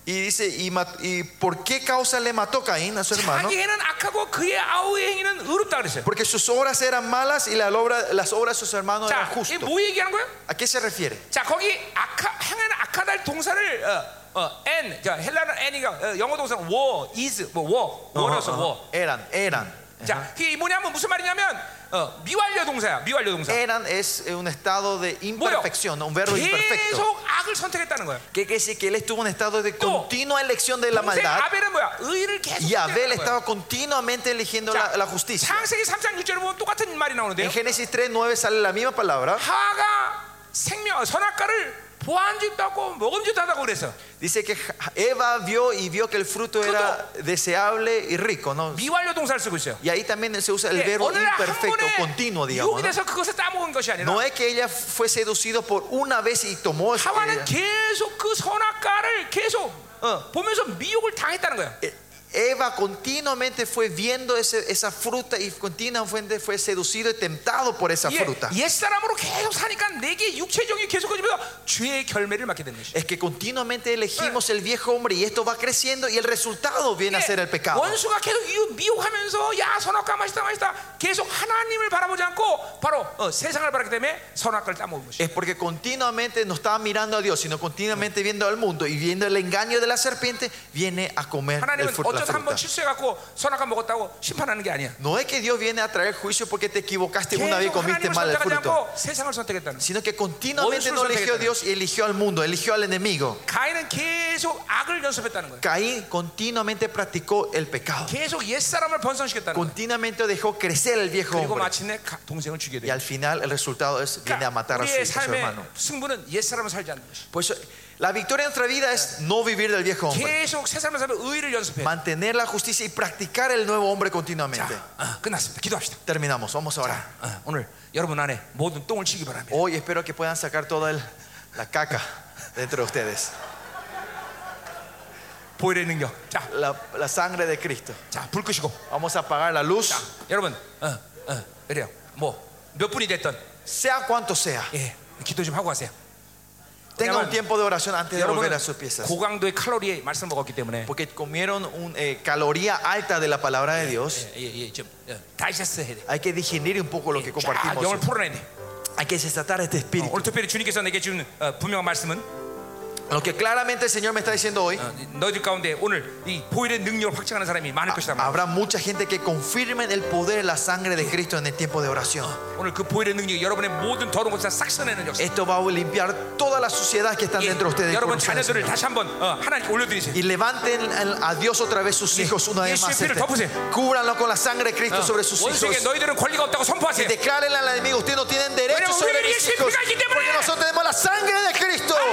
y dice, y, mat- ¿y por qué causa le mató Caín a su hermano? 자기 해는 악하고 그의 아우의 행위는 의롭다 그랬어요. Porque sus obras eran malas y la obra- las obras de sus hermanos eran 자, justas. 이게 뭐 얘기하는 거예요? ¿A qué se refiere? 자, 거기 악하, 행한 악하다를 동사를 어, 어, n, 자, 헬라는 n이가 어, 영어 동사 war, is, 뭐 war, war로서 war. Eran, eran. 음. 자, 그게 뭐냐면 무슨 말이냐면 어, 미완료 동사야. 미완료 동사. Eran es eh, un estado de 뭐요? imperfección, un verbo imperfecto. 계속 악을 선택했다는 거예요. Que quiere decir que él estuvo en un estado de No. ah, continua elección de la 동생 maldad 아벨은 뭐야? 의를 계속 y Abel 선택하는 거예요. estaba continuamente eligiendo la, la justicia. 창세기 3장 6절을 보면 똑같은 말이 나오는데요. En Génesis 3, 9 sale la misma palabra. 하가 생명 선악과를 보안주다고 먹음직하다고 그랬어. Dice que Ja- Eva vio y vio que el fruto era deseable y rico, ¿no? 미완료 동사를 쓰고 있어요. Y ahí también se usa el 예, verbo 어느 날한 imperfecto, 번에 continuo, 유혹이 digamos. ¿no? 돼서 그것을 따먹은 것이 아니라 No es que ella fue seducido por una vez y tomó esa- 하와는 계속 그 선악과를 계속 예, 어, 보면서 미혹을 당했다는 거야. Eh, Eva continuamente fue viendo ese- esa fruta y continuamente fue seducido y tentado por esa 예, fruta. 옛사람으로 계속 사니까 내게 육체적인 계속 거지면서 죄의 결매를 맞게 되는 것이. Es que continuamente elegimos el viejo hombre y esto va creciendo Ah. y el resultado 예, viene a ser el pecado. 원수가 계속 이 미혹하면서 야 선악과 맛있다 맛있다 계속 하나님을 바라보지 않고 바로 어, 세상을 바라기 때문에 선악과를 따먹은 것이. Es porque continuamente no estaba mirando a Dios, sino continuamente viendo al mundo y viendo el engaño de la serpiente, viene a comer el 하나님은 fru- 어쩌다 la 한번 fruta. 실수해갖고 선악과 먹었다고 심판하는 게 아니야. No es que Dios viene a traer juicio porque te equivocaste 계속 una vez y comiste 하나님을 mal el 선택하지 fruto, 않고 세상을 선택했다는. 거예요. sino que continuamente 원수를 no eligió a 선택했다는 Dios y eligió al mundo, eligió al enemigo. 가인은 계속 악을 연습했다는 거예요. Caín continuamente practicó el pecado. 계속 옛 사람을 번성시켰다는 거예요. Continuamente dejó crecer el viejo 그리고 hombre. 마침내 가- 동생을 죽이게 Y 돼요. al final el resultado es viene a 그러니까 matar a su, a 우리의 su hermano. 삶의 승부는 옛 사람을 살지 않는 것이. Por eso, la victoria en nuestra vida es no vivir del viejo hombre, 계속 새 사람을 살면 의를 연습해. mantener la justicia y practicar el nuevo hombre continuamente. 자, 아, 끝났습니다. 기도합시다. Terminamos, vamos ahora. 아, 오늘 여러분 안에 모든 똥을 치기 바랍니다. Hoy espero que puedan sacar toda el- la caca dentro de ustedes, 보혈의 능력. 자, la, la sangre de Cristo. 자, 불 끄시고. Vamos a apagar la luz, 여러분, 어, 어, 그래요. 뭐 몇 분이 됐던 sea cuanto sea. 예, 기도 좀 하고 가세요. Tenga un Llaman- tiempo de oración antes de volver 여러분은 a sus piezas. 고강도의 칼로리에 말씀 먹었기 때문에 Porque comieron una caloría alta de la palabra de Dios. 예, 예, 좀 예, 다이제스트 해야 돼. Hay que digerir un poco lo que 자, compartimos. 영을 풀어내야 돼. Hay que desatar este 어, espíritu. 오늘 특별히 주님께서 내게 주는 어, 분명한 말씀은 Lo que claramente el Señor me está diciendo hoy, 어, 너희들 가운데 오늘 이 보일의 능력을 확증하는 사람이 많을 것이다. 말이야. habrá mucha gente que confirmen el poder de la sangre de Cristo en el tiempo de oración. 오늘 그 보일의 능력이 여러분의 모든 더러운 것을 싹 씻어내는 역사. Esto va a limpiar toda la suciedad que está 예, dentro de ustedes. 여러분 por ustedes, 자녀들을 Señor. 다시 한번 어, 하나님께 올려드리세요. Y levanten el- a Dios otra vez sus 예, hijos una vez 예수의 más. 피를 este. 덮으세요. Cúbranlo con la sangre de Ah. Cristo sobre sus 원수에게 예, 네. hijos. 너희들은 권리가 없다고 선포하세요. Declárenle al enemigo, ustedes no tienen derecho Bueno, sobre ustedes mis tienen hijos. que explicar aquí, Porque temblor. nosotros tenemos la sangre de Cristo. 아, 어? 아, Ah,